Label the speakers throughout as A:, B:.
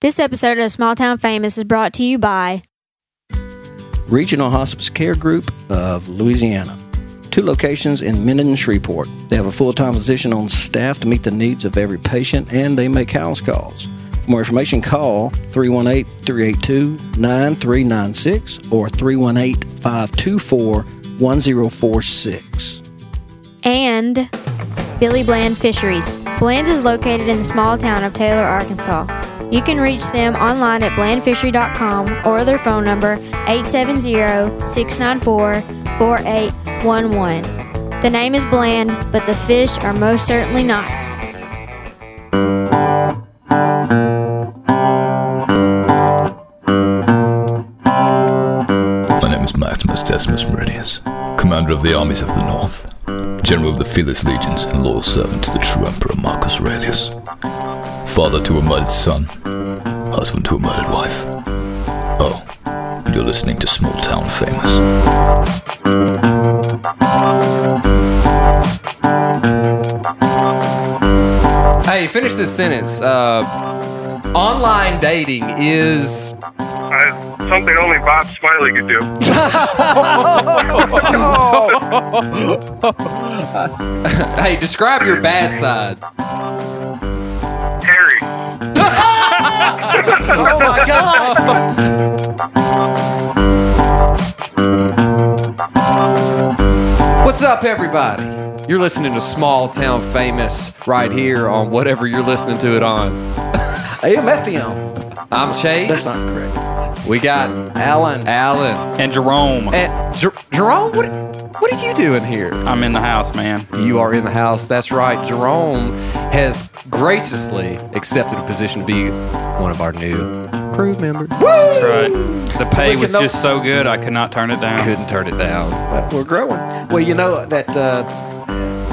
A: This episode of Small Town Famous is brought to you by
B: Regional Hospice Care Group of Louisiana. Two locations in Minden and Shreveport. They have a full time physician on staff to meet the needs of every patient and they make house calls. For more information, call 318 382 9396 or 318 524 1046.
A: and Billy Bland Fisheries. Bland's is located in the small town of Taylor, Arkansas. You can reach them online at blandfishery.com or their phone number 870-694-4811. The name is Bland, but the fish are most certainly not.
C: My name is Maximus Decimus Meridius, commander of the armies of the North, general of the Fearless Legions, and loyal servant to the true Emperor Marcus Aurelius, father to a murdered son, husband to a murdered wife. Oh, and you're listening to Small Town Famous.
D: Hey, finish this sentence. Uh, online dating is.
E: I, Uh, something only Bob Smiley could do.
D: Hey, describe your bad side.
E: Harry.
D: What's up, everybody? You're listening to Small Town Famous right here on whatever you're listening to it on.
B: AMFM.
D: I'm
B: That's
D: Chase.
B: not correct.
D: We got
B: Alan.
D: Alan.
F: and Jerome.
D: And Jer- Jerome, what, what are you doing here?
F: I'm in the house, man.
D: You are in the house. That's right. Jerome has graciously accepted a position to be one of our new crew members.
F: That's right. The pay was
B: no-
F: just so good, I could not turn it down.
D: Couldn't turn it down.
B: Well, we're growing. Well, you know that uh,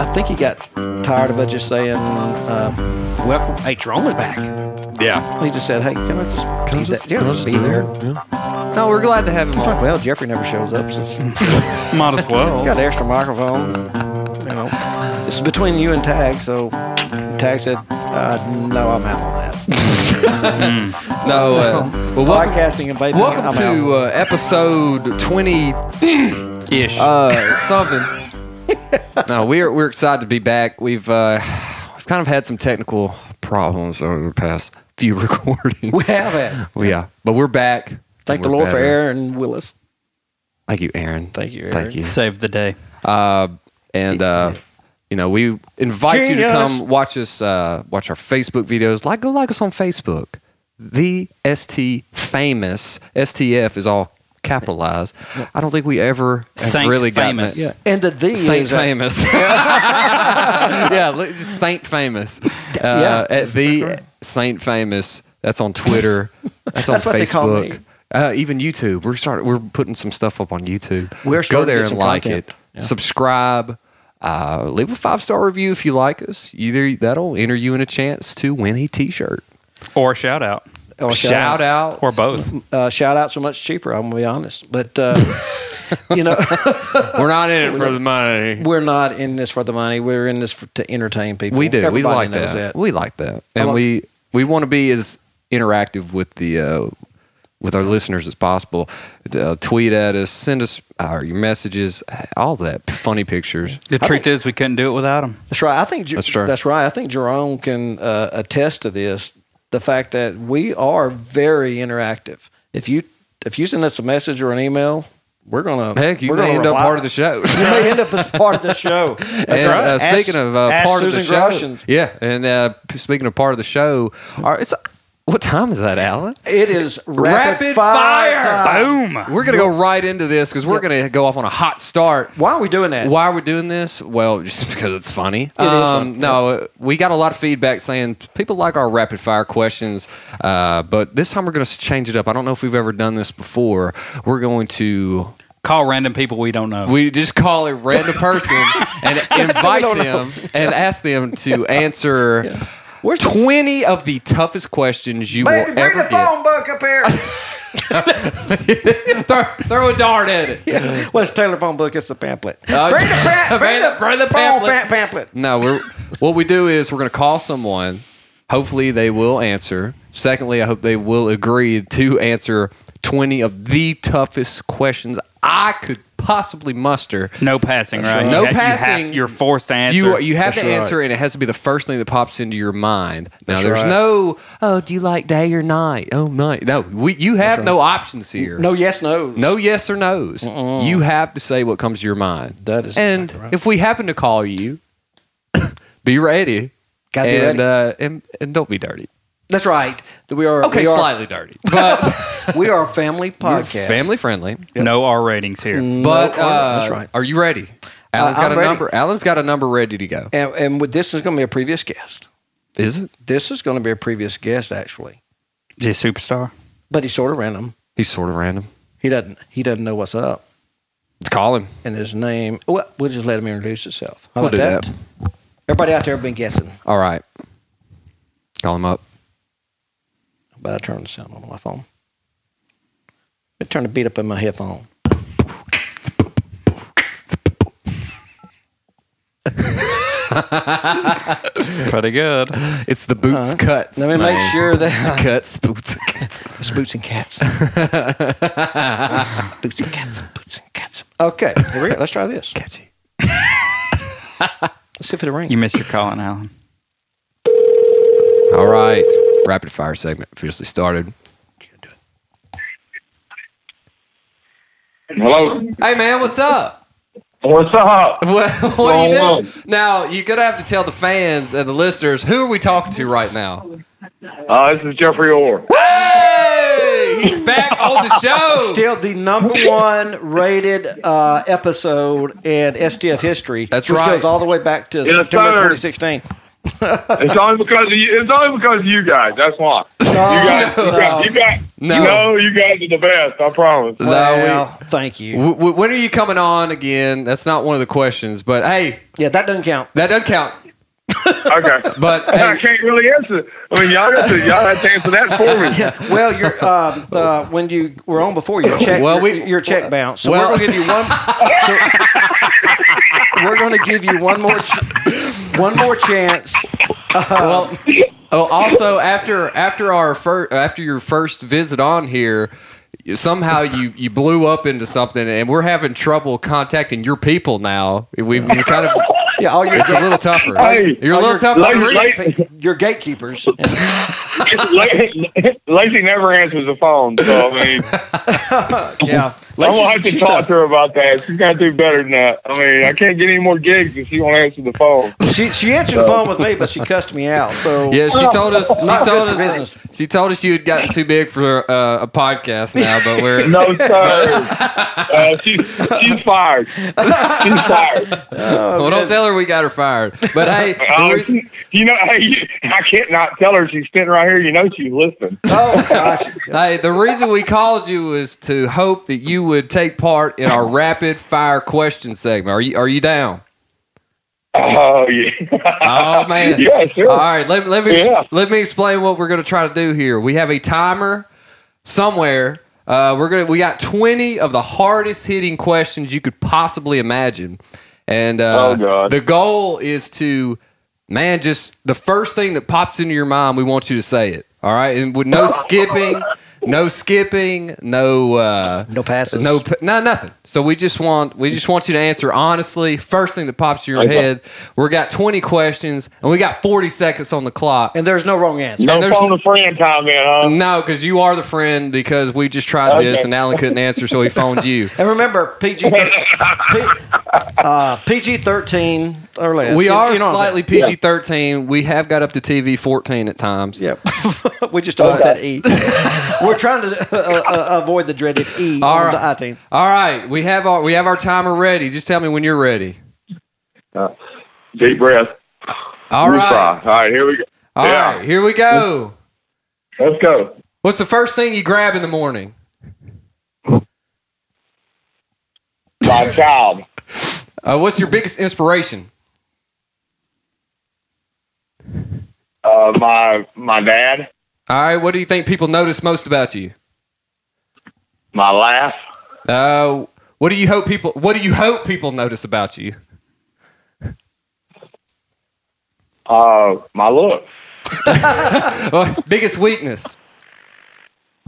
B: I think he got tired of us just saying, uh, "Welcome, hey, Jerome is back."
F: Yeah.
B: He just said, "Hey, can I just, can I just, yeah, just be there?"
D: No, we're glad to have him
B: It's
D: on.
B: like, well, Jeffrey never shows up. So it's-
F: Might as well.
B: got an extra microphone. You know, it's between you and Tag. So Tag said, uh, "No, I'm out on that."
D: No, uh, well, welcome,
B: Podcasting and baby,
D: welcome
B: I'm out.
D: to uh, episode 20
F: Ish.
D: uh, something. no, we're we're excited to be back. We've uh, we've kind of had some technical problems over the past few recordings.
B: We have it.
D: Well, yeah, but we're back.
B: Thank the
D: We're
B: Lord for
D: better.
B: Aaron Willis.
D: Thank you, Aaron.
B: Thank you,
D: Thank
B: Aaron.
D: you.
F: Saved the day.
D: and uh, you know we invite you to
B: Genius.
D: come watch us uh, watch our facebook videos like go like us on facebook the st famous stf is all capitalized i don't think we ever have
F: Saint
D: really got
F: Famous.
D: that.
F: Yeah.
B: And the uh, the
D: Saint
B: is a-
D: famous, yeah, look, just Saint famous, uh,
B: yeah,
D: at the Saint famous. That's on Twitter. That's,
B: That's
D: on
B: what they call
D: Facebook.
B: me.
D: Uh, even YouTube. We're starting. We're putting some stuff up on YouTube.
B: We're
D: go
B: starting to
D: there
B: get
D: and
B: some
D: like
B: content.
D: it. Subscribe. Uh, leave a five star review if you like us. Either that'll enter you in a chance to win a T shirt.
F: Or shout out.
B: Oh, shout out.
D: Shout out,
F: Or both.
B: uh, shout outs are much cheaper. I'm gonna be honest, but uh, you know,
D: We're not in it for the money.
B: we're not in this for the money. We're in this for, to entertain people.
D: We do. we
B: Everybody
D: like
B: knows
D: that. We like that, and
B: like-
D: we we want to be as interactive with the uh, with our listeners as possible. Uh, tweet at us, send us uh, your messages, all that funny pictures.
F: The truth is, we couldn't do it without him.
B: that's right. I think Jer-
D: That's true.
B: That's right. I think Jerome can uh, attest to this. The fact that we are very interactive. If you if you send us a message or an email, we're gonna
D: Heck, you
B: we're gonna
D: may end up
B: reply.
D: part of the show.
B: You may end up as part of the show. That's
D: and,
B: right.
D: uh,
B: Ask-
D: speaking of uh,
B: ask
D: part
B: Susan
D: of the show,
B: Groshans.
D: yeah, and uh, p- speaking of part of the show, all right, it's what time is that, Alan?
B: it is rapid,
D: Rapid
B: fire.
D: fire.
B: time.
F: Boom.
D: We're gonna go right into this because we're gonna go off on a hot start.
B: Why are we doing that?
D: Why are we doing this? Well, just because it's funny. It
B: Eh. is fun.
D: No, we got a lot of feedback saying people like our rapid fire questions, uh, but this time we're going to change it up. I don't know if we've ever done this before. We're going to
F: Call random people we don't know.
D: we just call a random person and invite them and ask them to answer.
B: Where's the-
D: Twenty of the toughest questions you
B: Baby,
D: will
B: bring
D: ever
B: the phone book up here.
D: get. throw, throw a dart at it.
B: Well, it's Taylor phone book. It's the pamphlet.
D: Uh,
B: bring the pa-
D: bring
B: bring the,
D: the- bring the
B: phone
D: pamphlet.
B: fa- pamphlet.
D: No, we're what we do is we're gonna call someone Hopefully, they will answer. Secondly, I hope they will agree to answer 20 of the toughest questions I could possibly muster.
F: No passing, right?
D: right. No
F: Uh, You ha- you have-
D: passing.
F: you're forced to answer.
D: You, are, you have
G: That's
D: to
G: right.
D: answer, and it has to be the first thing that pops into your mind. Now,
G: That's
D: there's
G: right.
D: no, oh, do you like day or night? Oh, night. No, we, you have no options here.
G: No, yes, no.
D: No yes or no's. You have to say what comes to your mind.
G: That is
D: and
G: exactly right.
D: if we happen to call you, be ready.
G: Gotta be
D: and,
G: ready.
D: Uh, and and don't be dirty.
G: That's right. We are
D: Okay,
G: we are,
D: slightly dirty, but
G: We are a family podcast.
D: family friendly.
F: No R ratings here.
D: But
G: all right,
D: uh,
G: that's right.
D: are you ready? Alan's
G: Uh,
D: got
G: I'm
D: a
G: ready.
D: number. Alan's got a number ready to go.
G: And, and with, this is going to be a previous guest.
D: Is it?
G: This is going to be a previous guest, actually.
F: Is he a superstar?
G: But he's sort of random.
D: He's sort of random.
G: He doesn't. He doesn't know what's up.
D: Let's call him.
G: And his name. Well, we'll just let him introduce himself. How
D: We'll
G: about
D: do
G: that?
D: that.
G: Everybody out there have been guessing.
D: All right. Call him up.
G: But I turned the sound on my phone. I turned the beat up in my headphone.
F: It's pretty good.
D: It's the boots cuts.
G: Let me make
D: man.
G: sure that
D: Cuts boots cuts.
G: it's boots and cats. boots and cats. Boots and cats. Okay, here we go. Let's try this.
D: Catchy.
G: Let's see if it'll ring.
F: You missed your calling, Alan.
D: All right. Rapid fire segment officially started.
H: Hello.
D: Hey man, what's up?
H: What's up?
D: What, what do you
H: Going on?
D: do? Now you're gonna have to tell the fans and the listeners who are we talking to right now.
H: Uh, this is Jeffrey Orr.
D: Hey, he's back on the show.
G: Still the number one rated uh, episode in STF history.
D: That's
G: which
D: right.
G: goes all the way back to
H: Yes,
G: September
H: sir.
G: 2016.
H: It's only because of you. It's only because of you guys. That's why. you guys,
G: Um,
H: you guys, you guys,
D: No.
H: you know, you guys are the best. I promise.
D: No, we-
G: Well, thank you.
D: w- w- when are you coming on again? That's not one of the questions, but hey,
G: Yeah, that doesn't count.
D: that doesn't count.
H: Okay.
D: But
H: I
D: hey,
H: can't really answer. I mean, y'all got to y'all got to answer that for me.
G: Well, you're, um, uh, when you were on before, your check,
D: Well,
G: well,
D: we-
G: your check bounced. So
D: well-
G: we're going to give you one. So we're going to give you one more, ch- one more chance.
D: well, oh, also after after our first after your first visit on here. Somehow you, you blew up into something, and we're having trouble contacting your people now. We've, we kind of
G: Yeah, all your
D: it's a
G: gate-
D: little tougher.
H: Hey,
D: You're a little
G: all your-
D: tougher.
H: like-
D: to reach.
H: like-
G: gate- your gatekeepers.
H: Lacey Lacey never answers the phone, so I mean,
G: Yeah,
H: I'm gonna have
G: She's-
H: to
G: she's
H: talk
G: tough.
H: to her about that. She's got to do better than that. I mean, I can't get any more gigs if she won't answer the phone.
G: She she answered the phone with me, but she cussed me out. So
D: Yeah, she told us. She
G: Not
D: told
G: good for
D: us.
G: business.
D: She told us you had gotten too big for uh, a podcast now, but we're
H: No, sir. uh, she, she's fired. She's fired.
D: well. Don't tell her we got her fired. But hey,
H: Uh,
D: the reason-
H: you know, hey, you, I can't not tell her she's sitting right here. You know she's listening.
G: Oh gosh.
D: hey, the reason we called you was to hope that you would take part in our rapid fire question segment. Are you Are you down?
H: Oh, yeah.
D: Oh man!
H: Yeah, sure.
D: All right, let, let me
H: Yeah.
D: let me explain what we're going to try to do here. We have a timer somewhere. Uh, we're gonna we got twenty of the hardest hitting questions you could possibly imagine, and uh,
H: Oh, God.
D: the goal is to man just the first thing that pops into your mind. We want you to say it. All right, and with no skipping, no skipping, no uh,
G: No passes.
D: no, p- no, nothing. So we just want we just want you to answer honestly. First thing that pops to your head. We got twenty questions and we got forty seconds on the clock.
G: And there's no wrong answer.
H: No
D: And there's-
H: phone a friend time in, huh?
D: No, because you are the friend because we just tried this
H: Okay.
D: and Alan couldn't answer, so he phoned you.
G: And remember, PG thir- P- uh, PG thirteen or less.
D: We
G: You-
D: are
G: you know what I'm
D: slightly PG thirteen. We have got up to TV fourteen at times.
G: saying? Yeah, we just don't want that E. We're trying to uh, uh, avoid the dreaded E
D: All
G: on
D: right.
G: the iTunes.
D: All right, we have our we have our timer ready. Just tell me when you're ready.
H: Uh, Deep breath.
D: All
H: We
D: right,
H: fry. All right, here we go.
D: all
H: yeah.
D: right, here we go.
H: Let's go.
D: What's the first thing you grab in the morning?
H: My child.
D: Uh, what's your biggest inspiration?
H: Uh, my my dad.
D: All right, what do you think people notice most about you?
H: My laugh.
D: Uh, what do you hope people? What do you hope people notice about you?
H: Uh, my look.
D: Uh, Biggest weakness?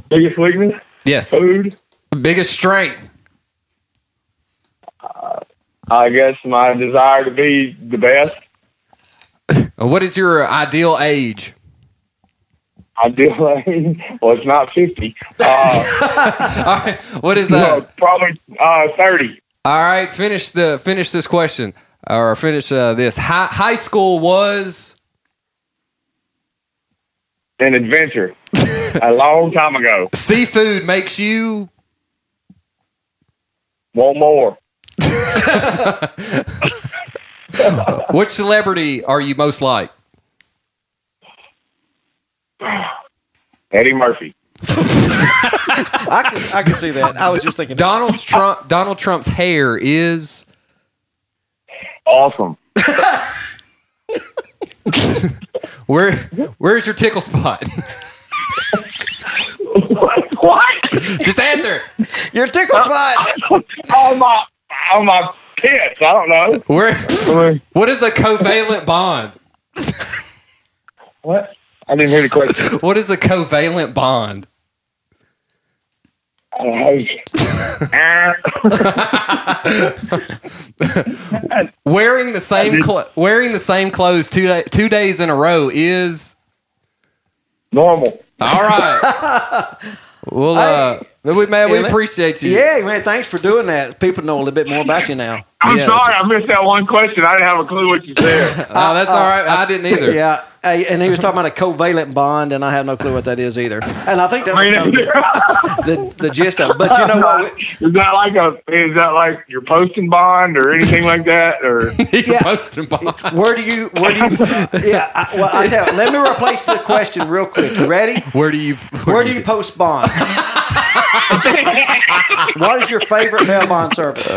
H: Biggest weakness?
D: Yes.
H: Food.
D: Biggest strength?
H: I guess my desire to be the best.
D: Uh, What is your ideal age?
H: I do. well, it's not fifty. Uh,
D: What is that?
H: no, probably uh, thirty.
D: All right, finish the finish this question or finish uh, this. High, high school was
H: An adventure. a long time ago.
D: seafood makes you.
H: One more.
D: Which celebrity are you most like?
H: Eddie Murphy.
G: I can, I can see that. I was just thinking.
D: Donald Trump. Donald Trump's hair is.
H: Awesome.
D: Where where's your tickle spot?
H: what?
D: Just answer.
G: Your tickle spot.
H: on my on my pits. I don't know.
D: Where? What is a covalent bond?
H: What? I didn't hear the question.
D: What is a covalent bond?
H: I don't know. Ah.
D: Wearing the same cl- wearing the same clothes two day- two days in a row is.
H: Normal.
D: All right. Well, uh, we man, we
G: Yeah, let-
D: appreciate you.
G: Yeah, man. Thanks for doing that. People know a little bit more about you now.
H: I'm
D: Yeah.
H: sorry, I missed that one question. I didn't have a clue what you said.
D: Oh, that's all right. I didn't either.
G: Yeah, Hey, and he was talking about a covalent bond, and I have no clue what that is either. And I think that
H: I
G: was
H: mean,
G: kind of the, the gist of it. But you know what? We-
H: is that like a is that like your posting bond or anything like that or
D: He's
G: Yeah.
D: posting bond.
G: Where do you? Where do you? Yeah. I, well, I tell. Let me replace the question real quick. You ready?
D: Where do you?
G: Where do you post bond? what is your favorite mail bond service?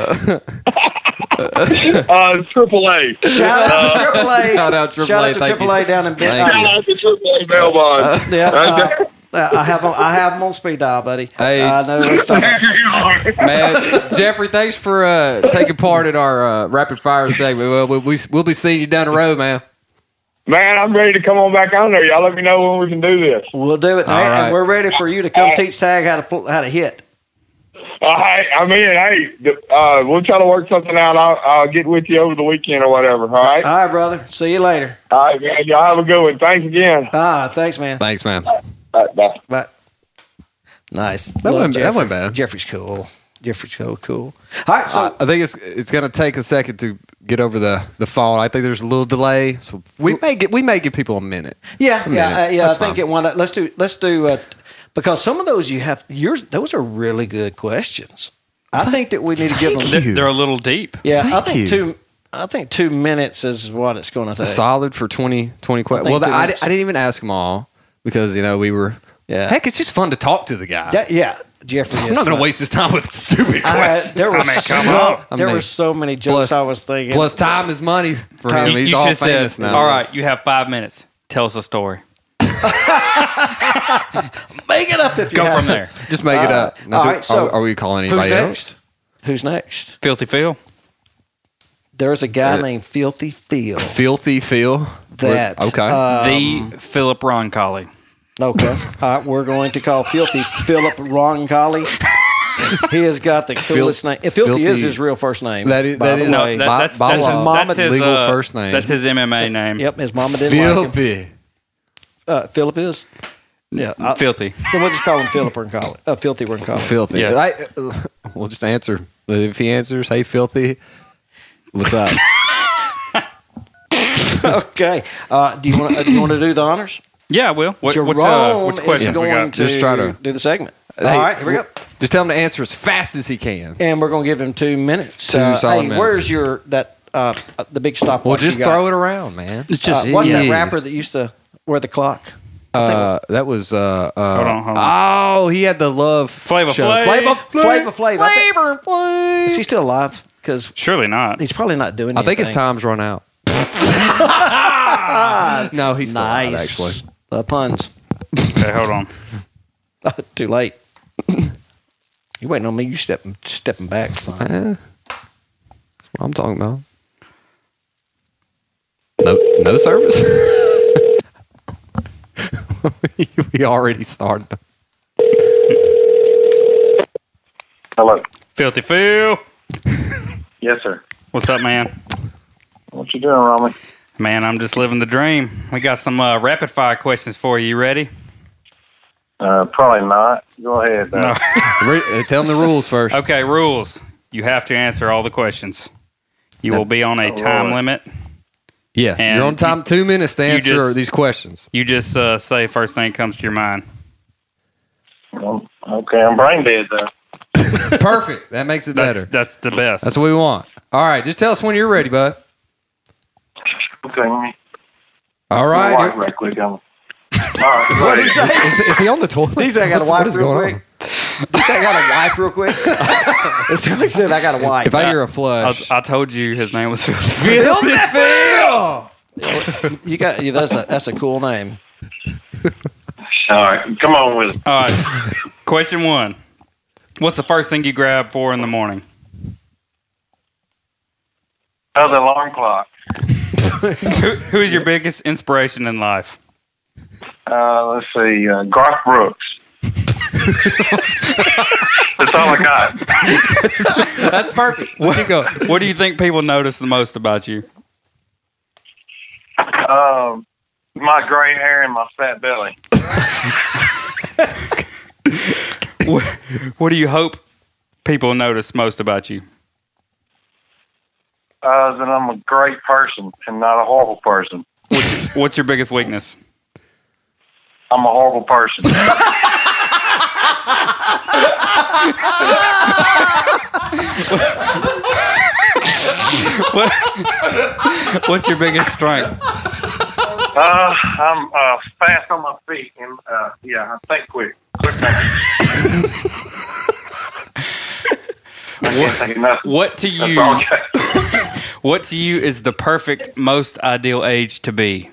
H: uh, triple A?
G: Shout out to AAA.
D: Uh, Shout out AAA,
G: Shout out to
D: thank you.
G: AAA down in
D: Thank
G: Benton.
D: you.
H: Shout out to Triple A mail bond.
G: Yeah, uh, uh, I have 'em- I have 'em on speed dial, buddy.
D: Hey.
G: I know. it's tough.
D: man, Jeffrey? Thanks for uh, taking part in our uh, rapid fire segment. Well, we, we, we'll be seeing you down the road, man.
H: Man, I'm ready to come on back on there. Y'all let me know when we can do this.
G: We'll do it, man.
D: right.
G: And we're ready for you to come teach Tag how to pl- how to hit.
H: All right. I mean, Uh, hey, th- uh, we'll try to work something out. I'll, I'll get with you over the weekend or whatever. All right.
G: All right, brother. See you later.
H: All right, man. Y'all have a good one. Thanks again.
G: Ah, thanks, man.
D: Thanks, man.
H: All right, bye.
G: But nice.
D: That
G: Love
D: wasn't, that
G: Jeffrey.
D: wasn't bad. Uh,
G: Jeffrey's cool. Jeffrey's so cool. All right, so
D: I think it's it's gonna take a second to get over the the phone. I think there's a little delay, so we may get we may give people a minute.
G: yeah,
D: a minute.
G: yeah, uh, yeah. I
D: That's
G: think
D: fine.
G: it won. Let's do. Let's do. Uh, because some of those you have yours. Those are really good questions. I think that we need to give them.
F: They're a little deep.
G: Yeah, I
B: Thank
G: think
B: you.
G: two. I think two minutes is what it's going to take.
D: Solid for 20, 20 questions.
G: think
D: Well,
G: two
D: I,
G: minutes.
D: I didn't even ask them all because you know we were.
G: Yeah.
D: Heck, it's just fun to talk to the guy.
G: That- yeah, Jeffrey.
D: I'm
G: is
D: not gonna
G: fun.
D: waste his time with stupid
G: I had-
D: questions.
G: there were so,
D: I
G: there
D: mean,
G: were so many jokes
D: plus-
G: I was thinking.
D: Plus, time is money for him.
F: You-
D: He's
F: you
D: all
F: should've said,
D: famous now.
F: All right, you have five minutes. Tell us a story.
G: make it up if you
F: Go
G: have
F: from
G: to.
F: there.
D: just make it up. Now,
G: Uh, all
D: do-
G: right, so
D: are, are we calling
G: Who's
D: anybody
G: next?
D: else?
G: Who's next?
F: Filthy Phil.
G: There's a
D: Uh,
G: guy named Filthy Phil.
D: Filthy Phil.
G: That uh,
D: okay. Um,
F: the Philip Roncalli.
G: Okay. All right, we're going to call Filthy Philip Roncalli. he has got the coolest name. If Filthy, is
D: Filthy-
G: his real first name.
D: That is-
G: by
D: that
G: the
D: is-
G: way.
F: No,
D: Wait,
F: that,
D: by-
F: that's,
D: by
F: that's, his,
G: law,
F: that's his
D: legal
F: uh,
D: first name.
F: That's his MMA name.
G: Yep, his mama didn't like him.
D: filthy.
G: Uh, Philip is. Yeah, I,
F: Filthy.
G: then we'll just call him Philip Roncalli. Uh, Filthy Roncalli.
D: Filthy.
F: Yeah.
D: I, we'll just answer. If he answers, hey, filthy, what's up?
G: Okay. Uh, do you want to do, you want to do the honors?
F: Yeah, Will. What,
G: Jerome
F: what's uh, which
G: is
F: questions we
G: going
F: got?
G: to
D: Just try to-
G: do the segment.
D: Hey,
G: All right, here we go.
D: Just tell him to answer as fast as he can.
G: And we're going to give him two minutes.
D: Two
G: uh,
D: solid
G: hey,
D: minutes.
G: where's your that uh, the big stopwatch?
D: Well, just
G: you got?
D: throw it around, man. It's
G: Uh, what's that rapper that used to wear the clock?
D: Uh, that was. Uh, uh,
F: Hold on, hold
D: Oh, he had the love.
F: Flavor
D: show.
F: Flav.
D: Flavor
G: Flavor Flav. I think-
D: Flavor Flav.
G: Is he still alive? Because
F: Surely not.
G: he's probably not doing.
D: I think his
G: anything.
D: time's run out. no, he's nice.
G: Nice.
D: actually.
G: The Uh, puns.
F: Okay, hold on.
G: Too late. you waiting on me? You stepping stepping back, son.
D: Eh, That's what I'm talking about. No, no service. we already started.
E: Hello.
F: Filthy Phil.
E: Yes, sir.
F: What's up, man?
E: What you doing, Romy?
F: Man, I'm just living the dream. We got some uh, rapid fire questions for you. You ready?
E: Uh, probably not. Go ahead. Though.
F: No.
D: Re- uh, Tell them the rules first.
F: Okay, rules. You have to answer all the questions. You will be on a time
E: Lord.
F: limit.
D: Yeah,
F: And
D: you're on time. Two minutes to
F: you
D: answer
F: just-
D: these questions.
F: You just uh, say first thing comes to your mind.
E: Well, okay, I'm brain dead though.
D: Perfect. That makes it
F: That's
D: better.
F: that's the best.
D: That's what we want. All right, just tell us when you're ready, bud.
E: Okay, let me
D: All right.
E: wipe right quick. I'm. All right, go ahead.
D: Is, is he on the toilet?
G: He said I
D: What's-
G: got to
D: what
G: wipe
D: is
G: real
D: going
G: quick. He said I got to wipe real quick. It's like I said, I got to
D: on?
G: wipe.
D: If I hear a
F: I,
D: flush,
F: I told you his name was Filthy Phil.
D: filthy Phil.
G: You got yeah, that's a that's a cool name.
E: All right, come on with it.
F: All right. Question one. What's the first thing you grab for in the morning?
E: How's Oh, the alarm clock?
F: Who, who is your biggest inspiration in life?
E: Uh, let's see, uh, Garth Brooks. That's all I got.
D: That's perfect. Keep going.
F: What do you think people notice the most about you?
E: Um, my gray hair and my fat belly.
F: What, what do you hope people notice most about you?
E: Uh, that I'm a great person and not a horrible person.
F: What's your biggest weakness?
E: I'm a horrible person.
F: What, what's your biggest strength?
E: Uh, I'm uh, fast on my feet and uh, yeah, I think quick. Quick thinking. I can't think of nothing.
F: What to
E: That's all
F: you?
E: I got.
F: What to you is the perfect, most ideal age to be?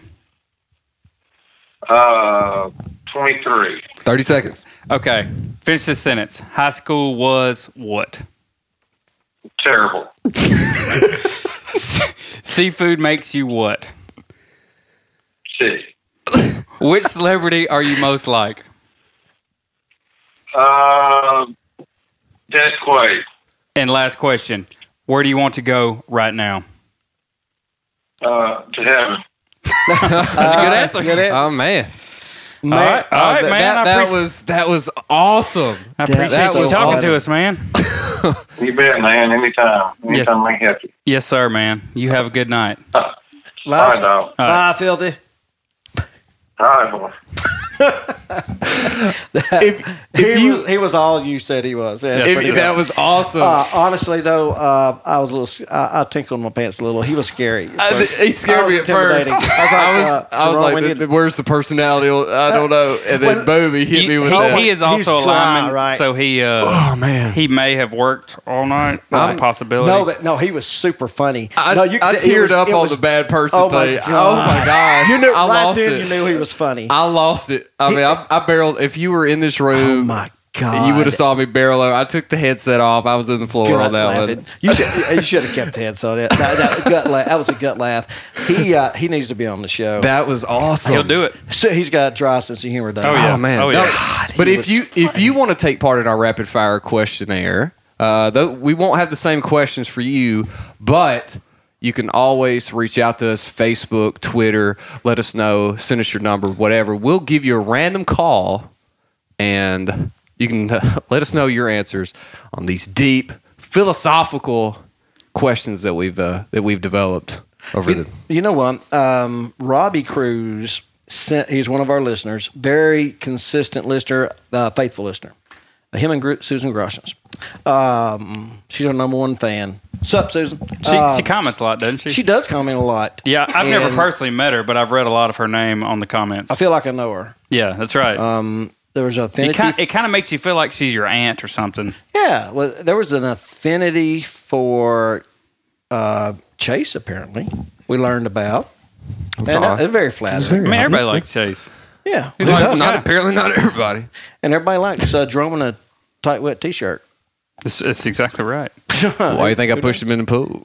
E: Uh, 23.
D: Thirty seconds.
F: Okay, finish this sentence. High school was what?
E: Terrible.
F: Seafood makes you what?
E: Shit.
F: Which celebrity are you most like?
E: Uh, Dennis Quaid.
F: And last question. Where do you want to go right now?
E: Uh, to heaven.
F: That's
G: Uh,
F: a good answer.
G: Get it?
D: Oh man.
G: Man,
F: All right, all right,
D: Th-
F: man.
D: That,
F: I,
D: that
F: appreciate-
D: was that was awesome.
F: I appreciate
G: that
F: you
G: was
F: talking
G: awesome.
F: to us, man.
E: You bet, man. Anytime.
F: Yes.
E: Anytime I can help you.
F: Yes, sir, man. You have a good night.
E: All
G: Live-
E: right, dog.
F: All
G: Bye, filthy.
E: All right, boy.
G: He, was, he was all you said he was. Yeah, that's
D: If-
G: what he was.
D: that was awesome.
G: Uh, honestly, though, uh, I was a little. s- I, I tinkled my pants a little. He was scary. at
D: I-
G: first.
D: Uh, he
G: I
D: scared
G: was
D: me at first.
G: intimidating. I was like,
D: I was,
G: uh,
D: I was
G: Jerome, we
D: like,
G: need-
D: th- where's the personality? I don't know. And then
G: Well,
D: boom, he hit
F: You-
D: me with
F: he,
D: that.
F: he is
G: He's
F: also a
G: fly,
F: lineman,
G: right.
F: so he uh,
D: oh man,
F: he may have worked all night. That's a possibility.
G: No, but no, he was super funny.
D: I,
G: no,
D: I
G: it
D: teared
G: was-
D: up
G: it
D: on
G: was-
D: the bad person
G: oh my
D: thing.
G: God.
D: Oh my god,
G: You knew
D: I
G: right
D: lost
G: then.
D: it.
G: You knew he was funny.
D: I lost it. I mean, I, I barreled. If you were in this
G: oh
D: room,
G: my god!
D: you would have saw me barrel. over. I took the headset off. I was in the floor
G: gut
D: on that
G: laughing.
D: one.
G: You should, you should have kept heads on it. That, that, gut laugh, that was a gut laugh. He uh, he needs to be on the show.
D: That was awesome.
F: He'll do it.
G: so he's got a dry sense of humor. Though.
F: Oh, yeah.
D: Oh man,
F: Oh, yeah.
D: No, but
G: he
D: if
G: was
D: you if you want to take part in our rapid fire questionnaire, uh, though we won't have the same questions for you, but you can always reach out to us Facebook, Twitter. Let us know. Send us your number, whatever. We'll give you a random call, and you can uh, let us know your answers on these deep philosophical questions that we've uh, that we've developed over the.
G: You, you know what? Um, Robbie Cruz sent. He's one of our listeners. Very consistent listener, uh, faithful listener. Him and Gru- Susan Groshans. Um, she's our number one fan. Sup, Susan?
F: She,
G: Uh,
F: she comments a lot, doesn't she?
G: she does comment a lot.
F: yeah, I've never
G: and-
F: personally met her, but I've read a lot of her name on the comments.
G: I feel like I know her.
F: yeah, that's right.
G: There was
F: it
G: affinity.
F: kind it kind of makes Um, you feel like she's your aunt or something.
G: yeah, well, there was an affinity for uh, Chase. Apparently, we learned about. And
D: odd.
G: uh, it's very flattering.
F: I mean, everybody likes Chase.
G: yeah,
F: Who does?
D: not
F: Yeah.
D: apparently not everybody.
G: and everybody likes uh, Jerome in a tight wet t-shirt.
F: That's, that's exactly right.
D: Why do you think I pushed him in the pool?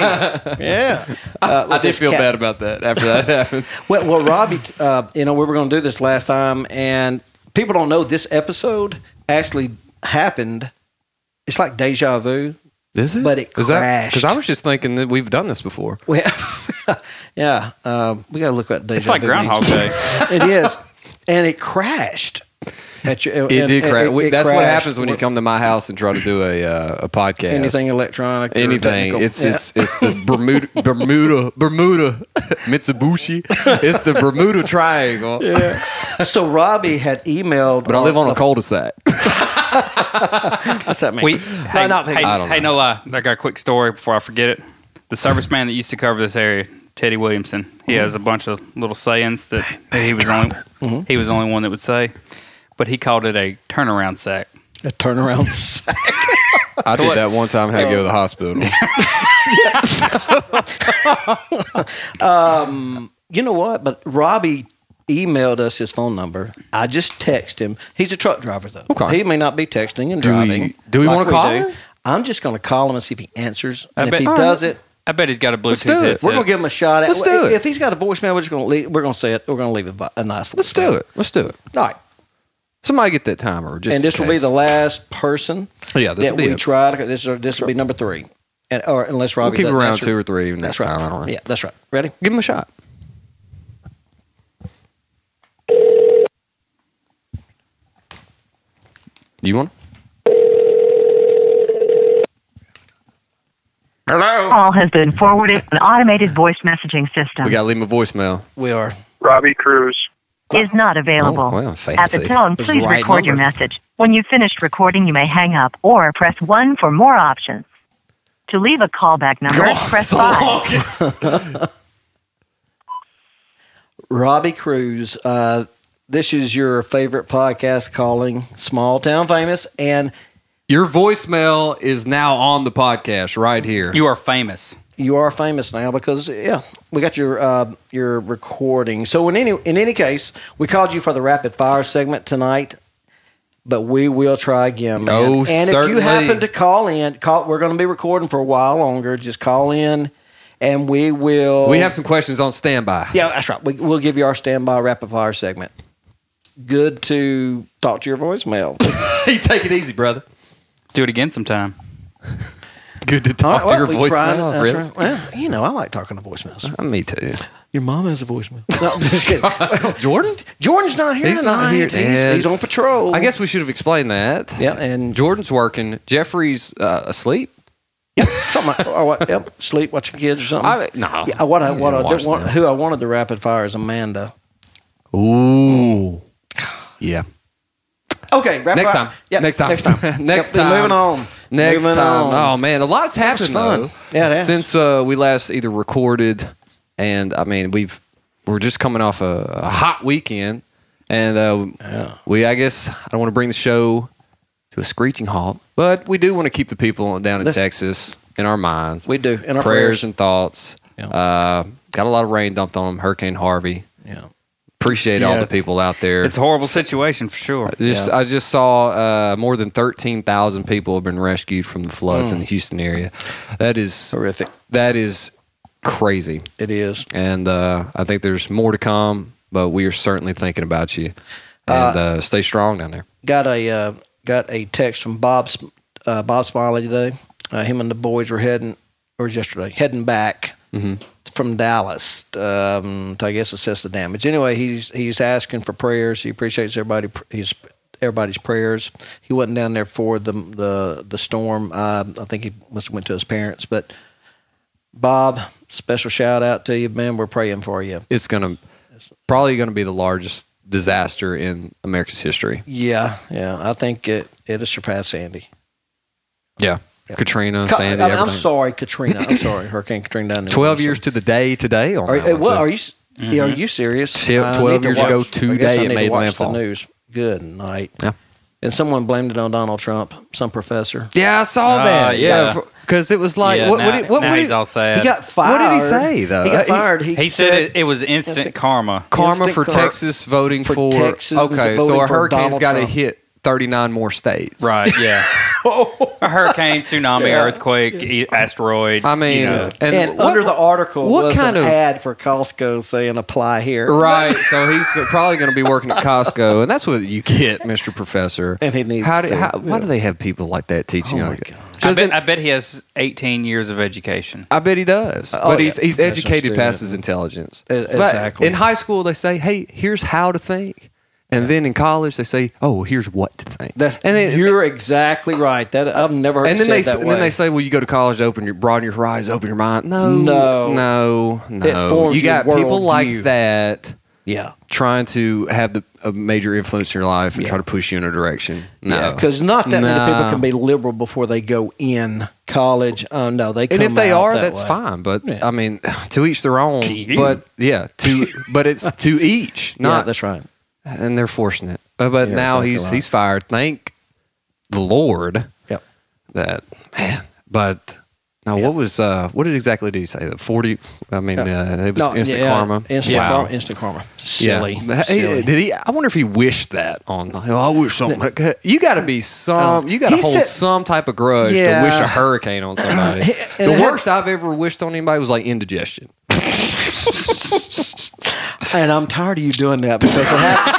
G: yeah. Uh,
D: I did
G: this
D: feel
G: cat-
D: bad about that after that happened.
G: Well, well Robbie, t- uh, you know, we were going to do this last time, and people don't know this episode actually happened. It's like deja vu.
D: Is it?
G: But it
D: Because I
G: crashed.
D: was just thinking that we've done this before.
G: We yeah, um, we got to look at deja
F: It's like
G: vu
F: Groundhog
G: means.
F: Day.
G: it is. And it crashed. At your,
D: It did crash.
G: it- it
D: That's what
G: crashed.
D: happens when you come to my house and try to do a uh, a podcast.
G: Anything electronic. or
D: Anything.
G: technical.
D: It's
G: Yeah.
D: it's it's the Bermuda Bermuda Bermuda Mitsubishi. It's the Bermuda Triangle.
G: so Robbie had emailed.
D: But I live on a cul-de-sac.
G: What's that mean?
F: We, hey,
G: not me.
F: hey,
D: I don't
F: hey, no lie. I got a quick story before I forget it. The serviceman that used to cover this area, Teddy Williamson, he has a bunch of little sayings that he was only Mm-hmm. he was the only one that would say, but he called it a turnaround sack.
G: a turnaround. sack.
D: I did that one time. Had to go to the hospital.
G: you know what? But Robbie emailed us his phone number. I just text him. He's a truck driver though.
D: Okay.
G: He may not be texting and
D: Do we-
G: driving.
D: do we wanna
G: we
D: call
G: do.
D: him?
G: I'm just going to call him and see if he answers. And if
F: bet-
G: he
F: all right.
G: does it,
F: I bet he's got a Bluetooth.
D: do it.
F: headset.
G: we're going to give him a shot. At,
D: Let's do it.
G: If he's got a voicemail, we're just going to leave. We're going to say it. We're going to leave a, vi- a nice voicemail.
D: Let's do it. Let's do it.
G: All right.
D: Somebody get that timer. Just
G: and this
D: in
G: will be
D: case. Oh,
G: the last person
D: Yeah, this
G: that
D: will be
G: we
D: it.
G: try. To, this, this will be number three. And, or unless Robbie
D: We'll keep it
G: doesn't
D: around
G: answer.
D: two or three next
G: That's right.
D: time. I don't know.
G: Yeah, that's right. Ready?
D: Give him a shot. Do you want?
I: call has been forwarded to an automated voice messaging system.
D: We gotta leave him a voicemail.
G: We are.
E: Robbie Cruz.
I: is not available.
D: Oh, well,
I: At
D: fancy.
I: the tone,
G: Those
I: please
G: right
I: record your
G: numbers.
I: message. When you've finished recording, you may hang up or press 1 for more options. To leave a callback number, press 5.
G: Robbie Cruz. Uh, this is your favorite podcast calling Small Town Famous. And
D: Your voicemail is now on the podcast right here.
F: You are famous.
G: you are famous now because, yeah, we got your uh, your recording. So, in any, in any case, we called you for the rapid fire segment tonight. But we will try again. Man.
D: Oh,
G: and if you
D: certainly.
G: happen to call in, call, we're going to be recording for a while longer. Just call in, and we will.
D: we have some questions on standby.
G: Yeah, that's right. We, we'll give you our standby rapid fire segment. Good to talk to your voicemail.
D: you take it easy, brother.
F: Do it again sometime.
D: Good to talk
G: Well,
D: to your
G: we tried it.
D: voicemail.
G: That's
D: really?
G: right. Well, you know, I like talking to voicemails.
D: Uh, Me too. Oh,
G: Your mom has a voicemail. No, I'm just kidding.
D: Jordan?
G: Jordan's not here
D: He's not
G: tonight.
D: here,
G: he's,
D: Dad.
G: he's on patrol.
D: I guess we should have explained that.
G: Yeah, and
D: Jordan's working. Jeffrey's uh, asleep.
G: something like, or what, yep, sleep watching kids or something.
D: I, no.
G: yeah, what I,
D: You
G: what
D: can
G: I
D: watch
G: did want,
D: them.
G: who I wanted to rapid fire is Amanda.
D: Ooh. Yeah.
G: Okay, rapid
D: Next
G: fire.
D: time.
G: Yep,
D: Next time.
G: Next time.
D: Next
G: Yep,
D: time.
G: Moving on.
D: Next
G: Moving
D: time.
G: on.
D: Oh man, a lot's happened
G: fun.
D: though.
G: Yeah, it has.
D: Since uh, we last either recorded, and I mean we've we're just coming off a, a hot weekend, and uh, we I guess I don't want to bring the show to a screeching halt, but we do want to keep the people down in
G: Listen.
D: Texas in our minds.
G: We do, in our prayers.
D: prayers and thoughts.
G: Yeah.
D: Uh, got a lot of rain dumped on them. Hurricane Harvey.
G: Yeah.
D: Appreciate all
F: Yeah,
D: the
F: it's-
D: people out there.
F: It's a horrible situation for sure.
D: Just, I just saw uh, more than thirteen thousand people have been rescued from the floods
G: Mm.
D: in the Houston area. That is
G: Horrific.
D: that is crazy,
G: Oh, It is.
D: and uh, I think there's more to come. But we are certainly thinking about you, and uh, stay strong down there.
G: got a uh, got a text from Bob Sm- uh, Bob Smiley today. Uh, him and the boys were heading, or was yesterday, heading back from Dallas. Um, to, I guess assess the damage. Anyway, he's he's asking for prayers. He appreciates everybody. pr- He's everybody's prayers. He wasn't down there for the the the storm. Uh, I think he must have went to his parents. But Bob, special shout out to you, man. We're praying for you.
D: It's gonna probably gonna be the largest disaster in America's history.
G: Yeah, yeah. I think it it'll surpass Sandy.
D: Yeah, Katrina,
G: Ca-
D: Sandy,
G: I mean, I'm
D: everything.
G: sorry, Katrina. I'm sorry, Hurricane Katrina. Down there.
D: Twelve years to the day today. On
G: Are,
D: that
G: uh,
D: one,
G: well,
D: too.
G: are you? s yeah, Are you serious?
D: See,
G: I
D: 12
G: need
D: years
G: watch-
D: ago
G: I guess
D: today,
G: I
D: it
G: need to
D: made
G: watch
D: landfall.
G: The news. Good night.
D: Yeah.
G: And someone blamed it on Donald Trump. Some professor.
D: Yeah, I saw
F: Uh,
D: that. Yeah,
F: yeah.
D: because it was like
F: Yeah,
D: what?
F: now-
D: what, did- what,
F: now
D: what
F: he's
D: did-
F: all sad.
G: He got fired.
D: What did he say, though?
G: He
D: Uh,
G: got
D: he-
G: fired. He,
F: He said it, it was instant, karma.
D: karma
G: Instant
D: for
G: karma.
D: Texas voting for,
G: For Texans
D: okay. so
G: voting
D: a
G: for
D: hurricane's
G: Donald
D: got to
G: Trump.
D: hit thirty nine more states.
F: Right? Yeah.
G: Oh.
F: A hurricane, tsunami, earthquake, e- asteroid.
D: I mean, and,
G: And
D: what-
G: under the article
D: what
G: was
D: kind
G: an
D: of-
G: ad for Costco saying apply here,
D: Right, so he's probably going to be working at Costco, and that's what you get, Mister Professor.
G: and he needs
D: How, do,
G: to.
D: how why do they have people like that teaching?
G: Oh, my
D: like that?
G: God.
D: 'Cause
F: I
D: then-
F: bet, I bet he has 18 years of education.
D: I bet he does.
G: Oh,
D: but
G: yeah.
D: he's he's
G: Professional
D: educated past
G: student.
D: his intelligence.
G: E-
D: But
G: exactly.
D: in high school, they say, "Hey, here's how to think," and then in college, they say, "Oh, here's what to think."
G: That's,
D: and then
G: you're exactly right. That I've never heard.
D: and then
G: said
D: they s-
G: that
D: and then
G: way.
D: they say, "Well, you go to college to open your broaden your horizons, open your mind." No,
G: No.
D: no, no.
G: It forms
D: you got
G: your
D: people
G: world
D: like
G: view.
D: that
G: yeah,
D: trying to have the, a major influence in your life and
G: Yeah.
D: try to push you in a direction. No,
G: yeah, because not that many people
D: No.
G: can be liberal before they go in college. Oh no, they. Come
D: and if they
G: out
D: are,
G: that
D: that's
G: way.
D: fine. But
G: Yeah.
D: I mean, to each their own. But yeah, to but it's to each,
G: Yeah,
D: not
G: that's right.
D: and they're forcing it. Uh, But
G: Yeah,
D: now
G: exactly
D: he's
G: right.
D: he's fired. Thank the Lord
G: Yep.
D: that man. But now what was uh what did exactly did he say? The forty? I mean, uh, it was
G: No,
D: instant
G: yeah,
D: karma.
G: Instant
D: Wow.
G: karma. Instant karma.
D: Yeah.
G: Silly.
D: Hey,
G: Silly.
D: Did he? I wonder if he wished that on. Oh, I wish something. like that. You got to be some.
G: Um,
D: you got to
G: he
D: hold
G: said-
D: some type of grudge
G: Yeah.
D: to wish a hurricane on somebody.
G: And
D: the
G: it had-
D: worst I've ever wished on anybody was like indigestion.
G: And I'm tired of you doing that because it happened.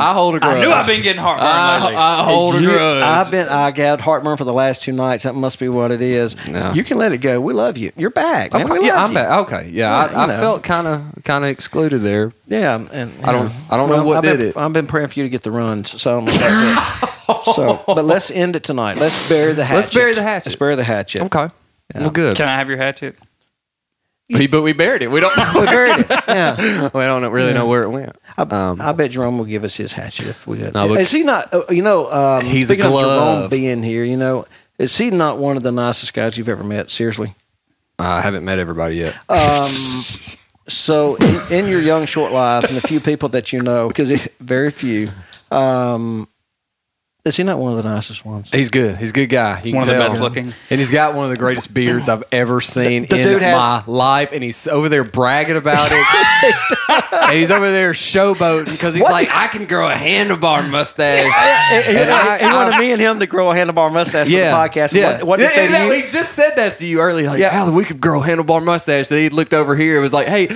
D: I hold a grudge.
F: I knew I've been getting heartburn lately.
D: I, I hold a
G: Mm. You-
D: grudge.
G: I've been I got heartburn for the last two nights. That must be what it is.
D: No.
G: You can let it go. We love you. You're back. Man.
D: Okay,
G: We
D: yeah,
G: love
D: I'm
G: you.
D: back. Okay, yeah,
G: Yeah,
D: I,
G: you
D: I
G: know.
D: felt kind of kind of excluded there.
G: Yeah, and
D: I don't- I don't know what
G: I've
D: did
G: been,
D: it.
G: I've been praying for you to get the runs, so I don't know about that. so, but let's end it tonight. Let's bury the hatchet.
D: Let's bury the hatchet.
G: Let's bury the hatchet.
D: Okay, well, good.
F: Can I have your hatchet?
D: We- but we buried it. We don't.
G: We buried it. Yeah,
D: we don't know- really know where it went.
G: I,
D: Um,
G: I bet Jerome will give us his hatchet if we.
D: No, but-
G: is he not? uh, You know, um,
D: He's a
G: speaking of Jerome
D: glove.
G: being here, you know, is he not one of the nicest guys you've ever met? Seriously.
D: I haven't met everybody yet.
G: So, in, in your young, short life, and the few people that you know, because very few, um, is he not one of the nicest ones?
D: He's good. He's a good guy. You can
F: One of the
D: tell.
F: best looking.
D: And he's got one of the greatest beards I've ever seen
G: The- the
D: in
G: dude has-
D: my life. And he's over there bragging about it. and he's over there showboating because he's like, I can grow a handlebar mustache.
G: He,
D: And I-
G: he wanted
D: I-
G: me and him to grow a handlebar mustache
D: yeah.
G: for the podcast.
D: Yeah.
G: What, what did
D: Yeah,
G: he say
D: yeah,
G: to you?
D: We just said that to you earlier. Like,
G: Yeah.
D: Alan, we could grow a handlebar mustache. And he looked over here and was like, hey,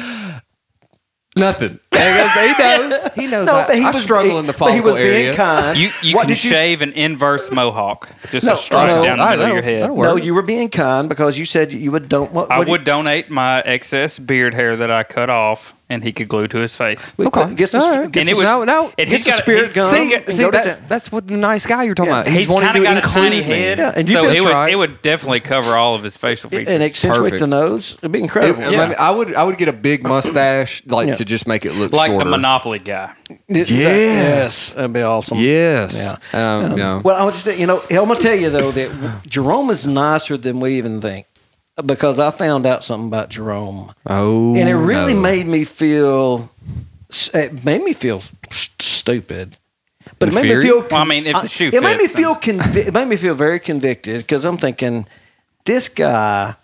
D: nothing. And he knows. He knows. I, I struggle
G: he-
D: in the
G: but
D: follicle
G: he was
D: area.
G: being kind.
F: You, you
G: What
F: can
G: did you-
F: shave an inverse mohawk, just
G: No,
F: a stripe
G: no,
F: down the
D: I-
F: middle of your
D: that'll-
F: head.
D: that'll work.
G: No, you were being kind because you said you would don't. What,
F: I
G: what do
F: would donate my excess beard hair that I cut off, and he could glue to his face.
G: You,
D: Okay.
G: Get some,
D: All right.
G: get
F: And it
G: some,
F: was-
D: no, no.
F: and
G: get
F: he's
G: some
F: got-
G: spirit
F: he's-
G: gum.
D: See,
G: and
D: see
G: go to
D: that's,
G: town.
D: that's what the nice guy you're talking
G: Yeah.
D: about. He's, wanting
F: kinda
D: to
F: got a
D: include
F: tiny
D: me.
F: head,
G: Yeah, and you
F: so
G: can-
F: it would,
D: That's right.
F: it would definitely cover all of his facial features.
G: and accentuate
D: perfect.
G: the nose. It'd be
D: It-
G: incredible.
D: I, mean, I would I would get a big mustache like
G: Yeah.
D: to just make it look
F: like
D: shorter.
F: the Monopoly guy.
G: Yes. yes, that'd be awesome.
D: Yes. Yeah. Um, you know.
G: Well, I was just you know I'm gonna tell you though that Jerome is nicer than we even think because I found out something about Jerome
D: oh.
G: and it really
D: no.
G: made me feel it made me feel s- stupid but it made me
D: Inferior?
G: feel
F: Well, I mean, if the
G: I-
F: shoe
G: it made me
F: fits,
G: feel convi- it made me feel very convicted because i'm thinking this guy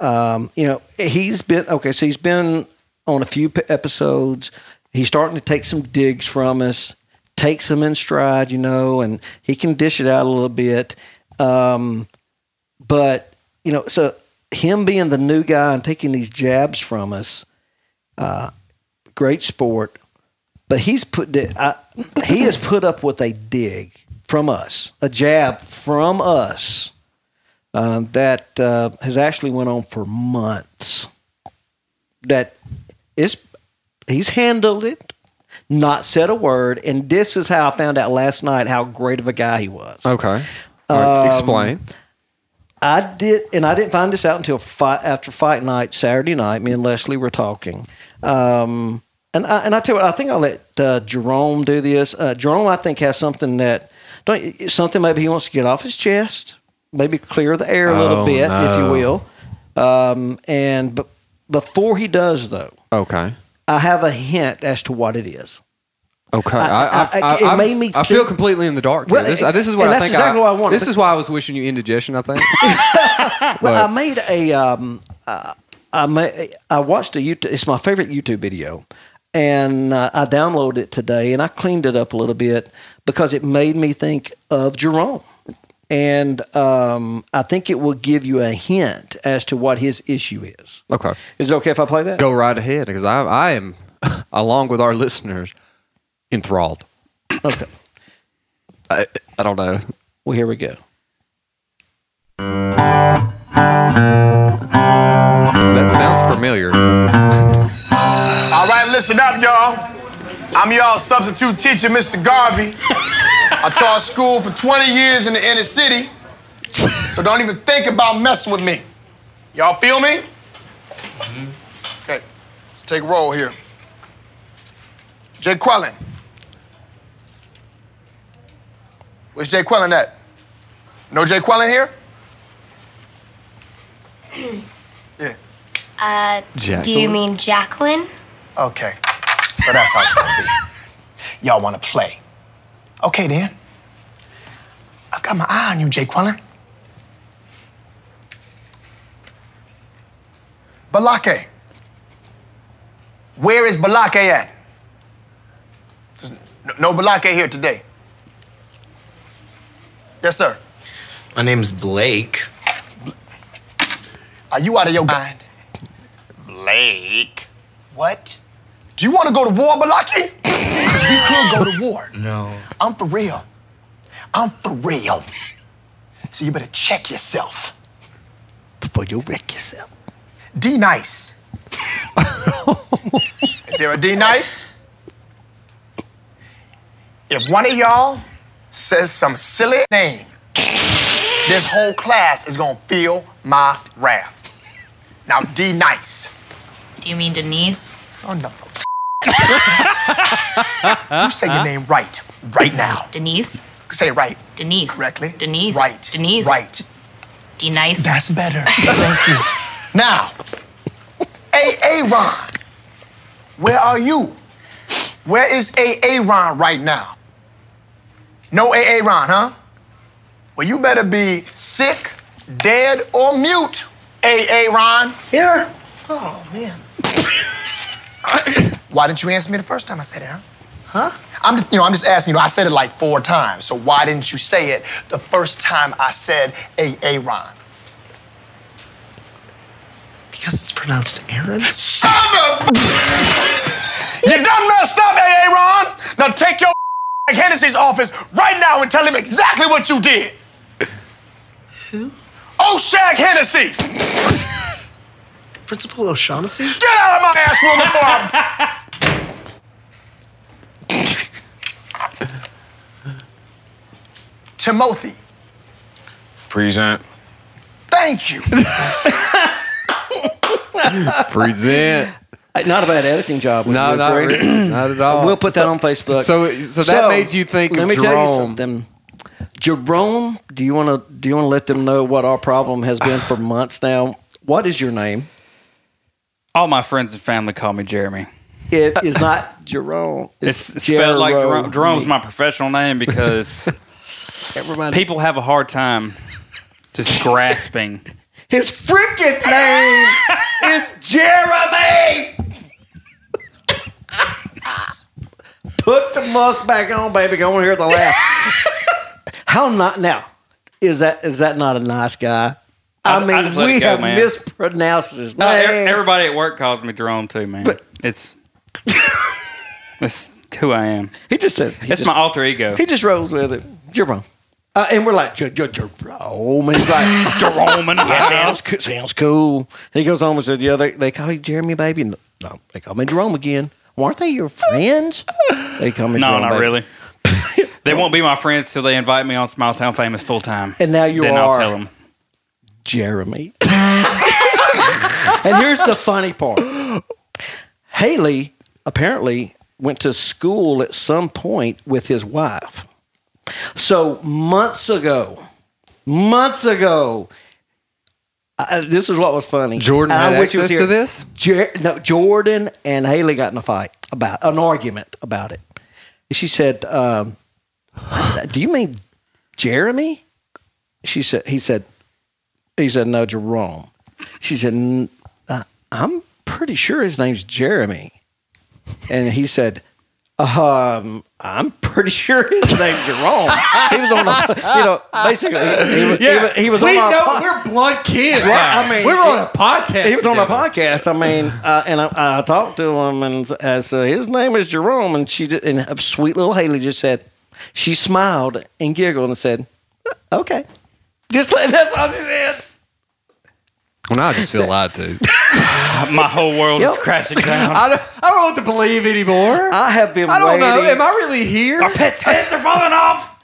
G: um, you know he's been okay so he's been on a few p- episodes he's starting to take some digs from us takes them in stride you know and he can dish it out a little bit um, but you know, so him being the new guy and taking these jabs from us, uh, great sport. But he's put the- I, he has put up with a dig from us, a jab from us uh, that uh, has actually went on for months. That is, he's handled it, not said a word, and this is how I found out last night how great of a guy he was.
D: Okay.
G: Um,
D: All right, Explain.
G: I did, and I didn't find this out until fight, after fight night Saturday night. Me and Leslie were talking, um, and I, and I tell you, what, I think I'll let uh, Jerome do this. Uh, Jerome, I think, has something that don't you- something maybe he wants to get off his chest, maybe clear the air a little
D: Oh,
G: bit, if you
D: no.
G: will. Um, and but before he does, though,
D: Okay.
G: I have a hint as to what it is.
D: Okay.
G: I- I- I- it
D: I'm-
G: made me
D: I feel
G: think-
D: completely in the dark. here.
G: Well,
D: this, uh, this is what
G: and
D: I
G: that's
D: think.
G: exactly
D: I,
G: what I wanted.
D: This is why I was wishing you indigestion. I think.
G: Well,
D: But-
G: I made a um, uh, I ma- I watched a YouTube. It's my favorite YouTube video. and uh, I downloaded it today and I cleaned it up a little bit because it made me think of Jerome. And um, I think it will give you a hint as to what his issue is.
D: Okay.
G: Is it okay if I play that?
D: Go right ahead because I, I am, along with our listeners, enthralled.
G: Okay.
D: I, I don't know.
G: Well, here we go.
D: That sounds familiar.
J: All right, listen up, y'all. I'm y'all substitute teacher, Mr. Garvey. I taught school for 20 years in the inner city, so don't even think about messing with me. Y'all feel me? Okay, let's take a roll here. Jay Quellen. Where's Jay Quellen at? No Jay Quellen here? yeah.
A: Do you mean Jacqueline?
J: Okay. So that's how it's gonna be. Y'all wanna play. Okay then. I've got my eye on you, Jay Quellen. Balake. Where is Balake at? There's n- no Balake here today. Yes, sir.
K: My name's Blake.
J: Are you out of your mind? Blake. What? Do you want to go to war, Balaki? we could go to war.
K: No.
J: I'm for real. I'm for real. So you better check yourself before you wreck yourself. D nice. Is there a D nice? If one of y'all says some silly name, this whole class is gonna feel my wrath. Now, D nice.
A: Do you mean Denise?
J: Son of a. you say your name right, right now.
A: Denise?
J: Say it right,
A: Denise.
J: correctly.
A: Denise.
J: Right.
A: Denise.
J: Right.
A: Denise.
J: That's better. Thank you. Now, Aaron, where are you? Where is Aaron right now? No Aaron, huh? Well, you better be sick, dead, or mute, Aaron.
K: Here.
J: Oh, man. why didn't you answer me the first time I said it, huh? Huh? I'm just, you know, I'm just asking you. I said it like four times, so why didn't you say it the first time I said a Aaron?
K: Because it's pronounced Aaron.
J: Son of a- You done messed up, Aaron. Now take your to Hennessy's office right now and tell him exactly what you did. Who? Oshag Hennessy.
K: Principal O'Shaughnessy.
J: Get out of my ass, woman farm! Timothy,
L: Present.
J: thank you.
D: Present.
G: Not a bad editing job. would
D: No,
G: you
D: not,
G: agree?
D: really, not at all.
G: We'll put that
D: So-
G: on Facebook.
D: So, so that made you think
G: Let
D: of
G: me
D: Jerome.
G: tell you something. Jerome, do you want to do you want to let them know what our problem has been for months now? What is your name?
F: All my friends and family call me Jeremy.
G: It is not Jerome.
F: It's, spelled like Jerome. Jerome's my professional name because
G: everybody.
F: people have a hard time just grasping.
G: His freaking name is Jeremy. Put the musk back on, baby. Go on here the laugh. How not now? Is that is that not a nice guy? I,
F: I
G: mean,
F: just let it
G: we
F: go,
G: have
F: man.
G: mispronounced his
F: No,
G: name.
F: e- everybody at work calls me Jerome too, man.
G: But-
F: it's it's who I am.
G: he just said he
F: It's
G: just,
F: my alter ego.
G: he just rolls with it. Jerome. Uh, and we're like, "Jer- Jer- Jerome. And he's like,
F: Jerome and
G: Yeah, sounds, coo- sounds cool. And he goes home and says, Yeah, they, they call you Jeremy, baby. No, no, they call me Jerome again. Well, aren't they your friends? They call me
F: No,
G: Jerome.
F: not
G: baby.
F: really. they won't be my friends till they invite me on Smiletown Famous full time.
G: And now you
F: then
G: are.
F: I'll tell them.
G: Jeremy. and here's the funny part Haley apparently went to school at some point with his wife. So months ago, months ago, I, this is what was funny.
D: Jordan
G: And I
D: had
G: wish he was
D: access
G: here.
D: to this?
G: Jer- no, Jordan and Haley got in a fight about an argument about it. She said, um, "Do you mean Jeremy?" She said. He said. He said, "No, Jerome." She said, "N- uh, "I'm pretty sure his name's Jeremy." and he said, um, I'm pretty sure his name's Jerome. he was on, a, you know, basically, he, he, was- he, was- he was
D: we
G: on our
D: know
G: pod-
D: we're blunt kids.
G: Right,
D: now.
G: I mean,
D: we're on
G: he-
D: a podcast.
G: He was on a
D: together.
G: podcast. I mean, uh, and I, I talked to him, and I said, his name is Jerome, and she did, and sweet little Haley just said, she smiled and giggled and said, okay, just like, that's all she said.
D: Well, now I just feel lied to.
F: My whole world is
G: Yep.
F: crashing down.
D: I don't, I don't know what to believe anymore.
G: I have been.
D: I don't
G: waiting.
D: know. Am I really here?
F: Pet's heads are falling off.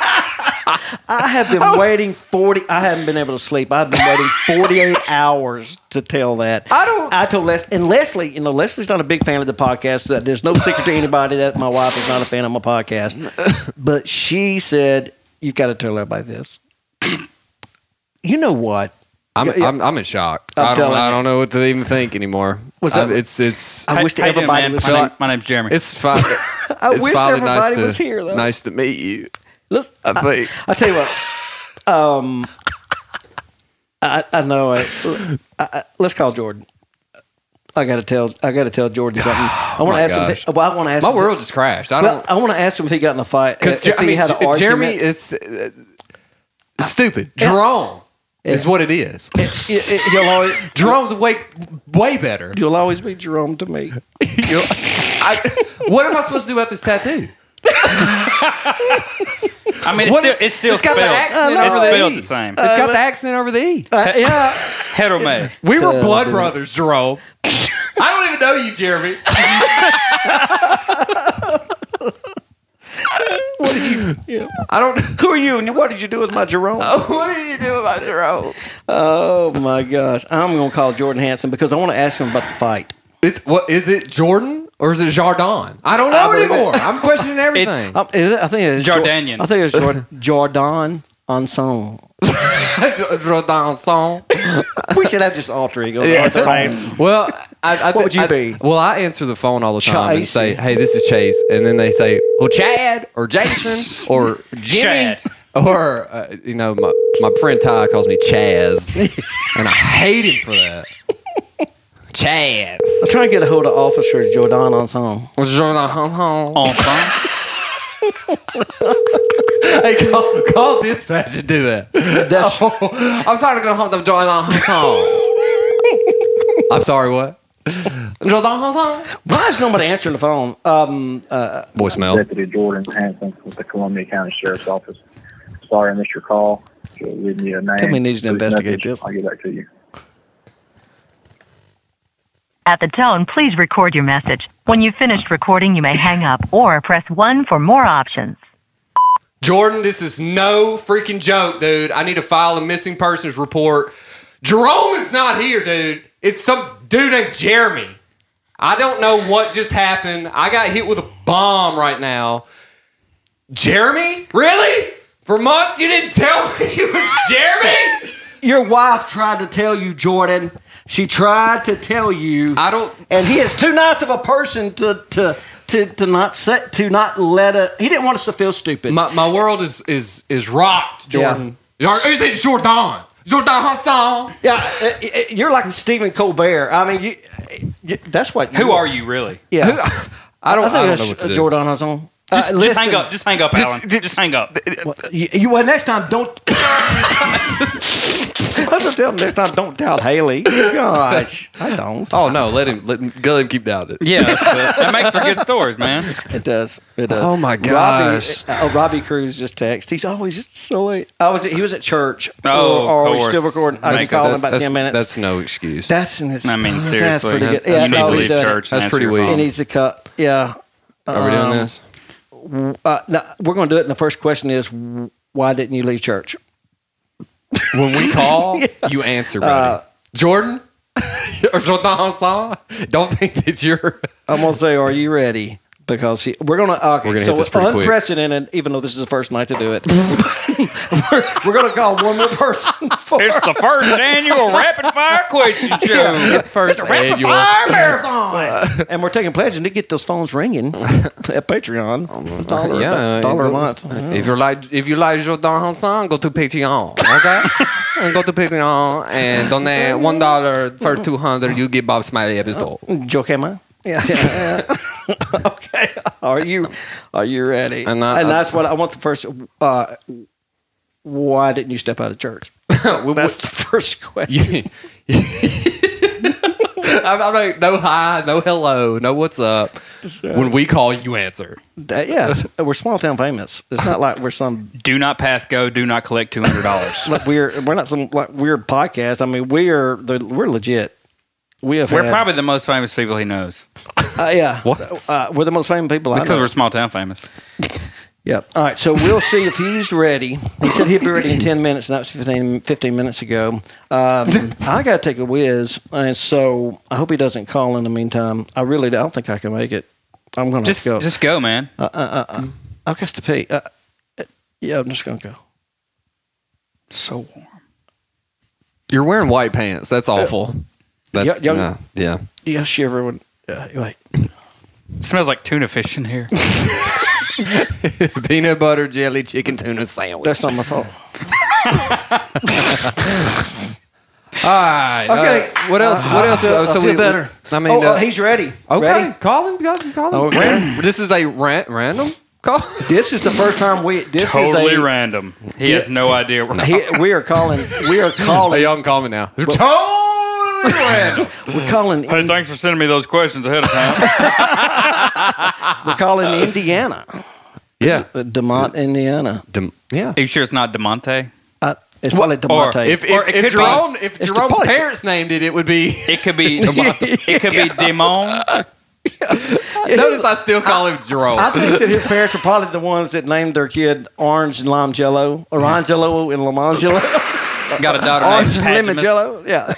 G: I have been
D: Oh.
G: waiting 40 I haven't been able to sleep. I've been waiting 48 hours to tell that.
D: I don't-
G: I told Leslie and Leslie, you know, Leslie's not a big fan of the podcast. That there's no secret to anybody that my wife is not a fan of my podcast. But she said, You gotta tell everybody this. You know what?
D: I'm,
G: yeah.
D: I'm, I'm in shock.
G: I'm
D: I don't,
G: telling
D: I
G: you.
D: don't know what to even think anymore.
G: What's that?
D: I- It's, it's,
G: I wish
F: How you doing,
G: everybody
F: man?
G: was
F: my, name,
D: like-
F: my name's Jeremy.
D: It's fine.
G: I
D: it's
G: wish
D: finally nice
G: everybody
D: to,
G: was here, though. Uh,
D: Nice to meet you.
G: Let's
D: I think.
G: I tell you what. Um I, I know it. I, I, let's call Jordan. I gotta tell. I gotta tell Jordan something. I want
D: Oh my
G: to ask him.
D: gosh.
G: If, well, I want to ask.
D: My
G: him-
D: world just crashed. I
G: Well,
D: don't.
G: I want to ask him if he got in a fight. uh,
D: Because
G: if
D: I
G: he
D: mean,
G: had an
D: J- Jeremy,
G: argument. Uh,
D: it's uh, stupid. Jerome is what it is.
G: It- it- he'll always,
D: Jerome's way way better.
G: you'll always be Jerome to me.
D: You- I- what am I supposed to do about this tattoo?
F: I mean, it's
D: What
F: still,
D: if-
F: it's still
D: it's got
F: spelled.
D: the accent
F: it's
D: over the
F: spelled
D: E.
F: the same.
D: It's got the accent over the e.
G: Uh, yeah,
F: Head or may.
D: We were
G: Uh,
D: blood
G: dude.
D: brothers, Jerome. I don't even know you, Jeremy.
G: what did you?
D: I don't.
G: Who are you? And what did you do with my Jerome? Oh,
D: What do you do about Jerome?
G: my gosh! I'm gonna call Jordan Hanson because I want to ask him about the fight.
D: It's what is it, Jordan or is it Jardin? I don't know
G: believe it.
D: anymore. I'm questioning everything.
G: Um, is it- I think it's
F: Jordanian.
G: I think it's Jordan. Jordan Anson.
D: Jardin song.
G: We should have just alter ego.
D: Yes.
G: Same.
D: Well, I, I thi-
G: would you
D: I-
G: be?
D: Well, I answer the phone all the time and
G: Chase.
D: say, "Hey, this is Chase," and then they say, "Well, Chad or Jason or Jimmy
F: Chad.
D: or uh, you know my my friend Ty calls me Chaz, and I hate him for that. Chaz.
G: I'm trying to get a hold of Officer Jordan
D: hey,
G: Anson.
F: On phone.
D: call, call dispatch and do that.
G: That's
D: Oh. I'm trying to go home to Jordan Hong Kong. I'm sorry, what? Jordan Hong Kong?
G: Why is nobody answering the phone? Um, uh,
D: Voicemail.
M: Deputy Jordan Hanson with the Columbia County Sheriff's Office. Sorry I missed your call. So we need a name.
G: Somebody needs to
M: please
G: investigate
M: message.
G: this.
M: I'll get back to you.
I: At the tone, please record your message. When you've finished recording, you may hang up or press 1 for more options.
D: Jordan, this is no freaking joke, dude. I need to file a missing persons report. Jerome is not here, dude. It's some dude named Jeremy. I don't know what just happened. I got hit with a bomb right now. Jeremy? Really? For months you didn't tell me he was Jeremy?
G: your wife tried to tell you, Jordan. She tried to tell you,
D: I don't
G: and he is too nice of a person to to to, to not set to not let a. He didn't want us to feel stupid.
D: my, my world is is is rocked,
G: Yeah.
D: Jordan. Or Is it Jordan? Jordan Hassan?
G: yeah, uh, uh, you're like Stephen Colbert. I mean, you, you, that's what.
F: Who are you really?
G: Yeah,
D: I don't, I don't know
G: that's,
D: what
G: uh,
D: to do.
G: Jordan Hanson.
F: Just, just hang up. Just hang up, Alan. Just, hang up.
G: You, you- well, next time don't. I was tell him next time don't doubt Haley. Gosh, I don't.
D: Oh no, let him let, him- let him keep doubting. it.
F: Yeah, that's, uh, that makes for good stories, man.
G: It does. It does.
D: Oh, my gosh.
G: Robbie, uh, oh, Robbie Cruz just texted. He's always just so late. I was. He was at church.
F: Oh,
G: or, or
F: of
G: he's still
F: course.
G: recording. I
F: Makes
G: just called him
F: sense.
G: about ten minutes.
D: That's no excuse.
G: That's in his.
F: I mean, seriously,
G: that's pretty good.
F: you
G: Yeah,
F: need
G: no,
F: to
G: he's
F: leave
G: doing it.
F: church. and
D: That's
F: answer
D: pretty
F: your
D: weak.
F: phone.
G: And he's a cut. Yeah.
D: Are we doing this?
G: Uh, no, we're going to do it. And the first question is, why didn't you leave church?
D: When we call, you answer, buddy. Jordan? Or Jordan Saw? Don't think that you're.
G: I'm gonna say, are you ready? Because he, we're gonna okay,
D: We're gonna hit
G: so
D: this pretty quick.
G: unprecedented. Even though this is the first night to do it, we're, we're gonna call one more person. For,
F: It's the first annual rapid fire question show.
D: First annual.
G: and we're taking pledges to get those phones ringing at Patreon. A dollar,
D: Yeah,
G: a dollar a
D: go- uh-huh.
G: month.
D: If you like, if you like Jordan Hansan, go to Patreon, okay? and go to Patreon and donate one dollar for two hundred. You get Bob Smiley episode.
G: Joe Kama. Yeah. yeah, yeah. okay. Are you are you ready? And,
D: I- I-
G: that's what I want the first. Uh, why didn't you step out of church? that's the first question.
D: I'm, I'm like, no hi, no hello, no what's up. When we call, you answer.
G: That, yes, we're small town famous. It's not like we're some
F: Do not pass go. Do not collect two hundred dollars.
G: like we're we're not some like weird podcast. I mean, we're the, we're legit. We have
F: We're
G: had-
F: probably the most famous people he knows
G: uh, yeah. What? Uh, we're the most famous people I
F: because
G: know.
F: we're small town famous.
G: Yep. All right. So we'll see if he's ready. He said he'd be ready in 10 minutes, and that was 15, 15 minutes ago. Um, I got to take a whiz. And so I hope he doesn't call in the meantime. I really don't think I can make it. I'm going to
F: Just
G: go.
F: just go, man.
G: uh, uh, uh, uh, I'll just to pee. Uh, uh, yeah, I'm just going to go.
F: So warm.
D: You're wearing white pants. That's awful. That's
G: Yeah, yeah.
D: nah, yeah.
G: Yeah, shiver when. Uh, wait.
F: smells like tuna fish in here.
D: Peanut butter jelly chicken tuna sandwich.
G: That's not my fault.
D: All right. uh,
G: Okay.
D: what else? What else?
G: I feel,
D: uh,
G: I feel better.
D: I mean,
G: oh, uh,
D: uh,
G: he's ready.
D: okay.
G: Ready?
D: Call him. Call him. Call him.
G: Okay.
D: Ran- this is a ran- random call.
G: This is the first time we. This
F: totally
G: is a,
F: random. He has no idea. We're
G: he, we are calling. We are
D: Hey,
G: calling.
D: y'all can call me now. totally random.
G: We're calling.
F: Hey, thanks for sending me those questions ahead of time.
G: We're calling Indiana.
D: Yeah.
G: Uh, Demont, Indiana.
D: Dem- yeah.
F: Are you sure it's not Demonte?
G: Uh, it's probably
F: or
G: Demonte.
D: If
F: Or
D: if, if
F: it could be-
D: Jerome if
G: It's
D: Jerome's
G: Demonte.
D: parents named it, it would be.
F: It could be. it could be Demon.
D: Notice I still call him Jerome.
G: I think that his parents were probably the ones that named their kid Orange and Lime Jello, Orangello and Lamangello,
F: Got a daughter named
G: Orange and Lemon
F: Patmos.
G: Jello. Yeah,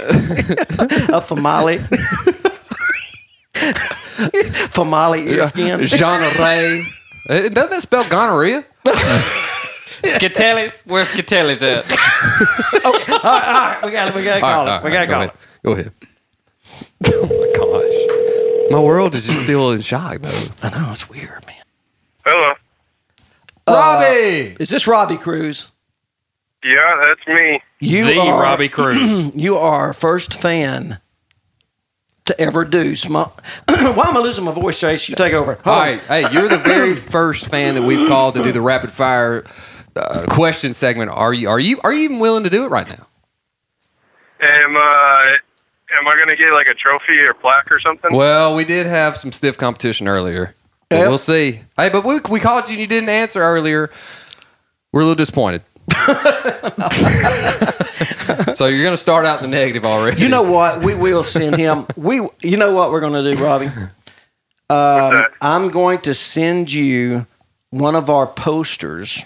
G: a famale. famale ear skin.
D: Jean Ray. Uh, Doesn't that spell gonorrhea?
F: Skatellis. Where's Skatellis at?
G: We got it. We got to call
D: All right, all
G: it.
D: right,
G: We got to
D: go
G: call it.
D: ahead. Go ahead. Oh my gosh. My world is just still in shock, though.
G: I know it's weird, man.
H: Hello.
D: Uh, Robbie!
G: Is this Robbie Cruz?
H: Yeah, that's me.
G: You
F: The
G: are,
F: Robbie Cruz.
G: You are first fan to ever do small. Why am I losing my voice, Chase? You take over.
D: All right. Hey, you're the very first fan that we've called to do the rapid fire uh, question segment. Are you are you are you even willing to do it right now?
H: Am I? am I gonna get like a trophy or plaque or something?
D: Well, we did have some stiff competition earlier. But
G: Yep.
D: We'll see. Hey, but we, we called you and you didn't answer earlier. We're a little disappointed. so you're going to start out in the negative already.
G: You know what? We will send him. We. You know what we're going to do, Robbie? Um, I'm going to send you one of our posters.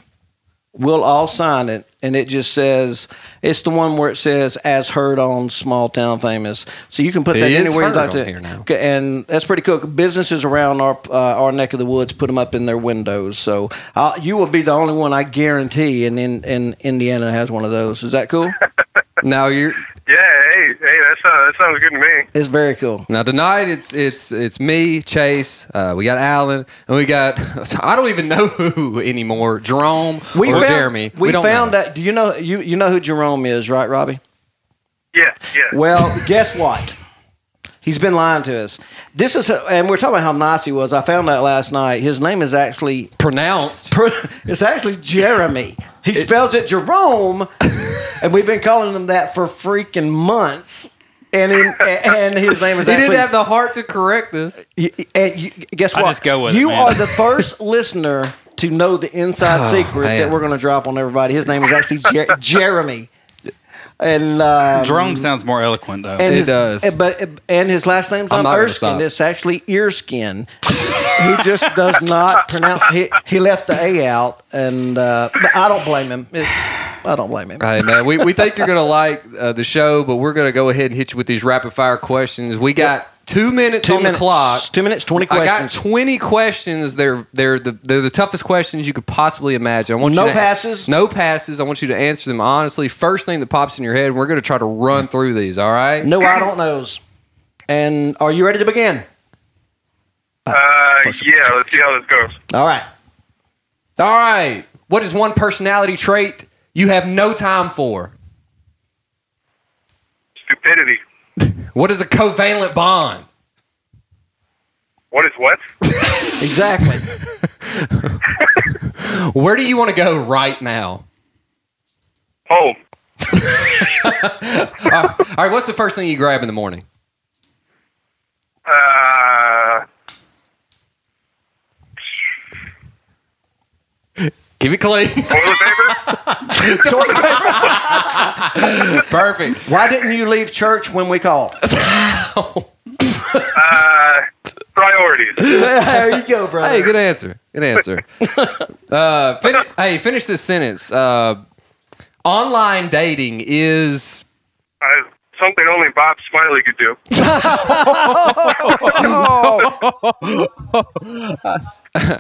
G: We'll all sign it, and it just says it's the one where it says "As heard on Small Town Famous." So you can put
D: It
G: that
D: is
G: anywhere you'd
D: heard
G: like
D: on
G: to.
D: here now.
G: Okay, and that's pretty cool. Businesses around our uh, our neck of the woods put them up in their windows. So i you will be the only one, I guarantee, in in, in Indiana that has one of those. Is that cool?
D: Now you're
H: Yeah. Hey. Hey. That sounds. That sounds good to me.
G: it's very cool.
D: now tonight. It's it's it's me, Chase. Uh, we got Alan, and we got I don't even know who anymore. Jerome
G: we
D: or
G: found,
D: Jeremy.
G: We,
D: don't
G: found
D: know.
G: that. Do you know you you know who Jerome is, right, Robbie?
H: Yeah. Yeah.
G: Well, guess what? He's been lying to us. This is, and we're talking about how nice he was. I found out last night. His name is actually
D: pronounced.
G: it's actually Jeremy. He spells it Jerome, and we've been calling him that for freaking months. And he, and his name is
D: He
G: actually
D: didn't have the heart to correct this.
G: you, and you, guess
F: I
G: what?
F: just go with it,
G: you
F: man.
G: are the first listener to know the inside secret
D: Oh, man.
G: that we're going to drop on everybody. His name is actually Jer- Jeremy, and um,
F: Jerome sounds more eloquent though.
G: and
D: It
G: his,
D: does.
G: and- But and his last name's
D: I'm
G: not
D: not gonna
G: Erskine.
D: stop.
G: It's actually Earskin. he just does not pronounce. He, he left the a out, and uh, but I don't blame him. It- I don't blame him.
D: Hey man, we, we think you're gonna like uh, the show, but we're gonna go ahead and hit you with these rapid fire questions. We got two minutes
G: Two
D: on
G: minutes.
D: the clock.
G: Two minutes. Twenty
D: I
G: questions.
D: got twenty questions. They're they're the they're the toughest questions you could possibly imagine. I want
G: No
D: you to,
G: passes?
D: No passes. I want you to answer them honestly. First thing that pops in your head. We're gonna try to run through these. All right.
G: no, I don't knows. And are you ready to begin?
H: Uh. Yeah. Let's see how this goes.
G: All right.
D: All right. What is one personality trait you have no time for?
H: Stupidity.
D: What is a covalent bond?
N: What is what?
G: exactly.
D: Where do you want to go right now?
N: Home.
D: all, right, all right, what's the first thing you grab in the morning?
N: Uh,
D: Keep it clean.
G: Toilet
D: paper. Perfect.
G: Why didn't you leave church when we called?
N: uh, priorities.
G: there you go, brother.
D: Hey, good answer. Good answer. uh, fin- hey, finish this sentence. Uh, online dating is.
N: Uh, something only Bob Smiley could do.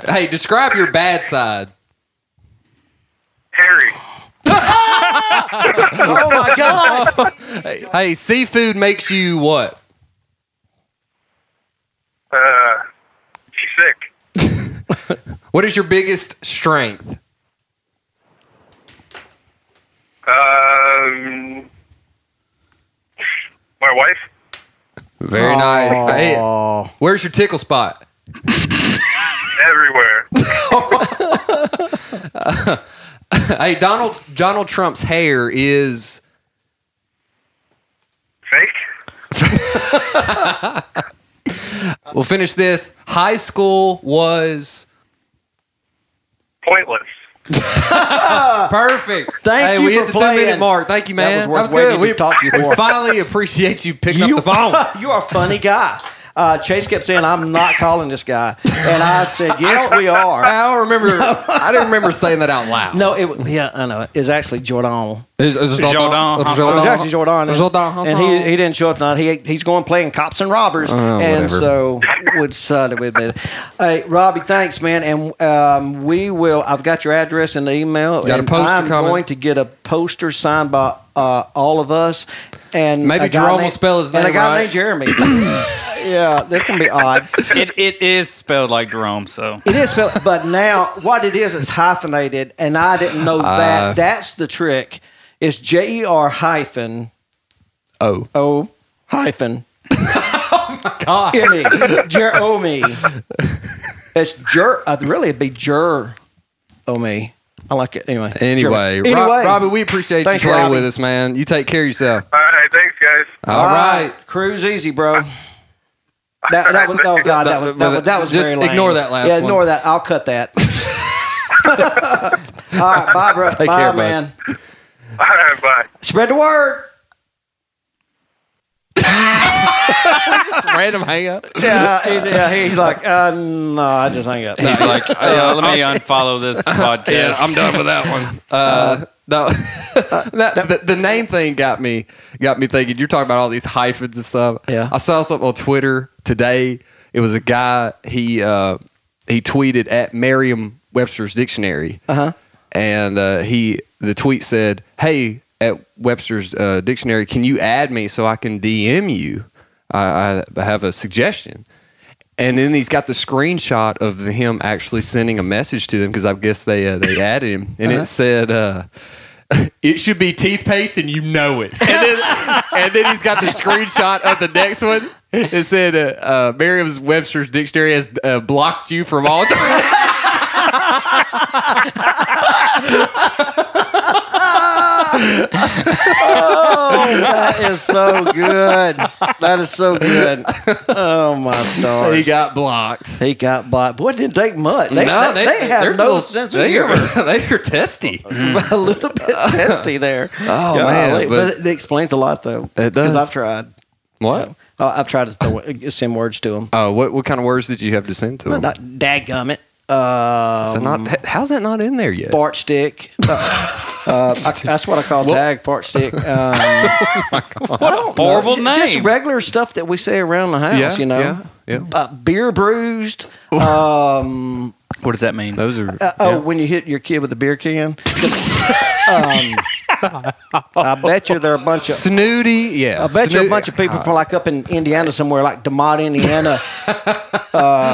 D: hey, describe your bad side.
N: Harry.
G: oh my God.
D: Hey, hey, seafood makes you what?
N: Uh, he's sick.
D: What is your biggest strength?
N: Um, my wife.
D: Very nice. Hey, where's your tickle spot?
N: Everywhere.
D: hey, Donald Donald Trump's hair is
N: Fake.
D: We'll finish this. High school was
N: Pointless.
D: perfect.
G: Thank
D: hey,
G: you
D: we hit the
G: for playing.
D: two minute mark. Thank you,
G: That
D: man.
G: was worth waiting
D: We,
G: to talk to you
D: we
G: for.
D: finally appreciate you picking up the phone.
G: you are a funny guy. Uh, Chase kept saying, "I'm not calling this guy," and I said, "Yes, we are."
D: I don't remember. I didn't remember saying that out loud.
G: No, it yeah, I know. It's actually Jordan.
D: Is, is
F: Jordan Hassan.
G: It was actually Jordan. And,
D: Jordan
G: and he he didn't show up tonight. He he's going playing cops and robbers,
D: Oh,
G: and
D: whatever.
G: so would side with me. Hey, Robbie, thanks, man, and um, we will. I've got your address in the email.
D: Got a
G: and
D: poster
G: I'm
D: coming.
G: going to get a poster signed by uh, all of us, and
D: Maybe
G: a guy
D: Jerome
G: named-
D: will spell his
G: and a
D: name
G: guy
D: right.
G: named Jeremy. yeah, this gonna be odd.
F: it, it is spelled like Jerome, so
G: It is, spelled, but now what it is, it's hyphenated, and I didn't know that.
D: Uh.
G: That's the trick. It's J E R hyphen
D: Oh,
G: O hyphen
D: God.
G: M E Jeromy. E. It's Jer. Uh, really, it'd be Jer O me. I like it anyway.
D: Anyway,
G: Jeremy.
D: Rob,
G: Anyway.
D: Robbie, we appreciate
G: Thanks,
D: you playing
G: Robbie.
D: with us, man. You take care of yourself.
N: All right, thanks, guys.
D: All right.
G: cruise easy, bro. That, that was oh god, that was that was, that was
D: Just
G: very lame.
D: ignore that last
G: yeah,
D: one.
G: ignore that. I'll cut that. All right, bye, bro.
D: Take
G: bye,
D: care, bud.
G: man.
N: All right, bye.
G: Spread the word.
D: Random hang up.
G: Yeah, he, yeah, he's like, uh, no, I just hang up.
F: he's like, yeah, let me unfollow this podcast.
D: Yeah, Uh-huh. I'm done with that one. Uh, no,
G: Uh,
D: that, the, the name thing got me got me thinking. You're talking about all these hyphens and stuff.
G: Yeah.
D: I saw something on Twitter today. It was a guy. He uh, he tweeted at Merriam-Webster's dictionary,
G: Uh-huh.
D: and uh, he the tweet said, "Hey, at Webster's uh, dictionary, can you add me so I can DM you? I, I have a suggestion." And then he's got the screenshot of the- him actually sending a message to them because I guess they uh, they added him, and
G: Uh-huh.
D: it said, uh, "It should be teeth paste, and you know it." And then, and then he's got the screenshot of the next one. It said, uh, uh, "Merriam's Webster's dictionary has uh, blocked you from all." Time.
G: Oh, that is so good. That is so good. Oh my stars.
D: he got blocked.
G: He got blocked. Boy, it didn't take much. They, they, they
D: they're
G: have no
D: little-
G: sense of
D: they
G: humor.
D: are, they are testy.
G: a little bit testy there.
D: Oh,
G: Yeah,
D: man,
G: like-
D: but-
G: but, it explains a lot though.
D: It does.
G: 'Cause I've tried.
D: What?
G: Uh, I've tried to throw- send words to him.
D: Uh, what what kind of words did you have to send to him?
G: Not dadgummit. Um,
D: Is it not- h- how's that not in there yet?
G: fart stick. Uh, uh, I- that's what I call tag fart stick. Um,
F: what a horrible name.
G: Just regular stuff that we say around the house,
D: Yeah,
G: you know.
D: yeah, yeah.
G: Uh, beer bruised. Um,
F: what does that mean?
D: Those are
G: uh, oh,
D: yeah.
G: when you hit your kid with a beer can. um, I bet you there are a bunch of.
D: snooty. Yeah,
G: I bet you
D: snoo-
G: a bunch of people from like up in Indiana somewhere, like Demott, Indiana.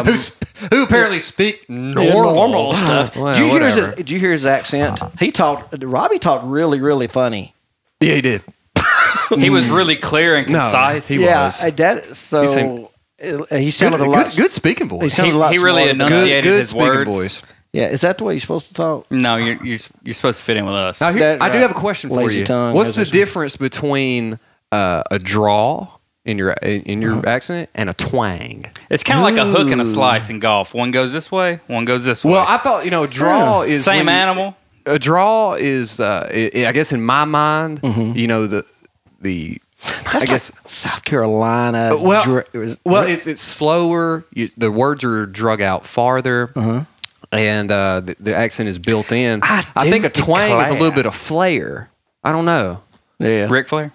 D: who, sp- who apparently speak um, normal,
G: normal
D: stuff.
G: did, you hear his, did you hear his accent? He talked. Robbie talked really, really funny.
D: Yeah, he did.
F: He was really clear and concise.
D: he
G: yeah,
D: was.
G: I- that. So
D: seemed-
G: uh, he sounded
O: Good-
G: a lot.
O: good- good speaking voice.
G: He sounded
O: He-
G: a lot.
O: he really
G: smarter than-
F: enunciated his
G: speaking
F: words.
G: Yeah, is that the way you're supposed to talk?
F: No, you're you're, you're supposed to fit in with us.
D: Now, here, I do have a question for
G: Lazy
D: you.
G: tongue,
D: What's
G: as
D: the
G: it's-
D: difference between uh, a draw in your in in your accent and a twang?
F: It's kind of like a hook and a slice in golf. One goes this way, one goes this way.
D: Well, I thought you know, draw is when
F: same
D: you-
F: animal.
D: A draw is, uh, i I guess, in my mind, you know the the. I guess
G: South
F: Uh,
G: Carolina.
D: well,
G: dr- it was-
D: well, it's it's slower. You, the words are drug out farther, and uh, the, the accent is built in. Uh-huh. I, think a
G: do
D: twang is a little
G: declare.
D: bit of flair. I don't know.
G: Yeah,
F: Ric Flair.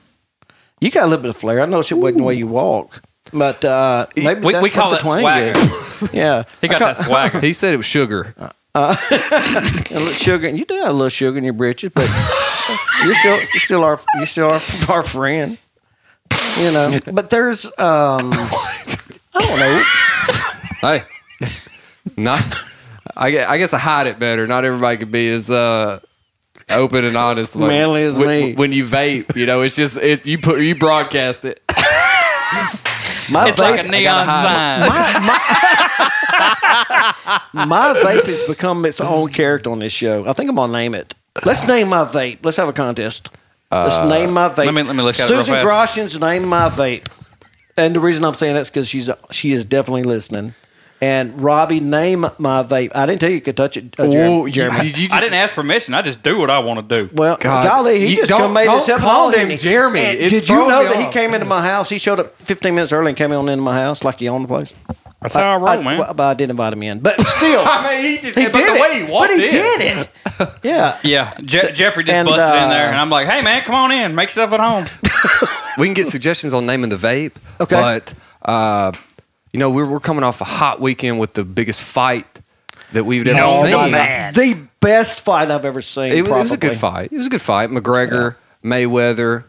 G: You got a little bit of flair. I noticed it wasn't the way you walk, but uh, maybe
F: we-
G: that's
F: we call
G: what
F: it
G: the twang
F: swagger.
G: is. yeah,
F: He got that swagger.
D: He said it was sugar.
G: Uh, a little sugar. You do have a little sugar in your britches, but you're still you're still our you're still our, our friend. You know, but there's um, I don't know.
D: hey, not. I guess, I guess I hide it better. Not everybody could be as uh, open and honest. like,
G: Manly as
D: when,
G: me.
D: When you vape, you know, it's just it. You put you broadcast it.
G: My
D: It's like a neon
G: My, my, my vape has become its own character on this show. I think I'm gonna name it. Let's name my vape. Let's have a contest. Let's
F: Uh,
G: name my vape.
F: let me- let me look at it real
G: Susan
F: fast.
G: Groshen's name my vape, and the reason I'm saying that's because she's she is definitely listening. And Robbie, name my vape. I didn't tell you you could touch it, uh, Jeremy.
F: Ooh,
G: Jeremy.
F: I didn't ask permission. I just do what I want to do.
G: Well, golly, he just come made himself on, didn't he? And did you know that he came into my house? He showed up 15 minutes early and came on into my house like he owned the place.
F: That's how I roll, man.
G: well, but I did invite him in, but still,
D: I mean, he just
G: he
D: but the
G: did it.
D: way he walked
G: but he
D: in.
G: did it. Yeah.
F: Yeah, Je- Jeffrey just
G: and,
F: busted in there,
G: uh,
F: and I'm like, "Hey, man, come on in, make yourself at home."
D: we can get suggestions on naming the vape. Okay. But uh, you know, we're we're coming off a hot weekend with the biggest fight that we've ever
G: Oh,
D: seen.
G: my- the best fight I've ever seen.
D: It, wa- it was a good
G: probably.
D: fight. It was a good fight. McGregor, Mayweather,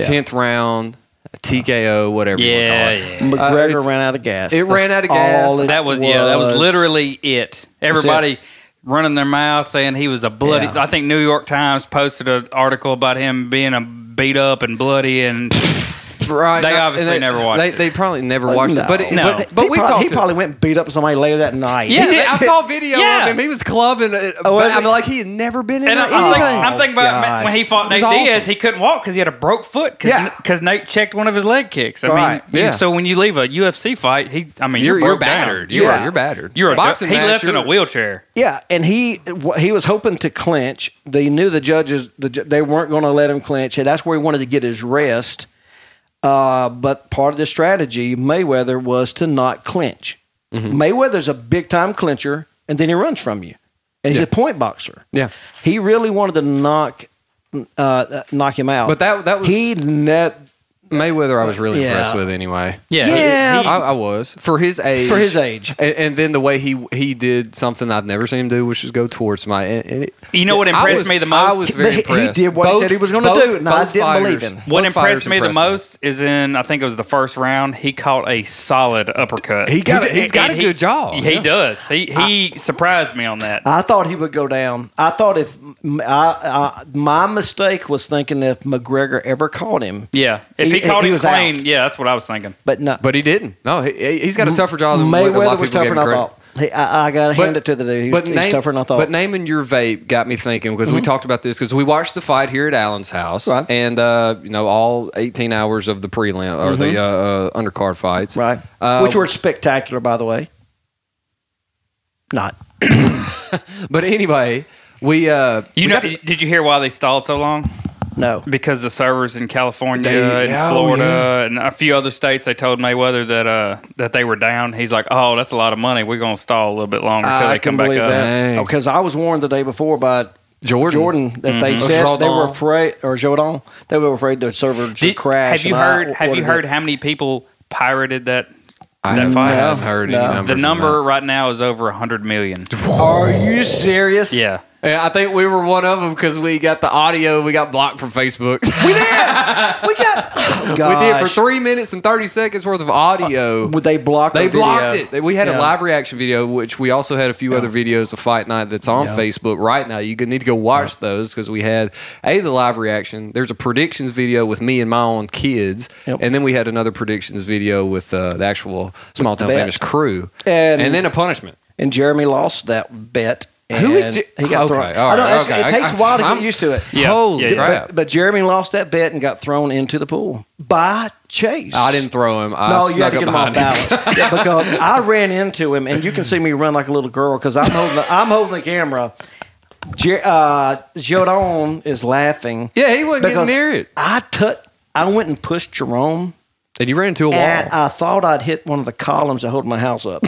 D: tenth round, TKO, whatever.
F: Yeah,
D: you
F: yeah.
D: want to call it.
G: McGregor
D: Uh, it's-
G: ran out of gas.
D: It ran out
G: That's
D: of gas.
G: all it
F: that was, yeah, that was
G: was.
F: literally it. Everybody running their mouth saying he was a bloody. I think New York Times posted an article about him being a beat up and bloody, and
D: Right.
F: They
D: no,
F: obviously
D: and
F: never watched
D: they,
F: it.
D: They probably never watched it. But, it,
F: No.
D: but, but
G: Uh, he
D: we
G: probably,
D: talked.
G: He
D: to-
G: probably went and beat up somebody later that night.
D: yeah, they- I saw video
F: Yeah.
D: of him. He was clubbing. It.
G: Oh, was
D: but I'm
G: he?
D: like, he had never been in
F: And
D: anything.
F: I'm, thinking, I'm thinking about
D: Oh, gosh.
F: when he fought
D: It
F: Nate
D: was
F: Diaz,
D: awesome.
F: he couldn't walk because he had a broke foot. Cause,
D: Yeah.
F: because Nate checked one of his leg kicks. I
D: Right.
F: mean,
D: Yeah.
F: so when you leave a UFC fight, he, I mean,
D: You're-
F: you're,
D: you're
F: broke down.
D: battered. You are- Yeah. you're battered.
F: You're a
D: Boxing
F: He
D: match,
F: left in a
D: you're-
F: wheelchair.
G: Yeah, and he wh- he was hoping to clinch. They knew the judges the, ju- they weren't going to let him clinch, and that's where he wanted to get his rest. Uh, but part of the strategy Mayweather was to not clinch.
D: Mm-hmm.
G: Mayweather's a big time clincher, and then he runs from you, and he's a point boxer.
D: Yeah.
G: he really wanted to knock uh, knock him out.
D: But that that was
G: he net
D: Mayweather. I was really
G: Yeah.
D: impressed with anyway.
G: Yeah. Yeah.
D: I, I was for his age.
G: For his age.
D: and, and then the way he he did something I've never seen him do, which is go towards my. And, and it-
F: You know what
D: I
F: impressed
D: was-
F: me the
D: I
F: most?
D: was very
F: He- he
D: impressed.
G: did what he said he was gonna
D: both-
G: do, and I
D: both
G: didn't
D: fighters-
G: believe him.
F: What
D: both
F: impressed
D: fighters
F: me the most is in I think it was the first round. He caught a solid uppercut.
D: He got a- he's got
F: And
D: a
F: he-
D: good jaw.
F: He
D: Yeah.
F: does. He he surprised me on that.
G: I thought he would go down. I thought if I, I, my mistake was thinking if McGregor ever caught him,
F: Yeah, if he,
G: He-
F: caught
G: he
F: him
G: was
F: clean, yeah, that's what I was thinking.
G: but no,
D: But he didn't. No, he, he's got a tougher jaw than what a lot
G: Mayweather
D: of
G: was
D: people give
G: tougher than
D: him
G: I
D: credit.
G: thought. He, I, I got to hand it to the dude. He was, he's tougher than I thought. Mm-hmm.
D: But naming your vape got me thinking because we talked about this because we watched the fight here at Allen's house,
G: Right.
D: and uh, you know all 18 hours of the prelim or the
G: Mhm.
D: uh, uh, undercard fights,
G: right?
D: Uh,
G: Which were spectacular, by the way. Not.
D: But anyway, we uh,
F: You
D: we
F: know,
D: got to-
F: did, did you hear why they stalled so long?
G: No,
F: because the servers in California
D: They-
F: and
D: oh,
F: Florida
D: yeah.
F: and a few other states, they told Mayweather that uh, that they were down. He's like, "Oh, that's a lot of money. We're gonna stall a little bit longer until
G: I
F: they come
G: can
F: back
G: believe
F: up."
G: that because I was warned the day before by
D: Jordan.
G: Jordan that they
F: Mhm.
D: Mm-hmm. Oh,
G: said they were
F: Jordan.
G: afraid or Jordan they were afraid their server would
F: Did-
G: crash.
F: have you
G: and I
F: heard? Have you
G: ordered
F: heard
G: it.
F: how many people pirated that?
D: I
F: that
D: haven't-
F: fight?
D: I haven't heard any No. numbers
F: The
D: on
F: number right now is over hundred million.
G: Are you serious?
F: Yeah.
D: And I think we were one of them because we got the audio. We got blocked from Facebook.
G: We
D: did for three minutes and thirty seconds worth of audio.
G: Would they block?
D: They
G: Uh, the
D: blocked
G: video?
D: it. They- We had
G: Yeah.
D: a live reaction video, which we also had a few other videos of Fight Night that's on
G: Yeah.
D: Facebook right now. You could- need to go watch those because we had a the live reaction. There's a predictions video with me and my own kids, and then we had another predictions video with uh, the actual small town
G: bet.
D: famous crew,
G: And-
D: and then a punishment.
G: And Jeremy lost that bet.
D: Who is
G: and
D: Jer-
G: he got
D: Okay,
G: thrown?
D: all
G: I know,
D: right,
G: it's-
D: okay.
G: It
D: I-
G: takes a while to
D: I'm-
G: get used to it.
D: Yeah, Holy yeah, crap.
G: But, but Jeremy lost that bet and got thrown into the pool by Chase.
D: I didn't throw him. I
G: no, you
D: snuck
G: had to
D: up
G: get him off
D: behind him.
G: balance Yeah, because I ran into him, and you can see me run like a little girl because I'm holding the, I'm holding the camera. Jer- uh, Jordan is laughing.
D: Yeah, he wasn't getting
G: because
D: near it.
G: I took. I went and pushed Jerome.
D: And you ran into a wall.
G: And I thought I'd hit one of the columns that hold my house up.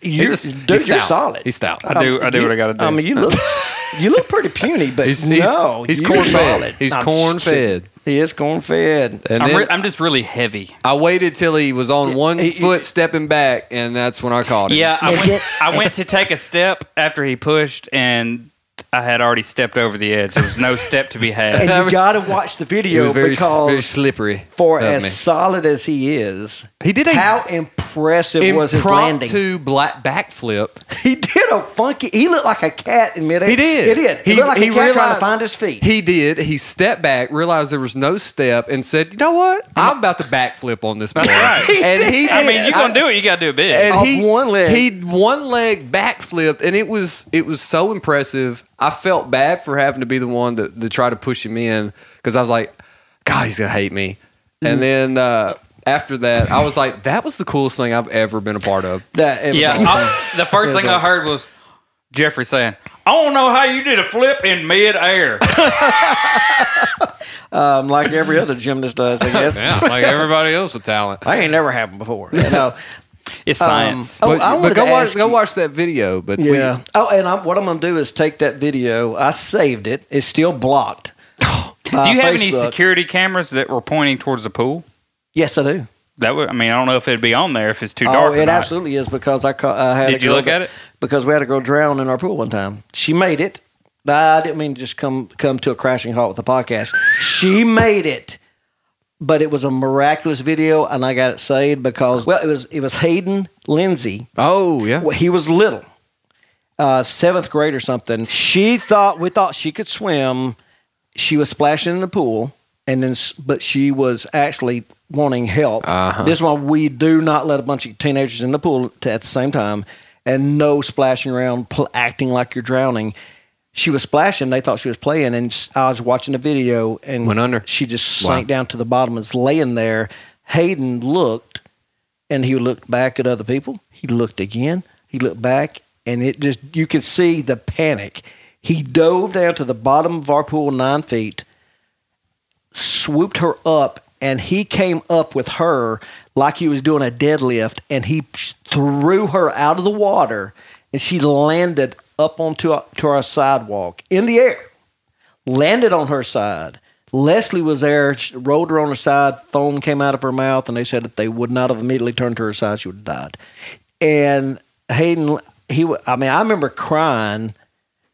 G: you,
D: He's a- he's
G: dude, you're
D: stout.
G: solid.
D: He's stout.
F: I do- I do
G: you-
F: what I gotta do.
G: I mean, you look, you look pretty puny, but
D: He's- he's-
G: no,
D: he's
G: you're
D: corn-fed.
G: solid.
D: He's
G: I'm
D: corn-fed.
G: shit. He is corn fed.
D: And
F: I'm,
D: then-
F: re- I'm just really heavy.
D: I waited till he was on one foot stepping back, and that's when I called him.
F: Yeah, I went, I went to take a step after he pushed, and I had already stepped over the edge. There was no step to be had.
G: And you got to watch the
D: He
G: video
D: was very,
G: because
D: very slippery.
G: for
D: of
G: as
D: me.
G: solid as he is,
D: he did a
G: how impressive was his landing.
D: impromptu black backflip.
G: He did a funky. He looked like a cat in midair.
D: He did.
G: He did. He, looked like a cat trying to
D: realized-
G: find his feet.
D: He did. He stepped back, realized there was no step, and said, "You know what? I'm about to backflip on this." That's
F: right.
D: and he.
F: I
D: did.
F: mean, you're gonna do it. You gotta do it big.
D: and
F: Off
D: he
F: one leg.
D: He one leg backflipped, and it was it was so impressive. I felt bad for having to be the one that to try to push him in because I was like, God, he's gonna hate me.
G: Mm.
D: And then uh, after that, I was like, that was the coolest thing I've ever been a part of.
G: That it was
F: yeah,
G: awesome.
F: I- the
G: It
F: first
G: was
F: thing I
G: awesome.
F: heard was Jeffrey saying, "I don't know how you did a flip in midair."
G: um, like every other gymnast does, I guess.
D: yeah, like everybody else with talent.
G: I ain't never happened before. No.
F: It's
G: Um,
F: science.
G: oh,
D: but,
G: I
D: but
G: wanted
D: go
G: to
D: watch
G: ask
D: go
G: you-
D: watch that video. But we-
G: Yeah. oh, and I'm, what I'm going to do is take that video. I saved it. It's still blocked. by
F: do you have any
G: Facebook.
F: security cameras that were pointing towards the pool?
G: Yes, I do.
F: That would. I mean, I don't know if it'd be on there if it's too
G: Oh,
F: dark.
G: it
F: or not.
G: absolutely is because I, ca- I had.
F: Did
G: a
F: you
G: girl
F: look at
G: that-
F: it?
G: Because we had a girl drown in our pool one time. She made it. I didn't mean to just come come to a crashing halt with the podcast. She made it, but it was a miraculous video, and I got it saved because well, it was it was Hayden Lindsay.
D: Oh yeah,
G: he was little, uh, seventh grade or something. She thought we thought she could swim. She was splashing in the pool, and then s- but she was actually wanting help.
D: Uh-huh.
G: This is why we do not let a bunch of teenagers in the pool t- at the same time, and no splashing around, pl- acting like you're drowning. She was splashing. They thought she was playing, and s- I was watching the video, and
D: Went under.
G: She just
D: Wow.
G: sank down to the bottom. and was laying there. Hayden looked, and he looked back at other people. He looked again. He looked back, and it just you could see the panic. He dove down to the bottom of our pool nine feet, swooped her up, and he came up with her like he was doing a deadlift, and he threw her out of the water, and she landed up onto our, to our sidewalk in the air landed on her side. Leslie was there, she rolled her on her side, foam came out of her mouth, and they said if they would not have immediately turned to her side, she would have died. And Hayden, he, wa- I mean, I remember crying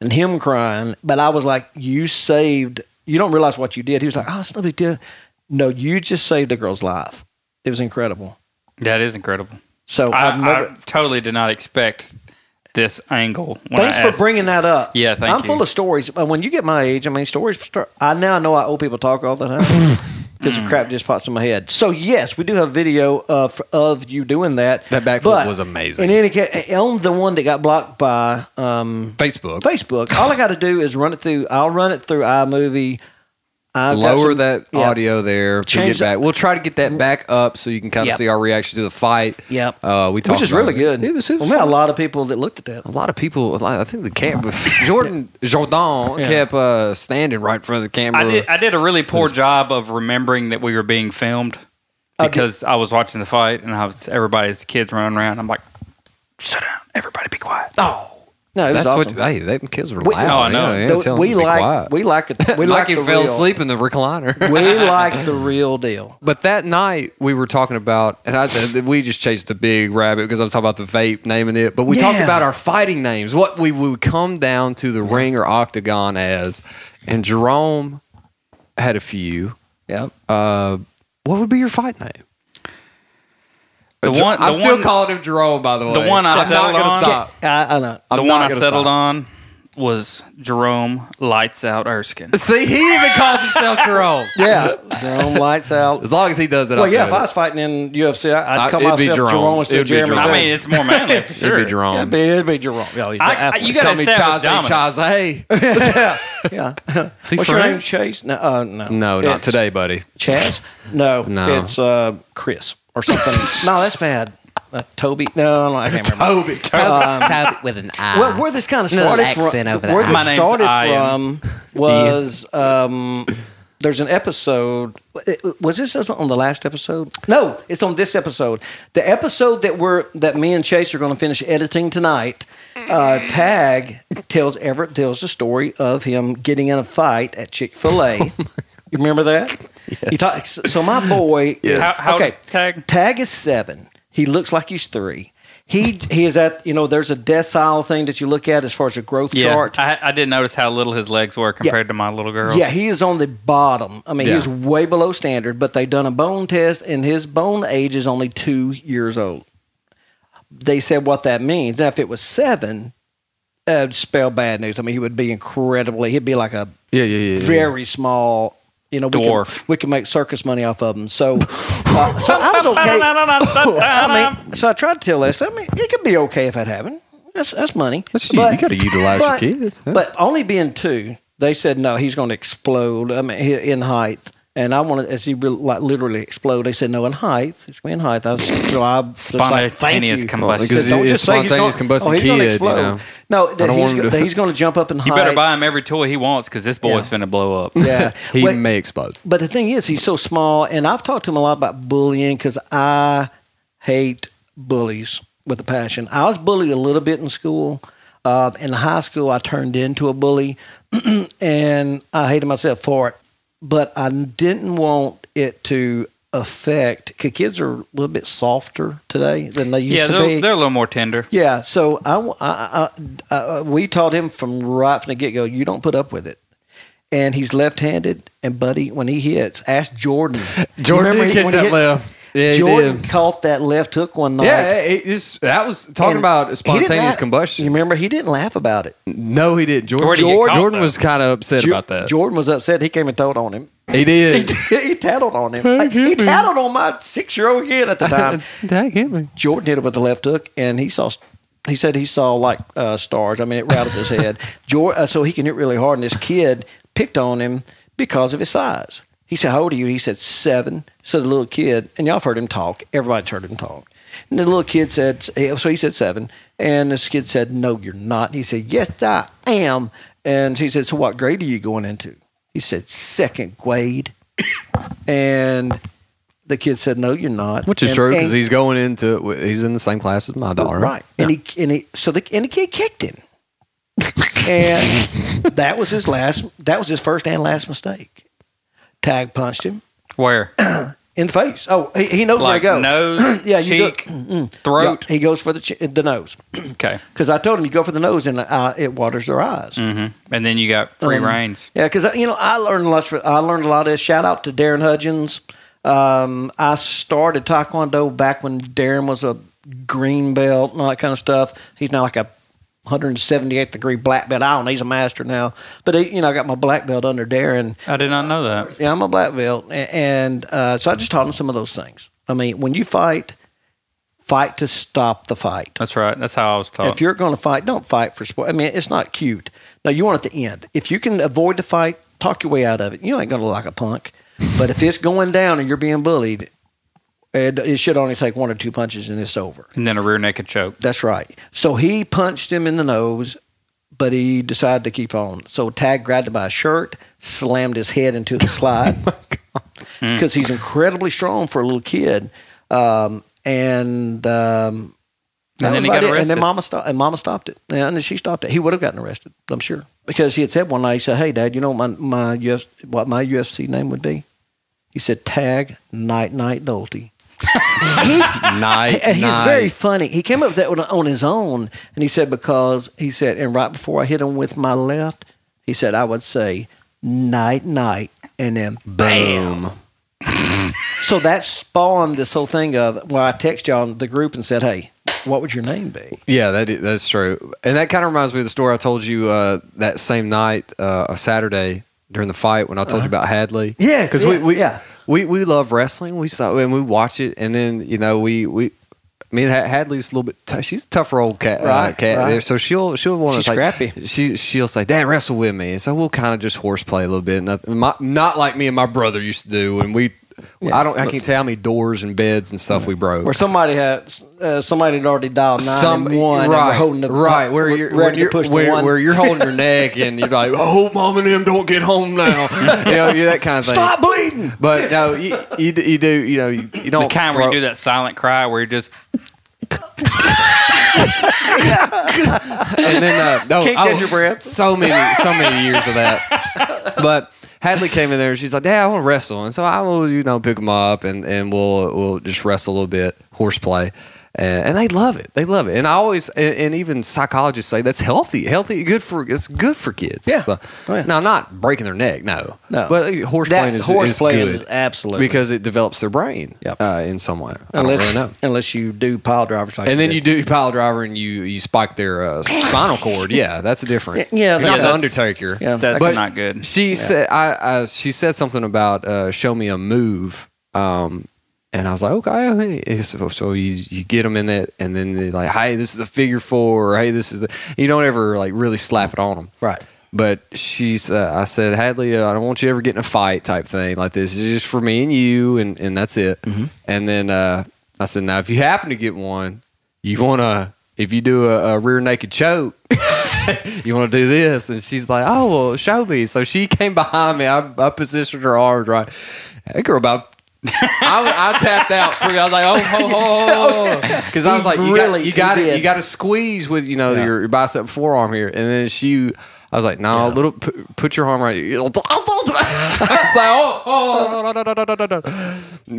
G: and him crying, but I was like, you saved, you don't realize what you did. He was like, oh, it's no big deal. No, you just saved a girl's life. It was incredible.
F: That is incredible.
G: So
F: I,
G: I've never-
F: I totally did not expect this angle. When
G: Thanks
F: I
G: for
F: asked-
G: bringing that up.
F: Yeah, thank
G: I'm
F: you.
G: full of stories. But when you get my age, I mean, stories. Start, I now know I old people talk all the time because the crap just pops in my head. So yes, we do have video of of you doing that.
D: That backflip
G: But
D: was amazing.
G: In any case, on the one that got blocked by um,
D: Facebook.
G: Facebook, all I got to do is run it through. I'll run it through iMovie. I've got
D: lower
G: some-
D: that
G: yeah.
D: audio there to
G: Change
D: get back. We'll try to get that back up so you can kind of
G: Yep.
D: see our reaction to the fight.
G: Yep.
D: Uh, we talked
G: Which is
D: about
G: really
D: it.
G: good. It was, well, we had a lot of people that looked at that.
D: A lot of people, a lot- I think the camera, Jordan Jordan kept uh, standing right in front of the camera.
F: I did. I did a really poor job of remembering that we were being filmed
D: did-
F: because I was watching the fight and I was everybody's kids running around. I'm like, shut down, everybody, be quiet. Oh,
G: No, it was
D: That's
G: awesome.
D: what. Hey, they, kids were
G: We-
D: loud.
G: Oh, I
D: Yeah,
G: know. The-
D: yeah, tell them
G: we
D: to be
G: like-
D: quiet.
G: we like it- we like
D: Mikey
G: the
D: fell
G: real-
D: asleep in the recliner.
G: we like the real deal.
D: But that night we were talking about, and I th- we just chased a big rabbit because I was talking about the vape naming it. But we talked
G: Yeah.
D: about our fighting names, what we would come down to the ring or octagon as, and Jerome had a few.
G: Yeah.
D: Uh, what would be your fight name?
F: The
D: Jer-
F: one-
D: I'm
F: the
D: still
F: one-
D: calling him Jerome, by the way.
F: the one I
D: I'm not
F: settled
D: gonna
F: on-
D: Stop.
G: I, I know.
F: The
D: I'm
F: one
D: not
F: I
D: gonna
F: settled
D: stop.
F: on was Jerome Lights Out Erskine.
D: See, he even calls himself Jerome.
G: Yeah, Jerome lights out.
D: As long as he does it,
G: Well,
D: I'm
G: yeah,
D: good.
G: if I was fighting in UFC, I-
D: I-
G: I'd come
D: Uh, it'd
G: myself
D: be Jerome.
G: Jerome instead of
D: It'd be
G: Jeremy.
D: Jerome.
G: Dane.
D: I mean, it's more manly, for It'd be sure. Jerome.
G: It'd be, it'd be Jerome. Yeah, yeah,
D: I- I-
G: definitely.
D: you gotta Call me establish Chazay, dominance.
G: yeah, yeah.
D: Is he
G: What's your
D: French?
G: name, Chase? No, uh, no,
D: No, not
G: It's
D: today, buddy.
G: Chaz? No,
D: No.
G: it's uh, Chris or something. no, that's bad. Uh, Toby? No, no, I can't remember.
D: Toby.
G: Um,
O: with an
G: Well, where this kind of started from, where this started from was um, there's an episode. Was this on the last episode? No, it's on this episode. The episode that we're that me and Chase are going to finish editing tonight. Uh, Tag tells Everett tells the story of him getting in a fight at Chick Fil
F: Oh
G: A. you remember that? He talk- so my boy.
F: Yes.
G: Is,
F: How- how
G: okay.
F: does Tag?
G: Tag is seven. He looks like he's three. He he is at you know there's a decile thing that you look at as far as a growth
F: Yeah,
G: chart.
F: I, I did notice how little his legs were compared to my little girl.
G: Yeah, he is on the bottom. I mean,
F: Yeah.
G: he's way below standard. But they done a bone test, and his bone age is only two years old. They said what that means. Now, if it was seven, uh, it'd spell bad news. I mean, he would be incredibly. He'd be like a
D: Yeah, yeah, yeah. yeah.
G: very small. You know, We
D: Dwarf.
G: can, we can make circus money off of them. So, uh, so I was okay. I mean, so I tried to tell Les. I mean, it could be okay if that happened. That's that's money.
D: you- you gotta utilize your
G: but-
D: kids, huh?
G: But only being two, they said no. He's going to explode. I mean, he- in height. And I wanted as he re- like literally explode. They said no in height. It's me in height. I was, so I was like, thank you.
F: Spontaneous combustion.
G: Because don't
F: Well,
G: just say he's
D: spontaneous
G: gonna-
D: combustion
G: oh, he's gonna
D: kid, you
G: explode.
D: know.
G: No,
D: I
G: that
D: don't
G: he's,
D: want him
G: go-
D: to-
G: that he's going to jump up in height.
F: You better buy him every toy he wants because this boy's finna blow up.
G: Yeah. He Wait.
D: may explode.
G: But the thing is, he's so small, and I've talked to him a lot about bullying because I hate bullies with a passion. I was bullied a little bit in school. Uh, in high school, I turned into a bully, and I hated myself for it. But I didn't want it to affect. Cause kids are a little bit softer today than they used
F: Yeah,
G: to
F: they're,
G: be.
F: they're a little more tender.
G: Yeah, so I, I, I, I, we taught him from right from the get go. You don't put up with it. And he's left-handed, and buddy, when he hits, ask Jordan.
D: Jordan
G: Remember
D: did
G: he-
D: catch
G: when he
D: that
G: hit-
D: left. Yeah, he
G: Jordan
D: did.
G: caught that left hook one night.
D: Yeah, it, it's- that was talking
G: And he
D: about
G: didn't
D: spontaneous
G: laugh-
D: combustion.
G: You remember he didn't laugh about it.
D: No, he didn't. Jordan,
G: Jordan
D: Jordan,
G: get caught, though.
D: was kind of upset
G: Jo-
D: about that.
G: Jordan was upset. He came and told on him.
D: He did.
G: he tattled on him. Like, he tattled on my six-year-old kid at the time.
D: Dang him.
G: Jordan hit it with the left hook, and he saw. He said he saw like uh, stars. I mean, it rattled his head. Jor- uh, so he can hit really hard, and this kid picked on him because of his size. He said, "How old are you?" He said, seven. So the little kid, and y'all have heard him talk. Everybody's heard him talk. And the little kid said, "So he said seven, and this kid said, "No, you're not." He said, "Yes, I am." And she said, "So what grade are you going into?" He said, second grade," and the kid said, "No, you're not."
D: Which is
G: And-
D: true because
G: and-
D: he's going into he's in the same class as my daughter.
G: Right. And he and he so the and the kid kicked him. and that was his last that was his first and last mistake. Tag punched him
F: Where?
G: in the face. Oh, he, he knows
F: Like
G: where to go.
F: nose,
G: yeah, you go-
F: cheek,
G: Mm-mm.
F: throat?
G: Yeah, he goes for the chi- the nose.
F: Okay.
G: Because I told him you go for the nose and uh, it waters their eyes.
F: hmm And then you got free
G: Um,
F: reigns.
G: Yeah, because you know I learned a lot. For, I learned a lot of this. Shout out to Darren Hudgens. Um, I started Taekwondo back when Darren was a green belt and all that kind of stuff. He's now like a 178th degree black belt. I don't. know, He's a master now. But he, you know, I got my black belt under Darren.
F: I did not know that.
G: Yeah, I'm a black belt, a- and uh, so I just taught him some of those things. I mean, when you fight, fight to stop the fight.
F: That's right. That's how I was taught.
G: If you're going to fight, don't fight for sport. I mean, it's not cute. No, you want it to end. If you can avoid the fight, talk your way out of it. You ain't going to look like a punk. But if it's going down and you're being bullied, it, it should only take one or two punches and it's over.
F: and then a rear naked choke.
G: That's right. So he punched him in the nose, but he decided to keep on. So Tag grabbed him by his shirt, slammed his head into the slide because he's incredibly strong for a little kid. Um, and um, That
F: And
G: was
F: then he got
G: about it. And
F: arrested.
G: then mama stopped. And mama stopped it. And then she stopped it. He would have gotten arrested, I'm sure, because he had said one night. He said, "Hey, Dad, you know my my US, what my UFC name would be?" He said, "Tag Night Night Nolte."
D: night.
G: and he was
D: night.
G: very funny. He came up with that one on his own, and he said because he said, and right before I hit him with my left, he said I would say night night, and then boom. so that spawned this whole thing of where I text y'all in the group and said, hey, what would your name be?
D: Yeah, that i- that's true, and that kind of reminds me of the story I told you uh, that same night, uh, a Saturday during the fight when I told you about Hadley.
G: Uh-huh. Yes,
D: because we
G: yeah,
D: we,
G: yeah.
D: we we love wrestling. We saw and we watch it, and then you know we we. I mean, Ha- Hadley's a little bit. T- she's a tougher old cat. uh,
G: Right,
D: cat
G: right.
D: there, so she'll she'll want
G: She's
D: to like,
G: scrappy.
D: She she'll say, "Dad, wrestle with me," and so we'll kind of just horseplay a little bit. Not, my, not like me and my brother used to do. And we, I don't, I can't tell how many doors and beds and stuff we broke.
G: Where somebody had uh, somebody had already dialed nine and one, and
D: right,
G: were holding the
D: right where you're,
G: ready
D: where
G: to
D: you're,
G: push the
D: where,
G: one.
D: where you're holding your neck and you're like, oh, hope mom and them don't get home now. you know, you're that kind of thing.
G: Stop bleeding.
D: But no, you, you, do- you do, you know, you, you
F: The
D: don't.
F: kind where you do that silent cry where you're just
D: and then uh, no,
F: Can't
D: oh,
F: catch your breath.
D: So many, so many years of that. But Hadley came in there. and She's like, "Dad, I want to wrestle," and so I will, you know, pick him up and and we'll we'll just wrestle a little bit, horseplay. And, and they love it. They love it. And I always, and, and even psychologists say that's healthy, healthy, good for it's good for kids. Yeah. Now, not breaking their neck, no,
G: No.
D: But uh, horse
G: That
D: playing is, is
G: horseplaying
D: good,
G: is absolutely.
D: because it develops their brain uh, in some way. I don't
G: unless,
D: really know.
G: unless you do pile drivers like
D: And
G: you
D: then
G: did.
D: you do pile driver and you you spike their uh, spinal cord. Yeah, that's different.
G: Yeah,
D: You're not the
G: that's-
D: Undertaker.
G: yeah, that's
D: But
G: not
F: good.
D: She said, I, "I she said something about uh, show me a move." Um, and I was like, "Okay." hey." And So, so you you get them in that, and then they like, "Hey, this is a figure four. Or, hey, this is the." You don't ever like really slap it on them,
G: right?
D: But she's, uh, I said, Hadley, uh, I don't want you to ever get in a fight type thing like this. It's just for me and you, and, and that's it. And then uh, I said, now if you happen to get one, you want to, if you do a, a rear naked choke, you want to do this. And she's like, oh, well, show me. So she came behind me. I, I positioned her arms right. That girl about, I, I tapped out. pretty- I was like, oh, ho, ho, ho. Because I was
G: He
D: like, you got,
G: really- he
D: you got
G: did.
D: to, you got to squeeze with, you know, your, your bicep forearm here. And then she, I was like, no, nah, little, put, put your arm right. here." It's like, oh, oh, no, no, no, no, no, no, no.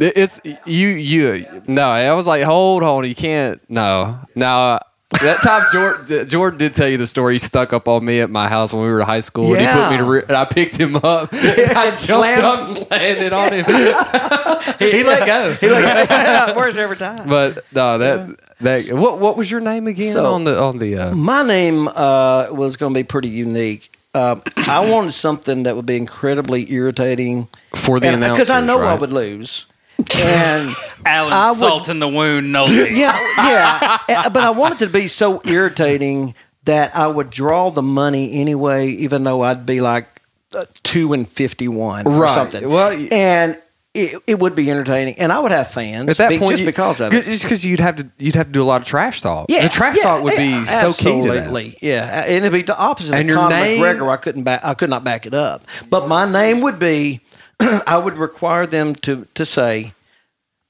D: It's you, you. No, I was like, hold on, you can't. No, no. That time Jordan, Jordan did tell you the story. He stuck up on me at my house when we were in high school, and he put me to
G: Yeah.
D: re- and I picked him up. I jumped
G: slammed-
D: up and landed on him. he let go.
G: Where's every time?
D: But no, that that what what was your name again
G: So-
D: on the on the uh,
G: My name uh, was going to be pretty unique. Um, I wanted something that would be incredibly irritating
D: For the
G: because uh, I
D: announcers,
G: know I
D: right?
G: would lose. And
F: Alan
G: I would-
F: salt in the wound, no
G: yeah, yeah, And- but I wanted to be so irritating that I would draw the money anyway, even though I'd be like uh, two and fifty-one or
D: Right.
G: something.
D: Well,
G: and it, it would be entertaining, and I would have fans
D: At that
G: be-
D: point,
G: just
D: you-
G: because of
D: good-
G: it.
D: just because you'd have to you'd have to do a lot of trash talk.
G: Yeah,
D: the trash
G: yeah,
D: talk would
G: yeah,
D: be so key to that.
G: absolutely. Yeah, and it'd be the opposite
D: And
G: of
D: your
G: Conor
D: name-
G: McGregor. I couldn't back, I could not back it up. But my name would be. I would require them to to say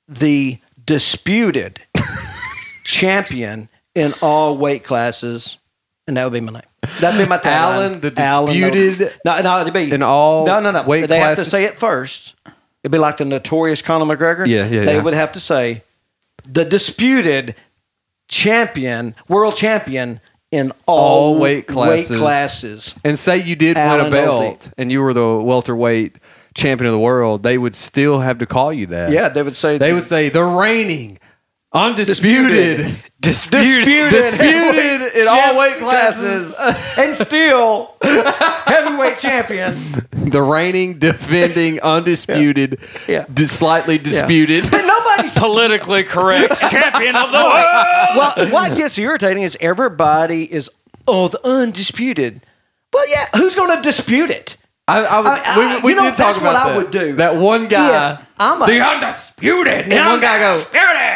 G: the disputed champion in all weight classes, and that would be my name. That'd be my tagline.
D: Alan, the
G: that would-
D: disputed
G: no, no, it'd be
D: in all
G: no, no, no.
D: weight
G: they have to
D: classes?
G: say it first. It'd be like the notorious Conor McGregor.
D: Yeah, yeah,
G: They
D: yeah.
G: would have to say the disputed champion, world champion in all,
D: all weight classes.
G: classes.
D: And say you did win a
G: Alan
D: belt
G: Nolte.
D: and you were the welterweight champion of the world, they would still have to call you that.
G: Yeah, they would say
D: They would say the reigning, undisputed,
G: disputed,
D: disputed in all weight
G: champ-
D: classes,
G: and still heavyweight champion.
D: the reigning, defending, undisputed, dis- slightly disputed.
G: But nobody's
F: politically correct champion of the world.
G: well, what gets irritating is everybody is oh the undisputed. Well, yeah, who's going to dispute it?
D: I, I, was-
G: I- I-
D: we we
G: you know,
D: did talk
G: that's what
D: about
G: I
D: that.
G: would do.
D: That one guy,
G: Yeah, I'm a-
D: the undisputed, and one guy goes,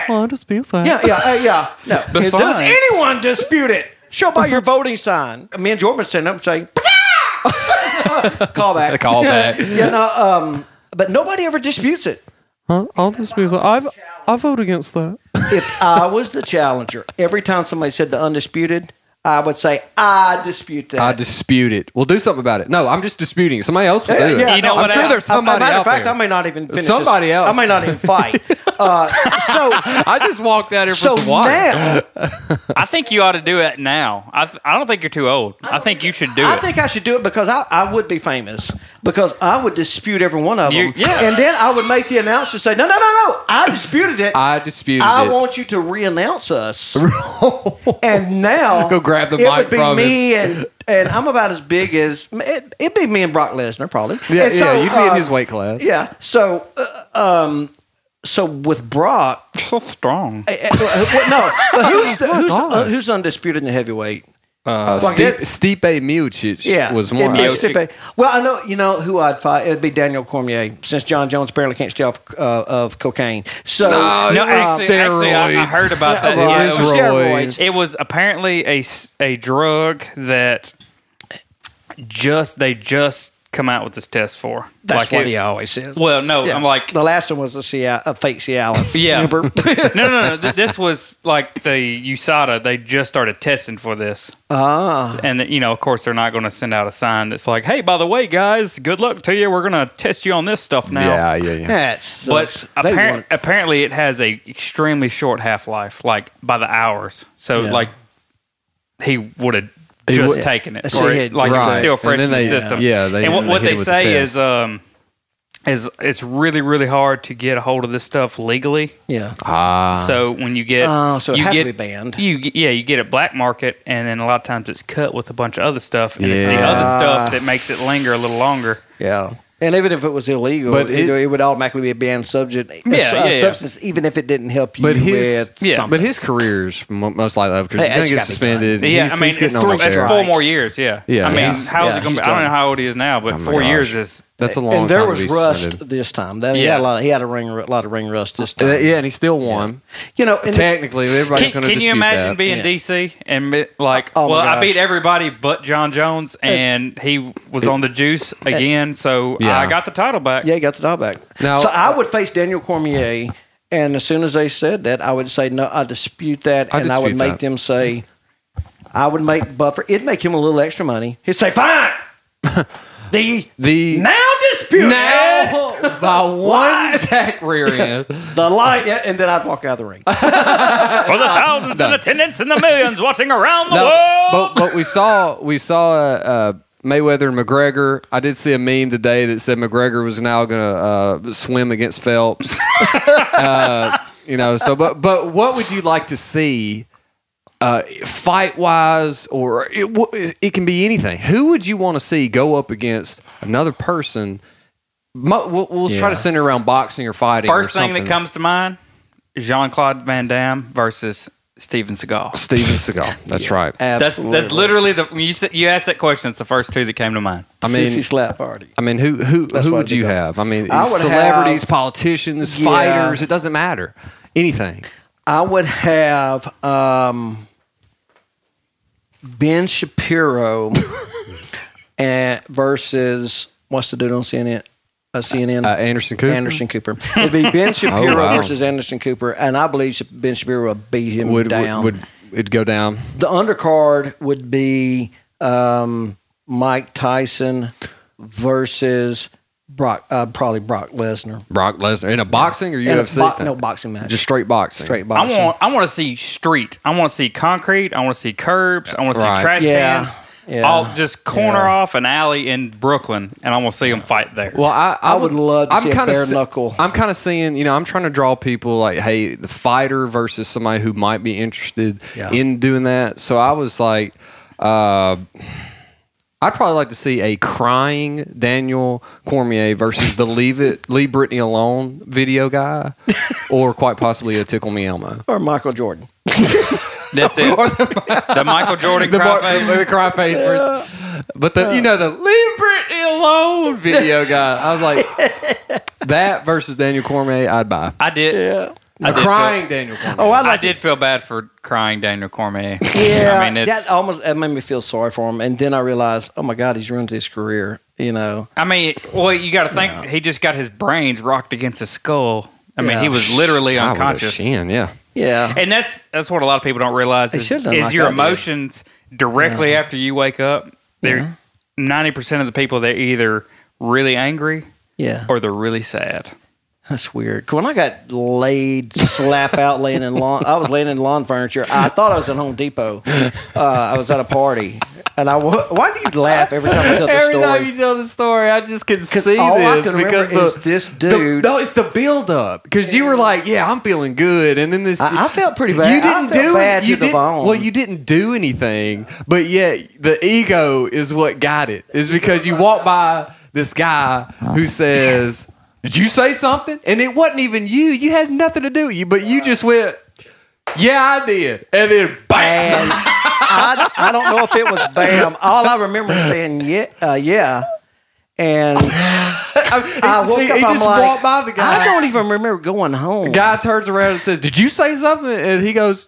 D: "Well, undisputed."
G: Yeah, yeah, uh, yeah. No,
D: Besides-
G: does anyone dispute it? Show by your voting sign. Me and Jordan stand up and say, "Pah!" call back,
D: A callback.
G: yeah, no, um, but nobody ever disputes it.
O: I- I'll just be like, I've, I vote against that.
G: if I was the challenger, every time somebody said the undisputed, I would say I dispute that.
D: I dispute it. We'll do something about it. No, I'm just disputing. it. Somebody else will do it.
G: no,
D: I'm sure there's
G: I-
D: somebody
G: matter
D: out
G: of fact,
D: there.
G: I may not even finish
D: Somebody
G: this.
D: else.
G: I may not even fight. uh, so
D: I just walked out here for
G: So
D: some water.
G: now-
F: I think you ought to do it now. I, th- I don't think you're too old. I, think you should do
G: I
F: it.
G: think I should do it because I, I would be famous because I would dispute every one of
F: You-
G: them.
F: yeah.
G: And then I would make the announcer say, "No, no, no, no! I disputed it.
D: I disputed
G: I
D: it.
G: want you to re-announce us." and now
D: Go grab the
G: it
D: mic
G: would be
D: from
G: me and and I'm about as big as it, it'd be me and Brock Lesnar probably.
D: Yeah,
G: And
D: yeah,
G: so,
D: you'd be in
G: uh,
D: his weight class.
G: Yeah. So, uh, um, so with Brock, eh,
F: so strong.
G: no, but who's, the,
D: Oh my
G: who's,
D: gosh.
G: uh, who's undisputed in the heavyweight?
D: Uh,
G: Well,
D: Stipe, Stipe Miocic
G: Yeah,
D: was
G: it'd
D: one.
G: be Stipe. Well, I know you know who I'd fight. It'd be Daniel Cormier, since John Jones apparently can't stay off uh, of cocaine. So
F: no,
G: um,
F: actually, actually, I, I heard about that.
G: Yeah,
F: Yeah,
G: right.
F: it, was,
G: Steroids.
F: it was apparently a, s- a drug that just they just come out with this test for.
G: That's what
F: it-
G: he always says.
F: Well, no,
G: Yeah.
F: I'm like
G: the last one was a, Cial- a fake Cialis.
F: yeah.
G: Remember?
F: no, no, no. th- This was like the USADA. They just started testing for this.
G: Ah.
F: And you know, of course, they're not going to send out a sign that's like, "Hey, by the way, guys, good luck to you. We're going to test you on this stuff now."
O: Yeah, yeah, yeah.
G: That sucks.
F: But
G: They
F: appar-
G: want-
F: apparently, it has a extremely short half life, like by the hours. So
G: Yeah.
F: like, he would have
D: He
F: just
D: would-
F: taken it,
D: So
F: or
D: he
F: it,
D: had-
F: like
D: Right.
F: it's still
D: And
F: fresh
D: then
F: in the
D: they-
F: system.
D: yeah, they-
F: and what,
D: they
F: what
D: hit
F: they
D: it with the
F: say
D: test.
F: is, um, is it's really really hard to get a hold of this stuff legally.
G: Yeah.
D: Ah.
F: So when you get,
G: Oh, so it
F: you
G: has to
F: get
G: be banned.
F: You get, yeah, you get it black market, and then a lot of times it's cut with a bunch of other stuff, and it's the
G: Yeah.
F: other
G: Ah.
F: stuff that makes it linger a little longer.
G: Yeah. And even if it was illegal,
F: But
G: it,
F: his-
G: it would automatically be a banned subject. a
F: Yeah,
G: su-
F: yeah,
G: a
F: yeah.
G: substance, even if it didn't help you
D: But his,
G: with
D: yeah,
G: something.
D: but his career's mo- most likely over because
G: Hey,
D: he's going to
G: it's
D: get
G: gotta be done.
D: suspended.
F: Yeah,
D: He's-
F: I mean,
D: he's getting
F: it's,
D: on
F: three,
D: the
F: it's
D: chair.
F: four more years. Yeah,
D: Yeah.
F: I mean,
D: He's-
F: how is
D: yeah,
F: it going
D: he's
F: to? I don't
D: done.
F: know how old he is now, but
D: Oh my
F: four
D: gosh.
F: years is
D: That's a long
G: and there
D: time to
G: was
D: be
G: rust
D: suspended.
G: this time. That, He had
D: Yeah.
G: a lot. He had a ring, a lot of ring rust this time.
D: Uh, Yeah, and he still won.
G: You know, and-
D: technically, everybody's
F: Can,
D: going to
F: can you imagine being
D: yeah.
F: DC and be- like,
D: Oh, my
F: well, I
D: gosh.
F: beat everybody but John Jones, and he was on the juice again, so
G: Yeah.
F: I got the title back.
G: Yeah, he got the title back.
F: Now-
G: so I would face Daniel Cormier, and as soon as they said that, I would say no. I dispute that,
D: I
G: and I would
D: dispute
G: make
D: that.
G: them say. I would make Buffer. It'd make him a little extra money. He'd say, "Fine." the
D: the
G: now dispute
D: Now by one Jack rear end.
G: the light, yeah, and then I'd walk out of the ring.
F: For the thousands in attendance and the millions watching around the world.
D: No, but but we saw we saw uh, uh, Mayweather and McGregor. I did see a meme today that said McGregor was now going to uh, swim against Phelps. uh, you know, so but but what would you like to see? Uh, fight wise, or it, w- it can be anything. Who would you want to see go up against another person? Mo- we'll we'll try
F: Yeah.
D: to center around boxing or fighting. or
F: First thing that
D: something.
F: comes to mind: Jean Claude Van Damme versus Steven Seagal.
D: Steven Seagal. That's right.
G: Uh,
F: That's that's literally the when you s- you asked that question. It's the first two that came to mind.
D: I mean,
G: slap party.
D: I mean, who who
F: That's
D: who
F: what
D: would
F: I'd
D: you
F: go.
D: have? I mean,
G: I would
D: celebrities,
G: have-
D: politicians,
G: Yeah.
D: fighters. It doesn't matter. Anything.
G: I would have um, Ben Shapiro and versus what's the dude on CNN? Uh, CNN.
D: Uh, Anderson Cooper?
G: Anderson Cooper. It'd be Ben Shapiro
D: Oh, wow.
G: versus Anderson Cooper, and I believe Ben Shapiro would beat him
D: Would,
G: down.
D: would would it go down?
G: the undercard would be um, Mike Tyson versus Brock, uh, probably Brock Lesnar.
D: Brock Lesnar in a boxing or
G: In a
D: UFC?
G: bo-
D: thing?
G: no, boxing match.
D: Just straight boxing.
G: Straight
F: I want I want to see street. I want to see concrete. I want to see curbs. I want to see
D: Right.
F: trash
D: Yeah.
F: cans.
D: Yeah.
F: All just corner
D: Yeah.
F: off an alley in Brooklyn, and I want to see them fight there.
D: Well, I, I,
F: I would love to see a
D: kinda
F: bare
D: se-
F: knuckle.
D: I'm kind of seeing, you know, I'm trying to draw people like, hey, the fighter versus somebody who might be interested
G: Yeah.
D: in doing that. So I was like, uh, I'd probably like to see a crying Daniel Cormier versus the Leave It, Leave Britney Alone video guy, or quite possibly a Tickle Me Elmo.
G: Or Michael Jordan.
F: That's it. the Michael Jordan
D: The
F: cry
D: bar-
F: face.
D: the cry face versus- But the, you know, the Leave Britney Alone video guy. I was like, that versus Daniel Cormier, I'd buy.
F: I did.
D: A crying Daniel Cormier.
F: Oh,
G: I
F: I,
G: like
F: did feel bad for crying Daniel Cormier.
G: Yeah,
F: I mean, it's,
G: that almost that made me feel sorry for him. And then I realized, oh my God, he's ruined his career. You know,
F: I mean, well, you got to think he just got his brains rocked against his skull I mean, he was literally
D: I would've
F: unconscious.
D: shin, yeah.
G: Yeah.
F: And that's that's what a lot of people don't realize is,
D: should've done
F: is
D: like
F: your
D: I did.
F: emotions directly after you wake up. They're ninety percent of the people they're either really angry,
G: Yeah.
F: or they're really sad.
G: That's weird. 'Cause When I got laid slap out laying in lawn, I was laying in lawn furniture. I thought I was at Home Depot. Uh, I was at a party, and I. wa- Why do you laugh every time I tell the
D: Every
G: story?
D: time you tell the story, I just can see
G: all I
D: this
G: can remember
D: because the,
G: is this
D: the-
G: dude-
D: no, it's the build up because you were like, "Yeah, I'm feeling good," and then this.
G: I- I felt pretty bad.
D: You
G: I
D: didn't
G: felt
D: do
G: bad
D: you
G: to the
D: didn't-
G: bone.
D: Well, you didn't do anything, but yet the ego is what got it. Is because you walk by this guy who says, "Did you say something?" And it wasn't even you. You had nothing to do with you, but you just went. Yeah, I did, and then bam.
G: I, I don't know if it was bam. All I remember is saying yeah, uh, yeah, and I woke
D: he-
G: up.
D: he
G: I'm
D: just
G: like,
D: walked by the guy.
G: I don't even remember going home.
D: Guy turns around and says, "Did you say something?" And he goes,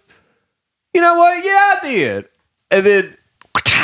D: "You know what? Yeah, I did." And then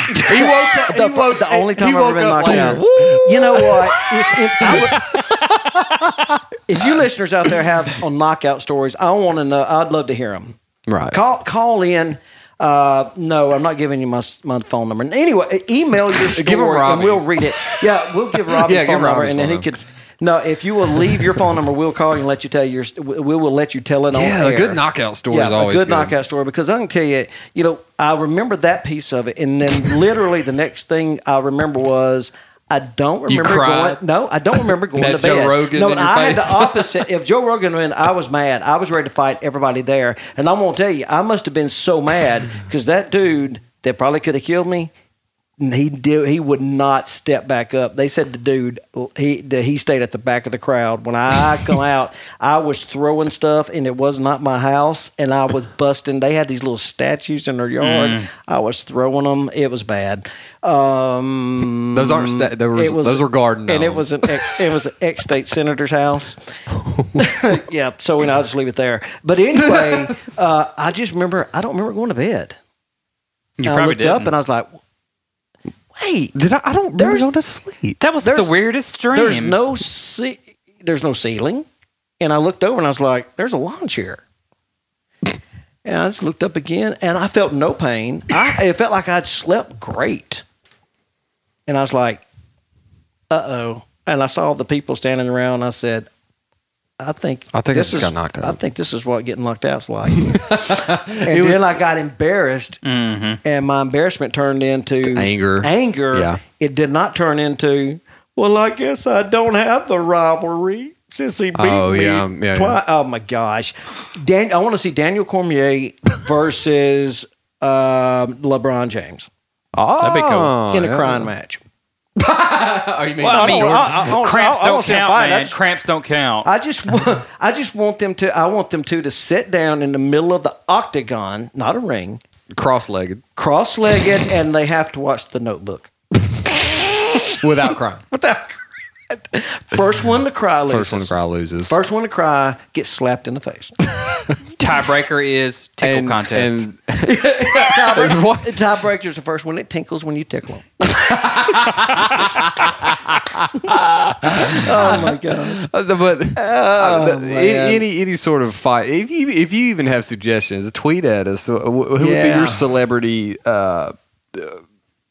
D: he woke up.
G: The,
D: he woke,
G: the only time
D: he
G: I've
D: woke
G: ever been
D: up
G: knocked
D: like,
G: down.
D: "Woo!"
G: You know what? It's- it- I would- if you listeners out there have on knockout stories, I want to know. I'd love to hear them.
D: Right.
G: Call call in. Uh, no, I'm not giving you my s- my phone number. Anyway, e, email your story
D: Give him
G: and
D: Robbie's.
G: we'll read it. Yeah, we'll give Robbie's
D: Yeah, give
G: phone number,
D: Robbie's
G: and then
D: phone
G: he could. No, if you will leave your phone number, we'll call you and let you tell your. st- We we will let you tell it on.
D: Yeah, a
G: air.
D: good knockout story
G: Yeah,
D: is always
G: a good,
D: good.
G: knockout story because I can tell you, you know, I remember that piece of it, and then literally the next thing I remember was. I don't
D: You
G: remember
D: cried?
G: going. No, I don't remember going
D: That
G: to
D: Joe
G: bed.
D: Rogan
G: no,
D: in your
G: I had
D: face?
G: the opposite. If Joe Rogan went, I was mad. I was ready to fight everybody there, and I'm gonna tell you, I must have been so mad because that dude that probably could have killed me, he did. He would not step back up. They said the dude he that he stayed at the back of the crowd. When I come out, I was throwing stuff, and it was not my house, and I was busting. They had these little statues in their yard.
D: Mm.
G: I was throwing them. It was bad. Um,
D: Those aren't sta- they were- those were garden
G: and it
D: gnomes.
G: was an ex- it was an ex state senator's house. yeah, so you know, I'll just leave it there. But anyway, uh, I just remember I don't remember going to bed.
F: You
G: And I
F: probably
G: looked up
F: didn't.
G: and I was like, "Wait,
D: did I? I don't
G: remember going
D: to sleep."
F: That was the weirdest dream.
G: There's no ce- there's no ceiling, and I looked over and I was like, "There's a lawn chair." And I just looked up again, and I felt no pain. I it felt like I'd slept great, and I was like, "Uh oh!" And I saw the people standing around. And I said, "I think
D: I think I
G: this
D: just
G: is,
D: got knocked out.
G: I think this is what getting knocked out's like." and
D: It was- Mm-hmm.
G: then I got embarrassed, and my embarrassment turned into
D: anger.
G: Anger.
D: Yeah.
G: It did not turn into, well, I guess I don't have the rivalry since he beat
D: Oh,
G: me
D: yeah, yeah,
G: twice. Oh my gosh, Dan! I want to see Daniel Cormier versus um LeBron James
D: Oh,
F: That'd be cool.
G: in a
F: yeah.
G: crying match.
D: oh, you mean
F: Well, I mean,
D: Jordan?
G: I- I- I-
F: cramps
G: I- I
F: don't
G: was in a
F: count,
G: fight. I
F: man.
G: just-
F: Cramps don't count.
G: I just want, I just want them to, I want them two to sit down in the middle of the octagon, not a ring,
D: cross-legged
G: cross-legged, and they have to watch The Notebook.
D: without crying.
G: First one to cry loses.
D: First one to cry loses.
G: First one to cry gets slapped in the face.
F: Tiebreaker is tickle
D: And-
F: contest.
D: and-
G: Tiebreaker, tiebreaker's the first one. It tinkles when you tickle 'em. oh my gosh!
D: Uh, the- but
G: Oh,
D: uh, the-
G: man.
D: any, any any sort of fight. If you if you even have suggestions, tweet at us. Uh, Wh- Who would be
G: Yeah.
D: your celebrity uh, uh,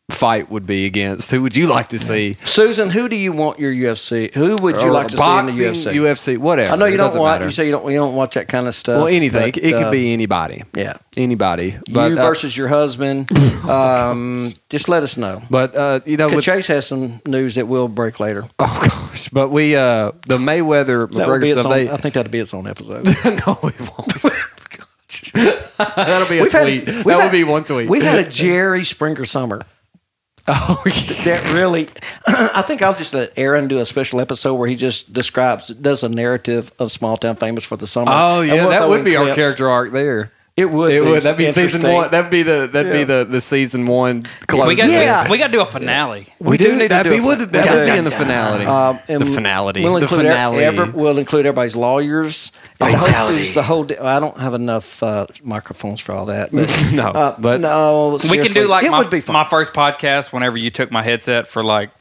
D: fight would be against? Who would you like to see?
G: Susan, who do you want your UFC? Who would you
D: Or
G: like to
D: boxing,
G: see in the UFC?
D: UFC, whatever.
G: I know you
D: It
G: don't
D: doesn't
G: watch.
D: matter.
G: You say you don't. You don't watch that kind of stuff.
D: Well, anything.
G: but,
D: it
G: uh,
D: could be anybody.
G: Yeah.
D: Anybody.
G: You
D: But uh,
G: versus your husband. Um, just let us know.
D: but uh, you know,
G: 'Cause
D: with-
G: Chase has some news that will break later.
D: oh gosh, but we uh, the Mayweather
G: That will be
D: McGregor
G: its
D: stuff.
G: own,
D: They,
G: I think that'll be its own episode.
D: that'll be a
G: We've had-
D: tweet.
G: we've
D: that would
G: had-
D: be one tweet.
G: We've had a Jerry Springer summer.
D: Oh,
G: that really. I think I'll just let Aaron do a special episode where he just describes, does a narrative of small town famous for the summer.
D: Oh
G: And
D: yeah,
G: we'll
D: that
G: throw
D: would
G: in
D: be our
G: clips.
D: character arc there.
G: It would.
D: It
G: be
D: would. That'd be season
G: interesting.
D: one. That'd be the that'd be
G: Yeah.
D: the, the season one close.
F: we got
G: Yeah.
F: we got to do a finale.
G: We do need
D: that'd
G: to do
D: be
G: a-
D: would that
G: we'll
D: would
G: do-
D: be in the finality.
G: Um, and
D: the finality.
G: We'll
D: the
G: include
D: finality.
G: Every, we'll include everybody's lawyers. And the whole- it's The whole. di- I don't have enough uh, microphones for all that. But,
D: No,
G: uh,
D: but-
G: no.
F: we can
G: seriously,
F: do like
G: it
F: my,
G: would be fun.
F: my first podcast whenever you took my headset for like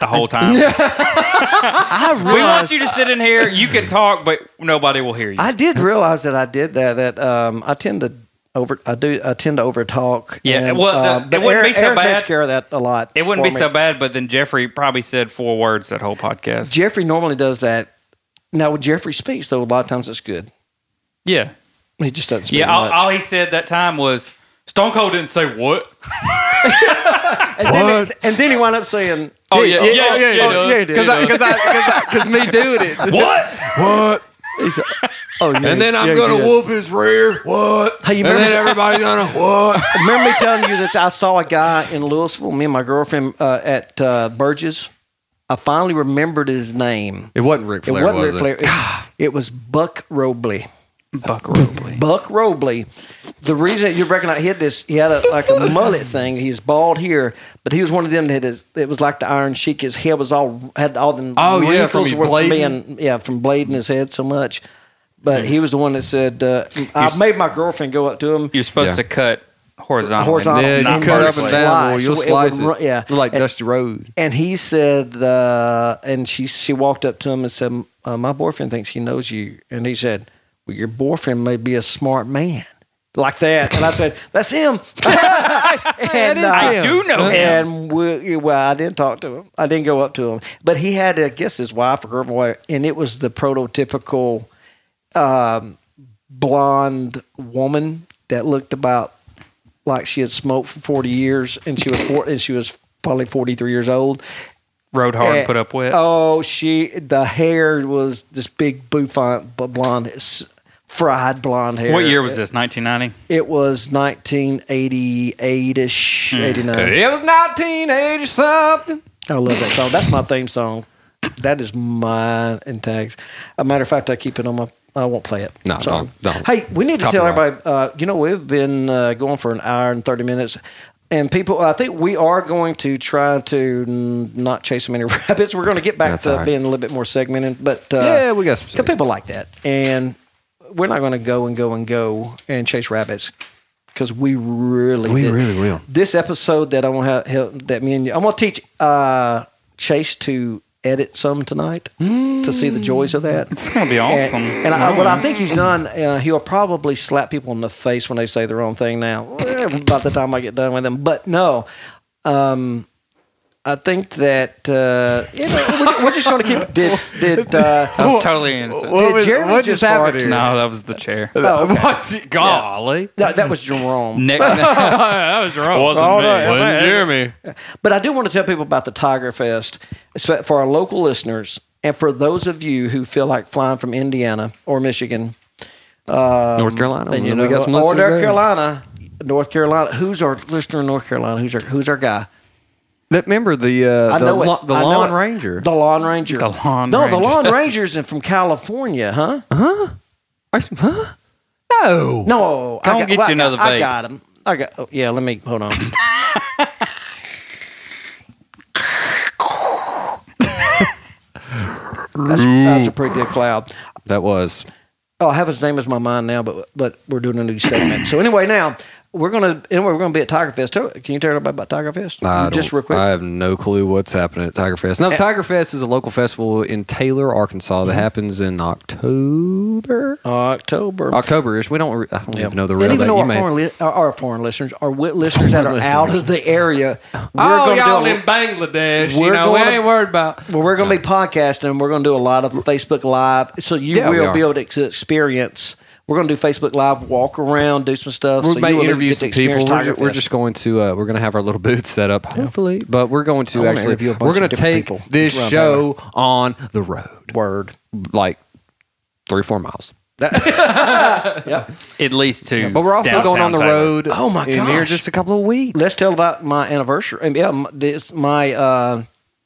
F: the whole time. we want
G: realized-
F: you to sit in here. You can talk, but nobody will hear you.
G: I did realize that I did that. That um, I tend to over. I do. I tend to over talk.
F: Yeah,
G: and, uh,
F: well, the-
G: but
F: it wouldn't
G: Aaron-
F: be so
G: Aaron takes
F: bad.
G: care of that a lot.
F: it wouldn't
G: for
F: be
G: me.
F: so bad, but then Jeffrey probably said four words that whole podcast.
G: Jeffrey normally does that. Now when Jeffrey speaks, though, a lot of times it's good.
F: Yeah.
G: He just doesn't speak
F: Yeah, all,
G: much.
F: all he said that time was Stone Cold didn't say what.
G: and, Then he, and then he wound up saying,
F: Oh, yeah, yeah, yeah, yeah, he does.
G: he did.
F: Because I- because I-
D: Because me doing it.
F: What?
D: What?
G: Oh, yeah,
D: and then I'm
G: yeah, he
D: gonna
G: did.
D: whoop his rear. What?
G: Hey, you
D: and
G: remember-
D: then everybody's gonna what?
G: Remember me telling you that I saw a guy in Louisville, me and my girlfriend uh, at uh, Burgess? I finally remembered his name.
D: It wasn't Ric Flair,
G: it wasn't
D: was
G: Ric Flair.
D: it?
G: It, it was Buck Robley.
F: Buck Robley.
G: Buck Robley. The reason you recognize he had this, he had a, like a mullet thing. He's bald here, but he was one of them that had his, it was like the Iron Sheik. His head was all had all the
D: Oh, yeah, from
G: wrinkles
D: his
G: were
D: blading.
G: being yeah from blading his head so much. But he was the one that said, uh,
F: You're
G: "I
F: s-
G: made my girlfriend go up to him."
F: You're supposed
G: Yeah.
F: to cut horizontally.
G: horizontal.
F: not vertically.
G: Slice. So it would ru- Yeah,
D: like
G: and,
D: Dusty Road.
G: And he said, uh, and she she walked up to him and said, uh, "My boyfriend thinks he knows you." And he said, "Well, your boyfriend may be a smart man." Like that, and I said, "That's him." and,
J: is him. I do know him.
G: And we, well, I didn't talk to him. I didn't go up to him, but he had, I guess, his wife or girlfriend, and it was the prototypical um, blonde woman that looked about like she had smoked for 40 years and she was four, and she was probably 43 years old
F: Rode hard,
G: And-
F: put up with.
G: oh she the hair was this big bouffant b- blonde s- fried blonde hair
F: What year was this? 1990.
G: it was 1988ish
F: Mm.
G: 89
D: It was 1980 something.
G: I love that song. That's my theme song. That is mine and tags. A matter of fact, I keep it on my. I won't play it.
D: No,
G: Sorry.
D: don't- don't.
G: Hey, we need to tell
D: Copyright.
G: everybody. Uh, you know, we've been uh, going for an hour and thirty minutes, and people. I think we are going to try to n- not chase so many rabbits. We're going to get back
D: That's
G: to
D: all right.
G: being a little bit more segmented, but uh,
D: Yeah, we got some
G: 'cause people like that, and we're not going to go and go and go and chase rabbits because we really
P: We
G: did.
P: really will.
G: This episode that I'm gonna have, help, that me and you, I'm gonna teach uh, Chase to edit some tonight to see the joys of that. It's
F: gonna be awesome.
G: And, and I, what I think he's done, uh, he'll probably slap people in the face when they say the wrong thing. Now, by the time I get done with them, but no. Um, I think that uh, you know, we're, we're just going to keep. Did did uh,
F: That was totally innocent.
G: Did Jeremy just fart?
F: No, that was the chair.
G: Oh, okay.
F: What's- Golly.
G: No, that was Jerome.
F: Nick- that was wrong. Wasn't me. Wasn't Jeremy.
G: But I do want to tell people about the Tiger Fest It's for for our local listeners and for those of you who feel like flying from Indiana or Michigan, um,
D: North Carolina.
G: and you
D: We
G: know,
D: got some
G: or
D: listeners
G: North
D: there.
G: Carolina, North Carolina. Who's our listener in North Carolina? Who's our who's our guy?
D: That remember the uh,
G: I
D: the,
G: know it.
D: lo- the
G: I know
D: Lawn
G: it.
D: Ranger.
G: The Lawn Ranger.
F: The Lawn
G: no, the
F: Ranger.
G: Lawn Rangers and from California, huh? Huh? Huh? No. No.
F: Go and get you another
G: I
F: vape.
G: got him. I got. Oh, yeah. Let me hold on. that's, that's a pretty good cloud.
D: That was.
G: Oh, I have his name as my mind now, but but we're doing a new segment. so anyway, now we're gonna anyway we're gonna be at Tiger Fest. Tell- Can you tell everybody about Tiger Fest?
D: I
G: Just
D: don't-
G: real quick.
D: I have no clue what's happening at Tiger Fest. No,
G: Eh.
D: Tiger Fest is a local festival in Taylor, Arkansas
G: Mm-hmm.
D: that happens in October.
G: Oh. October.
D: October-ish. We don't. Re- I don't even know the real
G: and
D: date.
G: even though
D: You
G: our
D: may-
G: foreign, li- our, our foreign listeners, our wit listeners that are
D: Foreign
G: out
D: listeners.
G: of the area, we're
F: oh,
G: going to
F: y'all
G: do a,
F: in Bangladesh.
G: we're
F: You know, we
G: gonna-
F: ain't worried about.
G: well, we're going to be podcasting. and We're going to do a lot of Facebook Live, so you
F: Yeah, we
G: will
F: are.
G: be able to ex- experience. We're going to do Facebook Live, walk around, do some stuff.
D: we
G: so
D: may
G: you will
D: interview
G: get to
D: some
G: experience
D: people. We're,
G: Tiger
D: ju- we're
G: Fest.
D: just going to uh, we're going to have our little booth set up, hopefully. But we're going
G: I
D: to
G: wanna
D: actually
G: interview a bunch
D: we're
G: of
D: going to
G: different
D: take
G: people
D: this
G: around
D: show on the road.
G: Word,
D: like three four miles.
F: At least two.
D: but we're also going on the road.
G: Oh my
D: in
G: gosh!
D: here just a couple of weeks.
G: Let's tell about my anniversary. and, Yeah, my, this, my uh,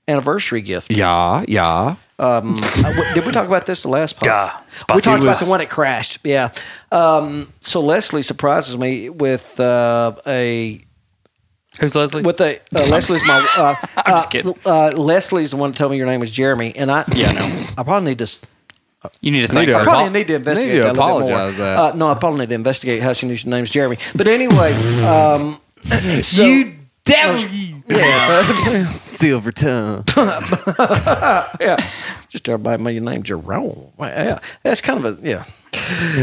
G: anniversary gift.
D: Yeah, yeah.
G: Um, uh, w- did we talk about this the last pod?
F: Yeah,
G: we talked
D: It
G: about
D: was-
G: the one that crashed. Yeah. Um, so Leslie surprises me with uh, a.
F: Who's Leslie?
G: With a uh, Leslie's my. Uh,
F: I'm just
G: uh,
F: kidding.
G: Uh, Leslie's the one that told me your name was Jeremy, and I.
F: Yeah, I know.
G: I probably need to. s-
F: You need to
G: I
F: think. about
G: probably
F: it.
G: need to investigate
F: Need to
G: that a little bit more.
F: apologize that.
G: Uh, no, I probably need to investigate how she knew your name's Jeremy. But anyway, um, so,
F: You devil,
G: you Yeah.
Q: Silver tongue.
G: yeah. Just everybody by your name, Jerome. Well, Yeah. That's kind of a, yeah.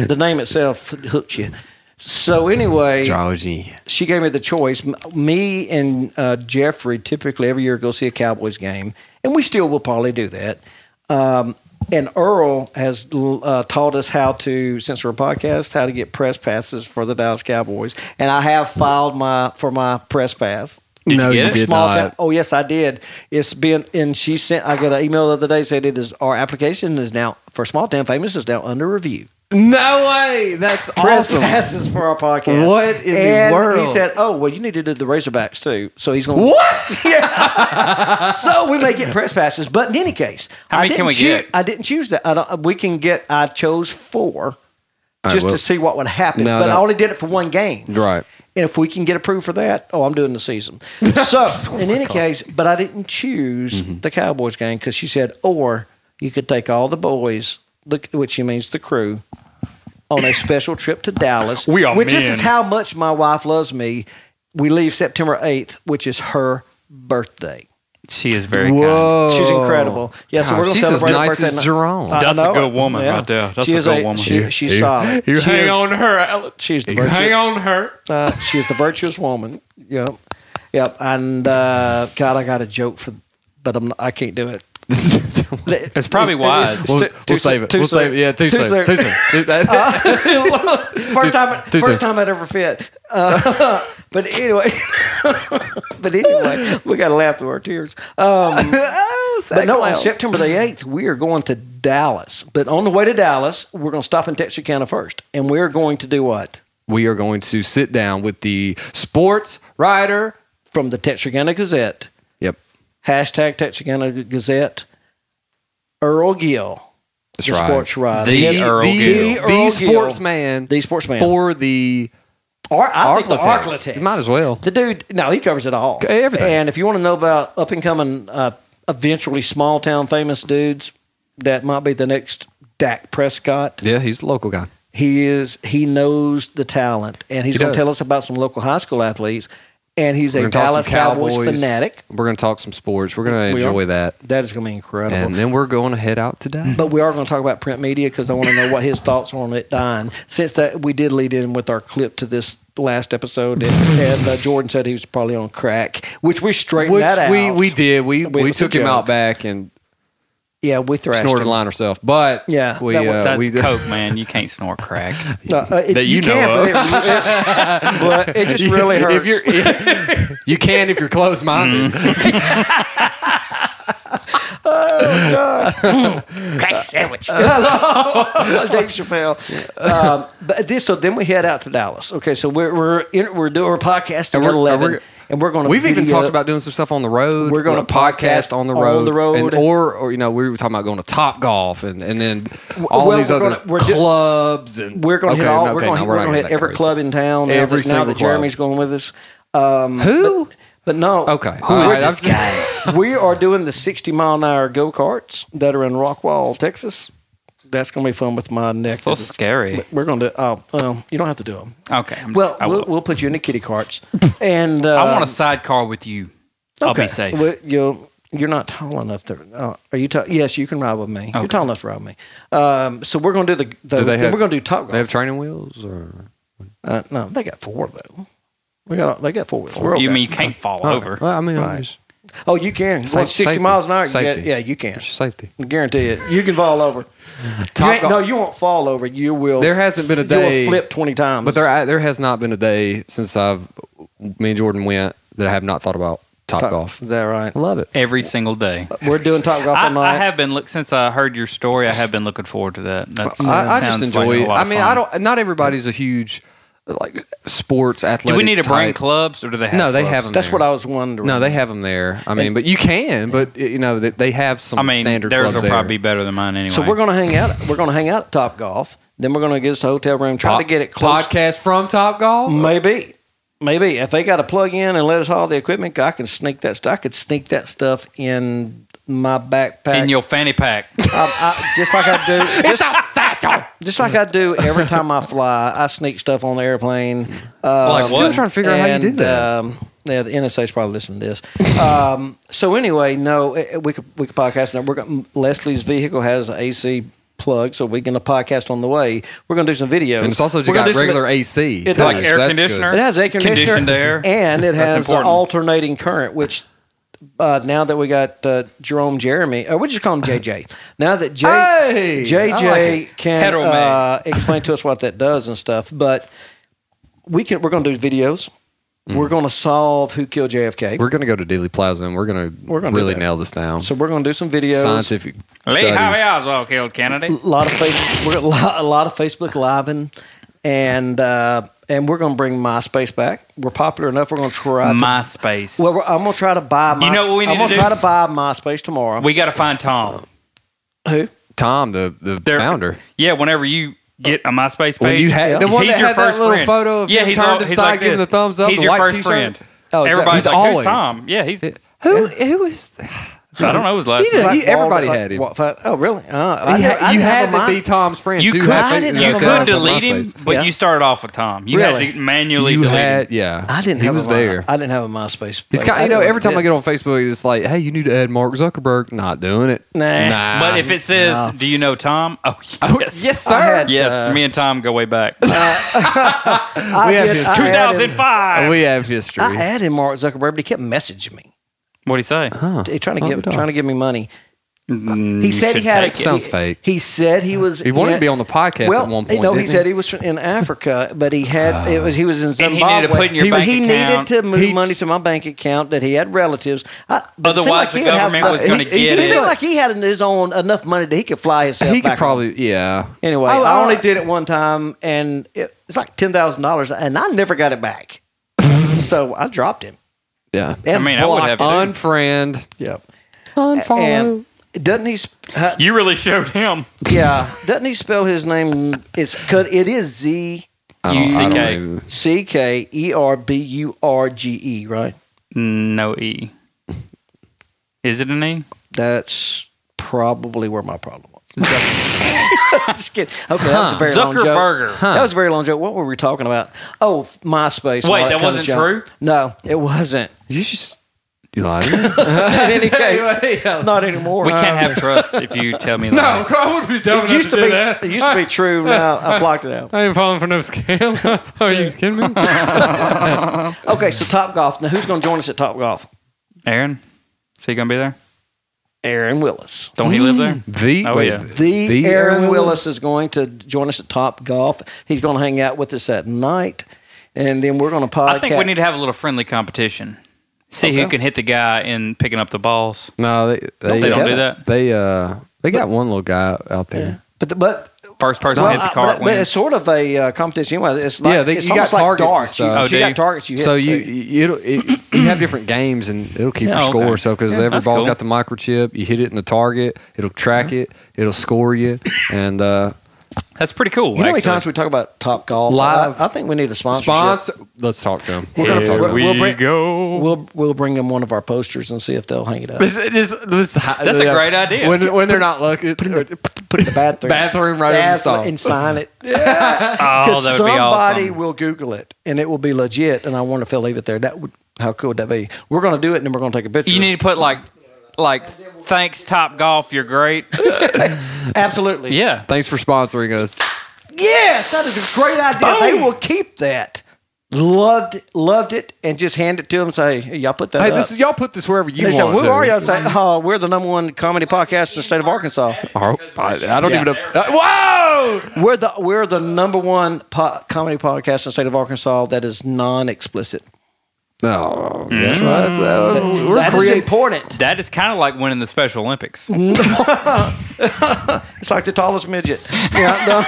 G: The name itself hooks you. So, anyway,
Q: Georgie.
G: she gave me the choice. M- Me and uh, Jeffrey typically every year go see a Cowboys game, and we still will probably do that. Um, and Earl has l- uh, taught us how to since our podcast how to get press passes for the Dallas Cowboys, and I have filed my for my press pass.
Q: Did you No, get you it? did
G: Small
Q: not.
G: town- Oh yes, I did. It's been and she sent. I got an email the other day said it is our application is now for small town famous is now under review.
Q: No way. That's
G: Press
Q: awesome.
G: passes for our podcast.
Q: What in the
G: And He
Q: world?
G: said, "Oh well, you need to do the Razorbacks too." So he's going.
Q: What?
G: yeah. so we may get press passes, but in any case,
F: How
G: I
F: many
G: didn't
F: can we
G: choo-
F: get?
G: I didn't choose that. I don't, we can get. I chose four,
D: All right,
G: just
D: well-
G: to see what would happen.
D: No,
G: but I
D: no.
G: only did it for one game.
D: Right.
G: And if we can get approved for that, oh, I'm doing the season. So, in any case, but I didn't choose the Cowboys game because she said, or you could take all the boys, the- which she means the crew, on a special trip to Dallas.
F: We are
G: Which this
F: men.
G: is how much my wife loves me. We leave September 8th, which is her birthday.
F: She is very
G: Whoa.
F: kind.
G: She's incredible. Yeah, so we're gonna celebrate her birthday night. I
F: That's
G: know
F: a good
G: it.
F: woman
G: Yeah.
F: right there. That's
G: She
F: a
G: is
F: good
G: a-
F: woman.
G: she- she's You- solid. you She hang is- on
F: to her, Alex.
G: She's the
F: You hang on to her.
G: Uh, she's the virtuous woman. Yep, yep. And uh, God, I got a joke for, but I'm not, I can't do it.
F: It's probably wise.
G: It's
F: We'll-
G: too-
F: we'll
G: too
F: save
G: soon,
F: it.
G: too
F: We'll save
G: soon,
F: it. Yeah, too soon,
G: soon.
F: too soon.
G: Uh, first time,
F: too
G: first
F: soon.
G: time I'd ever fit. Uh, but anyway, but anyway, we got to laugh through our tears. Um,
D: Oh,
G: but no, on
Q: clown.
G: September the eighth, we are going to Dallas. But on the way to Dallas, we're going to stop in Texarkana first, and we're going to do what?
D: We are going to sit down with the sports writer
G: from the Texarkana Gazette.
D: Yep.
G: Hashtag Texarkana Gazette. Earl Gill.
D: That's
G: the
D: right.
G: sports writer.
D: The
G: Yes,
D: Earl Gill.
G: The,
D: The
G: Earl
D: sportsman
G: The sportsman.
D: for the
G: Or, I think the
D: Arklatex.
G: Arklatex.
D: You might as well.
G: The dude, no, he covers it all.
D: Everything.
G: And if you want to know about up and coming, uh, eventually small town famous dudes, that might be the next Dak Prescott.
D: Yeah, he's a local guy.
G: He is. He knows the talent, and he's
D: He
G: going to
D: does.
G: tell us about some local high school athletes. And he's
D: We're
G: a
D: gonna talk some
G: Dallas Cowboys, fanatic.
D: We're going to talk some sports. We're going to
G: We are.
D: enjoy that.
G: That is going to be incredible.
D: And then we're going to head out today.
G: But we are going to talk about print media because I want to know what his thoughts are on it dying. Since that we did lead in with our clip to this last episode, and, and, uh, Jordan said he was probably on crack, which we straightened
D: Which
G: that out.
D: we, we did. We,
G: It was
D: we,
G: a
D: took him
G: joke.
D: out back and
G: Yeah, we thrashed
D: snorted
G: him.
D: a line ourselves. But
G: Yeah,
D: we,
G: that was-
D: uh,
F: That's
D: we
F: coke, man. You can't snort crack.
G: No, uh, it-
F: That you know
G: can,
F: of.
G: But it, it's- but it just really hurts.
D: If
G: Mm-hmm.
D: you're, if- you can if you're close minded.
G: Crack sandwich. Dave Chappelle. Um, but this, so then we head out to Dallas. Okay, so we're we're in, we're doing our podcast
D: And
G: at
D: we're-
G: eleven,
D: and we're-
G: and we're going to.
D: We've even talked about doing some stuff on the road.
G: We're gonna
D: We're gonna podcast on the
G: podcast
D: road,
G: on the road.
D: and, or or you know we were talking about going to Top Golf and and then all
G: well,
D: these
G: we're
D: other
G: gonna- we're ju-
D: clubs and
G: We're going to hit
D: Okay,
G: all.
D: okay,
G: we're going
D: no,
G: to
D: we're not
G: hit
D: that
G: every
D: crazy.
G: club in town. now
D: Every
G: that- now
D: single
G: that
D: club.
G: Jeremy's going with us. Um, Who? But, but no.
D: Okay,
G: Who
D: all
G: is
D: right,
G: this guy? we are doing the sixty mile an hour go karts that are in Rockwall, Texas. That's going to be fun with my neck.
F: It's a little scary.
G: We're going to. Oh, um, you don't have to do them.
F: Okay. I'm
G: Well,
F: just, I,
G: we'll, we'll put you in the kitty carts, and uh,
D: um,
F: I want a sidecar with you. I'll be safe.
G: Well, you'll, you're not tall enough to. Uh, are you? Ta- yes, you can ride with me. You're
F: Okay.
G: tall enough to ride with me. Um, so we're going to do the. the
D: Do they have-
G: we're going to do top.
D: They have training wheels or
G: Uh, no, they got four though. We got they got four wheels. We're
F: you
G: okay.
F: mean you can't fall
D: Okay.
F: over?
D: Well, I mean, I'm
G: Right.
D: just-
G: Oh, you can.
D: Safe-
G: Well, sixty
D: safety.
G: miles an hour. you
D: Safety.
G: get- yeah, you can.
D: safety.
G: I guarantee it. You can fall over. You
D: Top
G: ain't- no, you won't fall over. You will.
D: There hasn't been a
G: you will
D: day-
G: flip twenty times.
D: But there there has not been a day since I've me and Jordan went that I have not thought about Top,
G: Top-
D: Golf.
G: Is that right?
D: I love it.
F: Every single day.
G: We're doing top golf
F: I,
G: all night.
F: I have been look since I heard your story. I have been looking forward to that. That's,
D: I, I
F: that
D: just
F: sounds like
D: enjoy
F: a
D: it.
F: lot
D: I
F: of
D: mean,
F: fun.
D: I don't. Not everybody's a huge like sports athletic.
F: Do we need to bring
D: type.
F: clubs or do they have?
D: No, they
F: clubs?
D: have them.
G: That's what I was wondering.
D: No, they have them there. I mean, but you can. But you know, they, they have some
F: I mean,
D: standard
F: theirs
D: clubs
F: will
D: there.
F: probably be better than mine anyway.
G: So we're going to hang out. We're going to hang out at Top Golf. Then we're going to get us a hotel room. Try to get it close.
D: podcast from Top Golf.
G: Maybe, maybe if they got to plug in and let us haul the equipment, I can sneak that. St- I could sneak that stuff in my backpack.
F: in your fanny pack.
D: Uh,
G: I, I, just like I do. Just, Just like I do every time I fly, I sneak stuff on the airplane. Uh,
F: Like what?
D: Still trying to figure out how you do that.
G: Um, Yeah, the NSA's probably listening to this. um, so anyway, no, eh, eh, we could we could podcast now. We're going Leslie's vehicle has an AC plug, so we can podcast on the way. We're gonna do some video,
D: And it's also just
G: We're gonna
D: got
G: do some-
D: regular AC. too,
G: It does.
D: so that's good.
G: It has air conditioner, and it
D: That's
G: has
D: important.
G: alternating current, which. Uh, now that we got uh, Jerome Jeremy, or we just call him JJ. Now that J-
D: Hey,
G: JJ
D: I like it.
G: can
D: Hetero man.
G: uh, explain to us what that does and stuff, but we can. We're going to do videos. We're going to solve who killed JFK.
D: Mm. We're going to go to Dealey Plaza and we're going to
G: We're gonna do
D: really
G: that.
D: nail this down.
G: So we're going to do some videos.
D: Scientific
F: Lee
D: studies.
F: Harvey Oswald killed Kennedy.
G: A lot of face, we're, a lot, a lot of Facebook living, and uh, and we're going to bring MySpace back. We're popular enough. We're going to try to-
F: MySpace.
G: Well, we're- I'm going to try to buy. My,
F: You know what we need
G: I'm gonna
F: to do?
G: try to buy MySpace tomorrow.
F: We got to find Tom.
G: Who?
D: Tom, the, the founder.
F: Yeah, whenever you get a MySpace page,
D: When you had- The one
F: he's
D: that
F: your
D: had that
F: first
D: little
F: friend.
D: photo of
F: yeah,
D: him
F: he's
D: turned
F: all,
D: to the
F: he's
D: side,
F: like
D: giving
F: this.
D: the thumbs up,
F: He's
D: the
F: your
D: white
F: first
D: t-shirt.
F: friend.
D: Oh, exactly.
F: Everybody's
D: He's
F: like,
D: always-
F: who's Tom? Yeah, he's.
O: Who? Who is?
F: I don't know his last
D: Either-
F: name.
D: you- everybody had him.
G: oh, really? Uh,
D: You had- you had to be Tom's friend.
F: You
D: too,
F: could,
D: I think.
F: you
D: Yeah,
F: could
D: Tom's on
F: delete him,
D: MySpace.
F: but
D: Yeah.
F: you started off with Tom. You
D: Really?
F: had to manually
D: You
F: delete
D: had-
F: him.
D: yeah.
G: I didn't.
D: He
G: have
D: was
G: a, my-
D: there.
G: I didn't have a MySpace.
D: It's
G: page.
D: kind
G: I
D: you know,
G: didn't-
D: every time I get on Facebook, it's like, hey, you need to add Mark Zuckerberg. Not doing it.
G: Nah.
F: But if it says,
D: No.
F: "Do you know Tom?" Oh yes,
D: yes, sir. uh, I had,
F: yes,
D: uh,
F: me and Tom go way back.
G: I
D: we have
G: did- I
D: history.
G: had him-
F: 2005.
D: We have history.
G: I added Mark Zuckerberg, but he kept messaging me.
F: What would he say?
G: He trying to
D: Oh,
G: give trying to give me money. He said he
D: should
G: had
D: Mm,
G: a
D: take it. Sounds
G: he-
D: fake.
G: He said he was.
D: He wanted
G: in-
D: to be on the podcast
G: well,
D: at one
G: you
D: point.
G: know, he
D: didn't
G: said he was in Africa, but he had it was he was in
F: And he
G: Zimbabwe.
F: needed to put in your
G: he
F: bank
G: he
F: account.
G: needed to move
F: He-
G: money to my bank account that he had relatives. I, but it seemed
F: Otherwise,
G: like
F: the
G: he would have-
F: government was gonna
G: he- he
F: get
G: seemed
F: it.
G: like he had his own enough money that he could fly himself.
D: He could
G: back
D: probably, yeah.
G: Anyway,
D: Oh,
G: I
D: all
G: only
D: right.
G: did it one time, and it, it's like ten thousand dollars, and I never got it back. so I dropped him.
D: Yeah.
G: And blocked him.
D: Unfriend.
G: Yep.
D: Unfollow.
G: And doesn't he? sp- ha-
F: You really showed him.
G: yeah, doesn't he spell his name? It's cause it is Z
F: I don't- I don't UCK. know.
G: C K E R B U R G E, right?
F: No E. Is it an E?
G: That's probably where my problem was. Just kidding. Okay, that was a
F: Huh.
G: very long
F: Zuckerberger.
G: joke.
F: Huh.
G: That was a very long joke. What were we talking about? Oh, f- MySpace. and
F: Wait,
G: all
F: that
G: kind of
F: wasn't
G: junk.
F: true?
G: No, it wasn't.
D: You just you lied.
G: In any case, not anymore.
F: We can't have trust if you tell me
D: No,
F: lies.
D: I would be dumb
G: It
D: enough
G: used
D: to
G: to
D: do
G: be.
D: that.
G: It used to be true. Now I blocked it out.
D: I ain't falling for no scam. Are you kidding me?
G: Okay, so Top Golf. Now, who's going to join us at Top Golf?
F: Aaron, is he gonna be there?
G: Aaron Willis.
F: Don't he live there?
D: The
F: oh
D: wait,
F: yeah.
G: The, Aaron, Willis. is going to join us at Top Golf. He's going to hang out with us at night, and then we're going to podcast.
F: I think we need to have a little friendly competition. See who
G: Okay.
F: can hit the guy in picking up the balls.
D: No, they they,
F: They don't do that?
D: They uh they got one little guy out there.
G: but but
F: First person
G: well,
F: to hit
G: I-
F: the cart
G: but, but it's
F: wins.
G: sort of a uh, competition. Anyway, it's like,
D: yeah, they, you
G: it's
D: got
G: almost like
D: targets. and
G: darts. You,
D: stuff.
G: you
F: Oh,
G: got targets. You hit
D: Oh, so you
G: too.
D: you- it'll, it, you have different games and it'll keep
F: Yeah,
D: your
F: okay.
D: score. So because
F: Yeah,
D: every
F: that's
D: ball's
F: cool.
D: got the microchip, you hit it in the target, it'll track it, it'll score you, and uh,
F: That's pretty cool.
G: You know how many
F: actually.
G: times we talk about Top Golf?
D: Live.
G: I, I think we need a sponsorship.
D: sponsor. Let's talk to him.
G: We're gonna-
D: talk
G: we'll- we'll bring-
F: go.
G: We'll we'll bring them one of our posters and see if they'll hang it up.
D: This- this- this-
F: That's a great idea.
D: When, when they're not looking, put
G: Put it in the bathroom.
D: bathroom right
G: That's
D: over the stall.
G: what- and sign it.
F: Oh,
G: Because
F: that would be
G: somebody
F: awesome.
G: will Google it and it will be legit. And I wonder if they'll leave it there. That would how cool would that be? We're going to do it and then we're going to take a picture.
F: You need to put like, like, thanks Top Golf, you're great.
G: Absolutely.
F: Yeah,
D: Thanks for sponsoring us.
G: Yes, that is a great idea. They will keep that. Loved loved it and just hand it to them. and Say "Hey, y'all put that.
D: Hey,
G: up."
D: this is y'all put this wherever you
G: they said,
D: want.
G: "Who
D: to.
G: are you?" I said, "Oh, we're the number one comedy podcast in the state of Arkansas.
D: Oh, I, I don't
G: Yeah.
D: even know. Uh, whoa!
G: We're the we're the number one po- comedy podcast in the state of Arkansas that is non-explicit.
D: No, that's right. That's, uh, we're
G: That is
D: creating-
G: important.
F: that is kind of like winning the Special Olympics.
G: It's like the tallest midget. Yeah,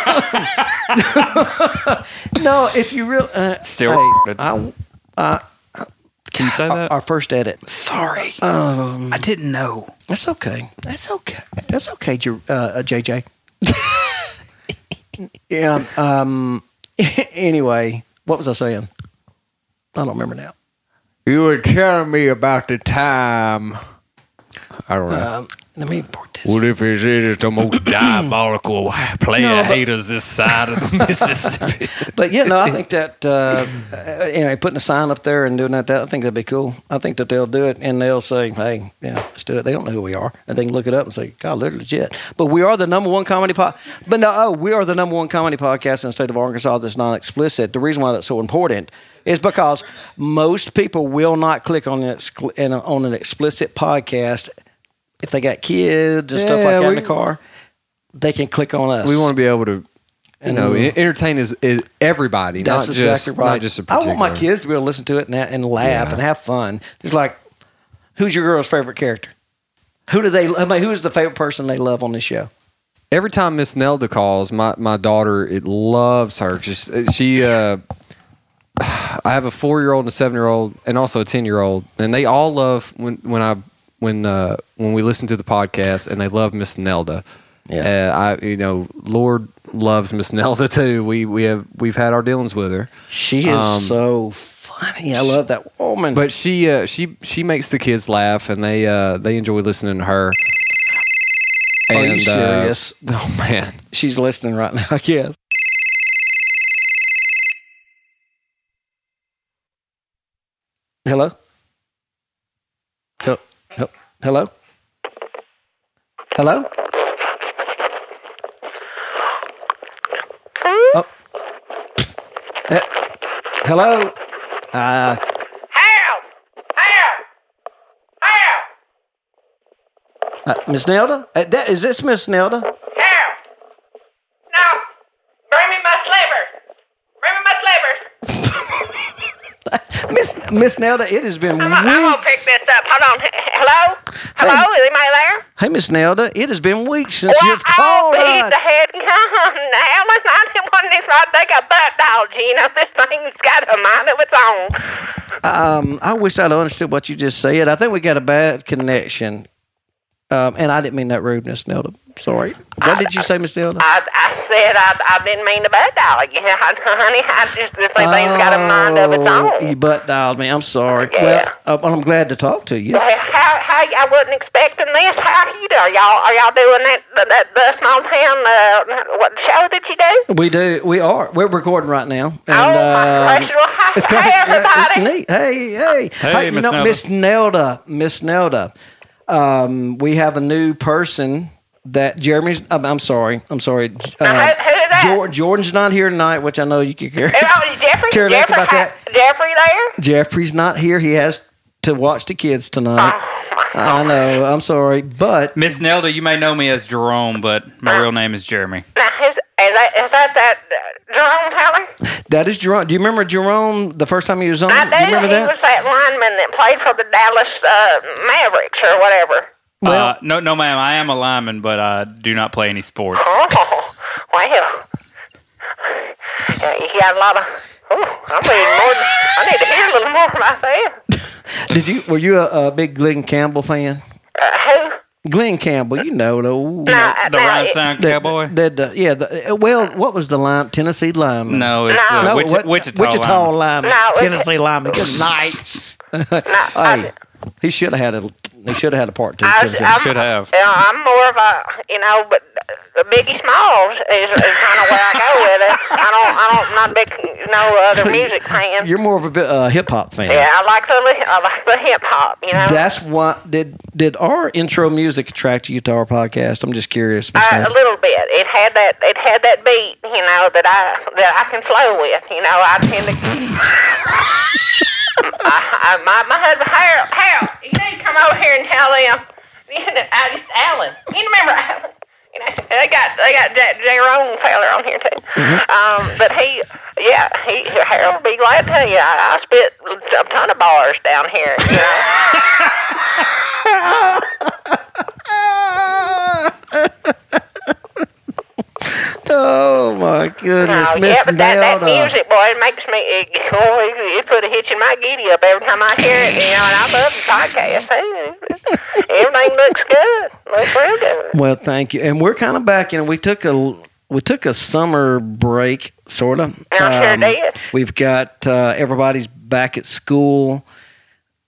G: no. no, if you real uh,
F: Still
G: hey,
F: recorded.
G: I, uh,
F: Can you say that?
G: our first edit. Um,
F: Sorry, I didn't know.
G: That's okay. That's okay. That's okay, Jer- uh, uh, JJ. yeah. Um. Anyway, what was I saying? I don't remember now.
D: You were telling me about the time. I don't know.
G: Um, Let me
R: What if it is the most diabolical player
G: No, but-
R: haters this side of the Mississippi?
G: but yeah, no, I think that uh, uh, you know putting a sign up there and doing that, that I think that'd be cool. I think that they'll do it and they'll say, "Hey, yeah, let's do it." They don't know who we are, and they can look it up and say, "God, they're legit." But we are the number one comedy pod. But no, oh, we are the number one comedy podcast in the state of Arkansas that's non-explicit. The reason why that's so important is because most people will not click on an excl- an- on an explicit podcast if they got kids and stuff like
D: Yeah,
G: that
D: we-
G: in the car. They can click on us.
D: We want to be able to, you
G: And,
D: know,
G: uh,
D: en- entertain is, is everybody,
G: That's
D: not
G: exactly
D: just
G: right.
D: not just a particular.
G: I want my kids to be able to listen to it and, and laugh and have fun. It's like, who's your girl's favorite character? Who do they? I mean, who is the favorite person they love on this show?
D: Every time Miss Nelda calls, my my daughter it loves her. Just she, uh, I have a four year old and a seven year old, and also a ten year old, and they all love when when I when uh, when we listen to the podcast, and they love Miss Nelda. Yeah, uh, I you know Lord loves Miss Nelda too. We we have we've had our dealings with her.
G: She is so funny. I love that woman.
D: But she uh, she she makes the kids laugh, and they uh, they enjoy listening to her.
G: Are you
D: And, uh,
G: serious?
D: oh man,
G: she's listening right now. Yes. Hello. Hel- hel- Hello. Hello. Oh. Eh, Hello. Uh, uh, Miss Nelda? Uh, that, is this Miss Nelda?
J: Bring me my slippers. Bring me my slippers.
G: Miss Miss Nelda, it has been
J: I'm, gonna- I'm gonna
G: weeks.
J: pick this up. Hold on. H- Hello? Hello? Is anybody there?
G: Hey, Miss Nelda, it has been weeks since you've
J: I'll
G: called
J: be
G: us.
J: the head con now. Listen, I didn't want this right. They got butt dog, Gina. This thing's got a mind of its own.
G: Um, I wish I'd understood what you just said. I think we got a bad connection. Um, and I didn't mean that rude, Miss Nelda. Sorry. What did you say, Miss Nelda?
J: I, I said I, I didn't mean to butt dog again. I, honey, I just, this thing's got a mind of its own.
G: Oh, you butt dialed me. I'm sorry.
J: Yeah.
G: Well, uh, I'm glad to talk to you.
J: Well, How, how, I wasn't expecting this. How you do? Y'all, are y'all doing that, that, that the small town, uh, what show that you do?
G: We do. We are. We're recording right now. And,
J: Oh, my
G: um,
J: gosh. Well, hi-
G: it's
J: hi,
G: kinda- yeah,
J: everybody.
G: It's neat. Hey, hey.
J: Hey,
G: you
J: Miss
G: know,
J: Nelda.
G: Miss Nelda. Miss Nelda. Um, we have a new person that Jeremy's. I'm, I'm sorry. I'm sorry. Uh, Jor- Jordan's not here tonight, which I know you could care.
J: Oh, Jeffrey,
G: Care less
J: Jeffrey,
G: about that.
J: hi- Jeffrey there?
G: Jeffrey's not here. He has to watch the kids tonight. I know. I'm sorry, but
F: Miss Nelda, you may know me as Jerome, but my real name is Jeremy.
J: Now, who's, is that, is that that uh, Jerome Heller?
G: that is Jerome. Do you remember Jerome the first time he was on?
J: I
G: Do you remember
J: he
G: that?
J: was that lineman that played for the Dallas uh, Mavericks or whatever.
F: uh, no, no, ma'am. I am a lineman, but I do not play any sports.
J: Oh, wow. Uh, you got a lot of. Oh, I need more. I need to hear a little more about that.
G: Did you? Were you a, a big Glenn Campbell fan?
J: Uh,
G: Glenn Campbell, you know the old,
J: No, uh, The no, Rhinestone
G: that- that- that- yeah, the, uh, well, what was the line? Tennessee lineman.
F: No, it's, uh,
G: No,
F: Wichi-
G: what-
F: Wichita
G: Wichita
F: lineman.
G: lineman.
J: No, it's-
G: Tennessee lineman. Good night. hey, he should have had a he should have had a part two.
J: I-
G: Tennessee.
J: I'm- Yeah, I'm more of a you know, but the Biggie Smalls is, is kind of where I go with it. I don't, I don't, not big, no other
G: So you-
J: music fan.
G: You're more of a bit, uh, hip hop fan.
J: Yeah, I like the, li- I like the hip hop. You know,
G: That's what did did our intro music attract you to our podcast? I'm just curious. Miss
J: Uh, a
G: Natalie.
J: little bit. It had that. It had that beat, you know, that I that I can flow with. You know, I tend to. I, I, my my husband Harold. Harold, you need to come over here and tell them. You know, I just Alan. You remember Alan? You know, they got they got J- Jerome Feller on here too. Um, but he, yeah, he Harold will be glad to tell you. I, I spit a ton of bars down here. You know?
G: oh my goodness,
J: Oh,
G: Miss
J: yeah, but that, that
G: Nelda.
J: music, boy, it makes me, it, oh, it, it put a hitch in my giddy up every time I hear it, you know, and I love the podcast. too. Everything looks good. Looks real good.
G: Well, thank you. And we're kind of back in. We took a we took a summer break, Um, sort of.
J: Yeah, I sure did.
G: We've got uh, everybody's back at school.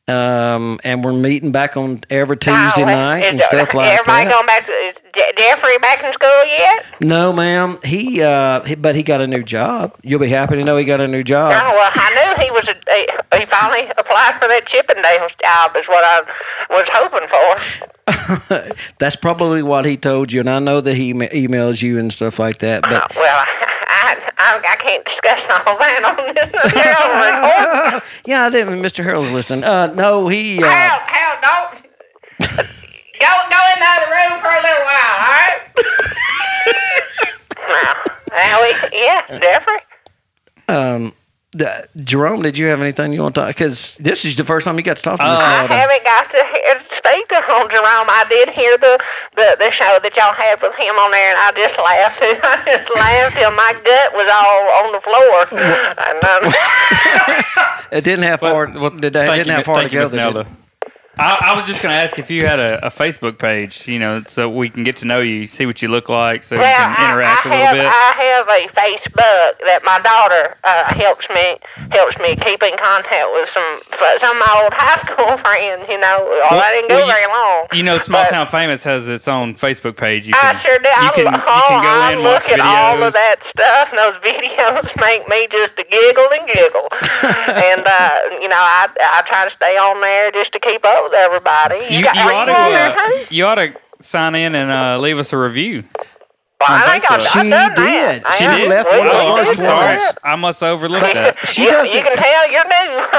G: Um, and we're meeting back on every Tuesday
J: Oh,
G: night
J: is-
G: and stuff like
J: everybody
G: that.
J: going back to is Je- Jeffrey back in school yet?
G: No, ma'am. He, uh, he- but he got a new job. You'll be happy to know he got a new
J: Oh,
G: job.
J: well, I knew he was. A, he finally applied for that Chippendales job, is what I was hoping for.
G: That's probably what he told you, and I know that he em- emails you and stuff like that. But
J: Well, I I, I can't discuss all that on this. Harold,
G: yeah, I didn't. Mr. Harold's listening. Uh, no, he. Uh,
J: Harold, don't go go in the other room for a little while, all right? well, now we, yeah, Jeffrey.
G: um, d- Jerome, did you have anything you want to talk? Because this is the first time you got to talk to
F: Uh,
G: Miss
J: I
G: Nelda.
J: haven't got to hear, speak to him, Jerome. I did hear the, the the show that y'all had with him on there, and I just laughed. I just laughed till my gut was all on the floor. and, um,
G: It didn't have far. did they,
F: Thank
G: didn't
F: you,
G: have
F: Mi-
G: far
F: thank
G: to
F: you,
G: go.
F: Miss
G: they did.
F: Nelda. I, I was just going to ask if you had a, a Facebook page, you know, so we can get to know you, see what you look like, so
J: well,
F: you can interact a little
J: I, I have, uh,
F: bit.
J: I have a Facebook that my daughter uh, helps me helps me keep in contact with some some of my old high school friends. You know, well, I didn't go
F: well, you-
J: very long.
F: you know, Small Town Famous has its own Facebook page. You
J: I
F: can,
J: sure do.
F: You
J: I'm,
F: can, you can go
J: I
F: in and
J: look
F: watch
J: at all
F: videos.
J: of that stuff, and those videos make me just to giggle and giggle. and uh, you know, I I try to stay on there just to keep up with everybody.
F: You, you,
J: got- are
F: ought to,
J: on there too?
F: uh, you ought to sign in and uh, leave us a review. on
J: I think I've-
F: Facebook.
J: I've She done that. did. I
F: She
J: have.
F: did.
J: Left one
F: Wow,
J: of the
F: I'm
J: first
F: sorry.
J: ones.
F: I must have overlooked
G: uh,
F: that.
J: you, You can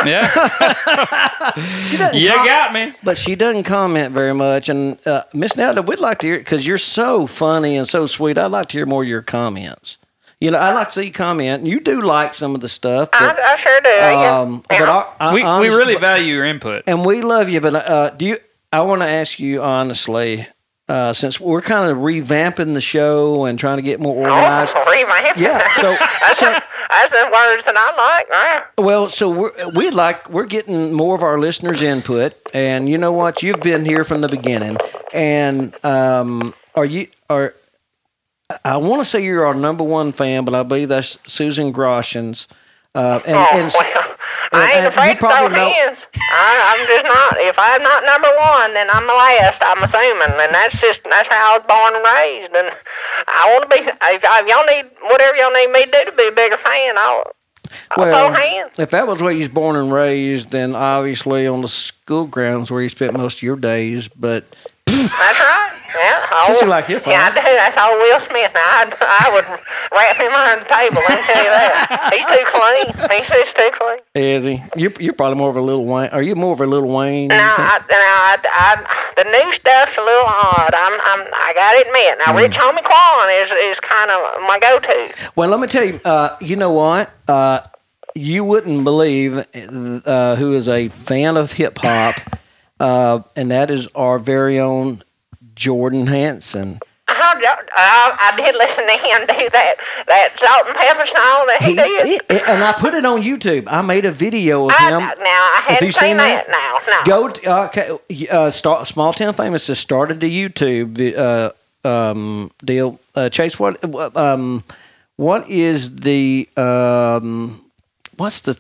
J: tell you're new.
F: Yeah.
G: She doesn't
F: You
G: com-
F: got me.
G: But she doesn't comment very much. And uh, Miss Nelda, we'd like to hear because you're so funny and so sweet. I'd like to hear more of your comments. You know, I like to see you comment. and You do like some of the stuff. But,
J: I, I sure do. Yeah.
G: um, but I, I,
F: we, we
G: honest-
F: really value your input.
G: and we love you. But uh, do you? I want to ask you honestly, uh, since we're kind of revamping the show and trying to get more
J: Oh,
G: organized.
J: sorry, man.
G: Yeah, so-
J: that's,
G: so-
J: that's the words that I like. man.
G: Well, so we're, we like we're getting more of our listeners' input, and you know what? You've been here from the beginning, and um, are you are? I want to say you're our number one fan, but I believe that's Susan Groshans. Uh, and,
J: Oh,
G: and,
J: well, I ain't
G: and- and
J: afraid to throw hands. I, I'm just not. If I'm not number one, then I'm the last. I'm assuming, and that's just that's how I was born and raised. And I want to be. If, if y'all need whatever y'all need me to do to be a bigger fan, I'll. throw
G: Well,
J: hands.
G: if that was where you was born and raised, then obviously on the school grounds where you spent most of your days. But
J: That's right. Yeah. I
G: Since you
J: would-
G: like your
J: Yeah, I do. That's all Will Smith. Now, I, I would wrap him on the table. Let me tell you that. He's too clean. He's just too clean.
G: is he? You're, you're probably more of a little Wayne. Are you more of a little Wayne?
J: No, I, no, I, I, the new stuff's a little odd. I'm, I'm, I gotta admit. Now,
G: Mm.
J: Rich Homie Quan is, is kind of my go-to.
G: Well, let me tell you. Uh, you know what? Uh, you wouldn't believe uh, who is a fan of hip hop, uh, and that is our very own Jordan Hanson.
J: I, don't- Uh-huh, I, I did listen to him do that, that salt and pepper song that he, did.
G: and I put it on YouTube. I made a video of
J: I,
G: him.
J: now, I
G: Have
J: hadn't
G: you seen that?
J: now. No.
G: Go to, uh, okay. Uh, start, Small Town Famous has started the YouTube vi- uh, um, deal. Uh, Chase, what um, what is the um, what's the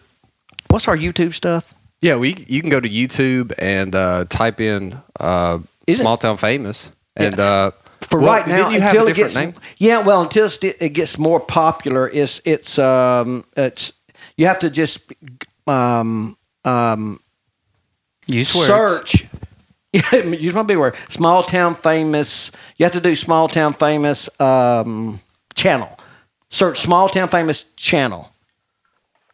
G: what's our YouTube stuff?
D: Yeah, we you can go to YouTube and uh, type in uh,
G: Is it-
D: "small town famous" and uh,
G: For
D: well,
G: right now,
D: didn't you have
G: until
D: a
G: it
D: different
G: gets
D: name.
G: yeah, well, until it's- it gets more popular, it's it's um it's you have to just um um
F: Use words.
G: search. Use my big word. Small town famous. You have to do small town famous um, channel. Search small town famous channel.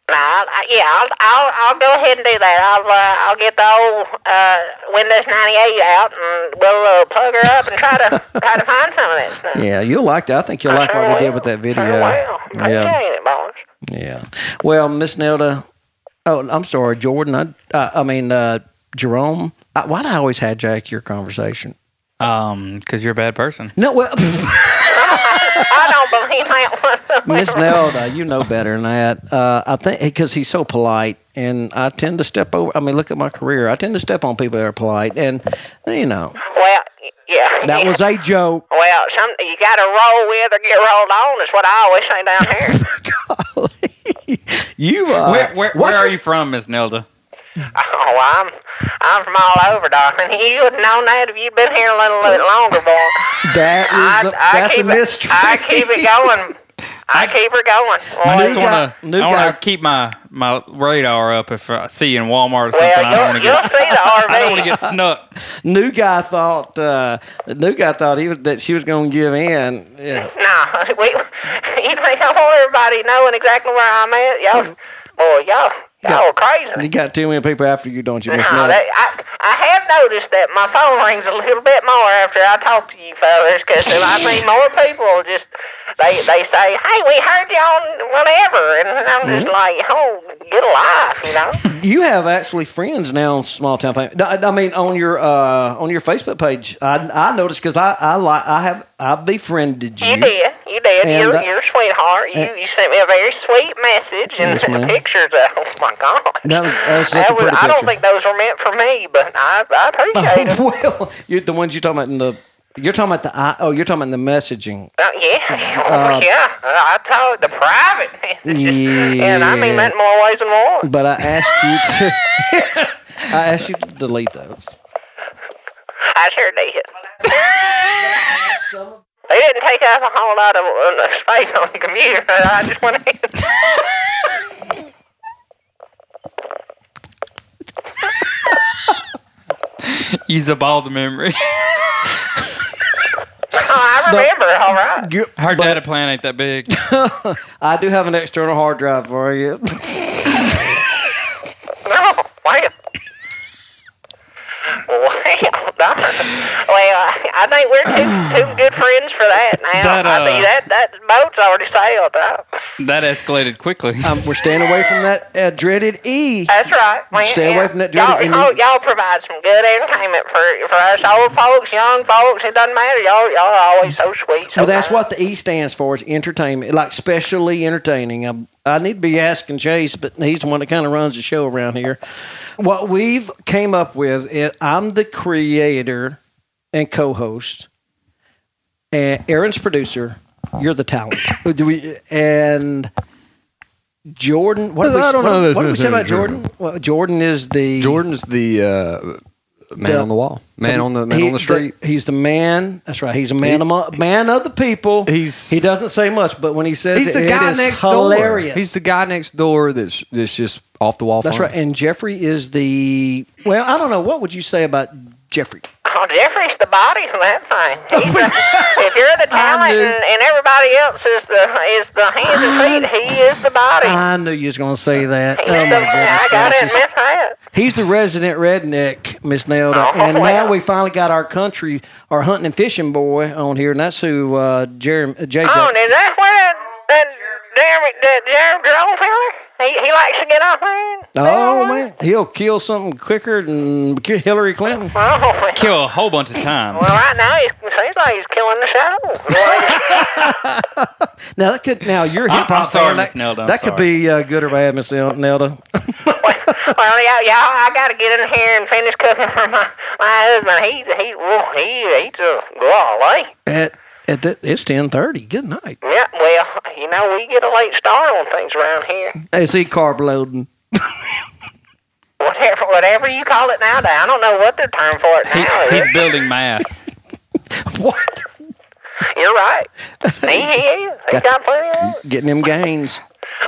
J: No, I, yeah, I'll, I'll I'll go ahead and do that. I'll uh, I'll get the old uh, Windows ninety eight out and we'll uh, plug her up and try to try to find some of that stuff. Oh,
G: Yeah, you'll like that. I think you'll like what we did with that video. Yeah,
J: Ain't it, boys?
G: yeah. Well, Miss Nelda. Oh, I'm sorry, Jordan. I uh, I mean uh, Jerome. I, why do I always hijack your conversation?
F: Um, because you're a bad person.
G: No, well,
J: I don't believe that one.
G: Miss Nelda, you know better than that. Uh, I think because he's so polite, and I tend to step over. I mean, look at my career. I tend to step on people that are polite, and you know
J: Well, yeah.
G: that was a joke.
J: Well, some you got to roll with or get rolled on is what I always say down here.
G: You uh,
F: where where,
G: what's
J: Uh,
F: where are
G: uh, your-
F: you from, Miss Nelda?
J: Oh, I'm I'm from all over, darling. You would have known that if you'd been here a little bit longer, boy.
G: That is the, that's a
J: keep
G: mystery.
J: It, I keep it going. I, keep her going.
F: I
J: Boy.
F: just want to. I want to keep my my radar up if I see you in Walmart or something.
J: Well,
F: I don't want to
J: you'll, you'll
F: get.
J: see the RV.
F: I don't want to get snuck.
G: New guy thought uh, new guy thought he was that she was going to give in. Yeah.
J: Nah, we, you know, I want everybody knowing exactly where I'm at. Y'all, boy, y'all, y'all are crazy.
G: You got too many people after you, don't you, Miss
J: No,
G: Nut?
J: that, I, I have noticed that my phone rings a little bit more after I talk to you fellas, 'cause I mean, more people just, they, they say, hey, we heard you on whatever, and I'm just
G: Mhm.
J: like, oh, get a life, you know?
G: You have actually friends now on Small Town Fame. No, I I mean, on your uh, on your Facebook page, I, I noticed because I I like I have I befriended you.
J: You did, you did.
G: And,
J: You're,
G: uh,
J: you're a sweetheart. You,
G: and-
J: you sent me a very sweet message and
G: Yes, ma'am.
J: pictures. Of, oh my God!
G: That was, that was such a
J: That was-
G: pretty
J: I
G: picture.
J: don't think those were meant for me, but I, I appreciate them.
G: well, you the ones you're talking about in the you're talking about the I- oh you're talking about in the messaging.
J: Uh, yeah,
G: Uh,
J: yeah. I told the private
G: Yeah.
J: And I mean that in more ways than one.
G: But I asked you to. I asked you to delete those.
J: I sure did. they didn't take up a whole lot of uh, space on the computer. I just went ahead.
F: Use up all the memory.
J: Oh, I remember, all right.
F: Her data plan ain't that big.
G: I do have an external hard drive for you.
J: No, wow. Wow, darn. Well, I, I think we're two, two good friends for that now.
F: That,
J: I
F: uh,
J: mean, that, that boat's already sailed. Right?
F: That escalated quickly.
J: Um,
G: we're staying away from that uh, dreaded E.
J: That's right. Well,
G: Stay
J: yeah.
G: away from that
J: Y'all,
G: dirty and
J: y'all,
G: you-
J: y'all provide some good entertainment for, for us old folks, young folks. It doesn't matter. Y'all, y'all are always so sweet. So
G: Well, that's what the E stands for. It's entertainment, like specially entertaining. I, I need to be asking Chase, but he's the one that kind of runs the show around here. What we've came up with is I'm the creator and co-host, and Aaron's producer. You're the talent. Do we- and Jordan? What did we,
P: I don't
G: what,
P: know this
G: What did we say about
P: necessarily.
G: Jordan? Well, Jordan is the
P: Jordan's the uh, man on the wall, man on the man
G: he-
P: on the street.
G: he's the man. That's right. He's a man
P: He-
G: among, man of the people. He's he doesn't say much, but when he says
P: He's the
G: it, it
P: guy
G: is
P: next
G: hilarious.
P: door. He's the guy next door that's that's just off the wall.
G: That's
P: funny.
G: right. And Jeffrey is the well. I don't know. What would you say about Jeffrey?
J: Oh, Jeffrey's the body of that thing. He's the, if you're the talent
G: knew.
J: and, and everybody else is the is the hands and feet, he is the body.
G: I knew you was going to say that. Oh
J: He's
G: my
J: the, I
G: goodness
J: gotta
G: gracious.
J: admit that.
G: He's the resident redneck, Miss Nelda.
J: Oh,
G: and now
J: well.
G: we finally got our country, our hunting and fishing boy on here, and that's who uh, Jeremy uh, JJ.
J: Oh, is that where that that Jeremy that Jeremy Jerome fella? He he likes to get off man.
G: Oh man, he'll kill something quicker than Hillary Clinton.
J: Oh, well,
F: Kill a whole bunch of time.
J: well, right now he seems like he's killing the show.
G: Now that could now you're
F: I'm-
G: hip hop.
F: I'm sorry,
G: fan, that-
F: Miss Nelda, I'm
G: that could be uh, good or bad, Miss Nel- Nelda.
J: well, yeah, y'all, I gotta get in here and finish cooking for my my husband. He's he whoa, he he's a golly.
G: At, at the, it's ten thirty. Good night.
J: Yeah, well, you know, we get a late start on things around here.
G: Is he carb loading?
J: Whatever, whatever you call it nowadays. I don't know what the term for it
F: He,
J: now
F: he's
J: is.
F: building mass.
G: What?
J: You're right. He, he is. He's got plenty of it.
G: Getting them gains.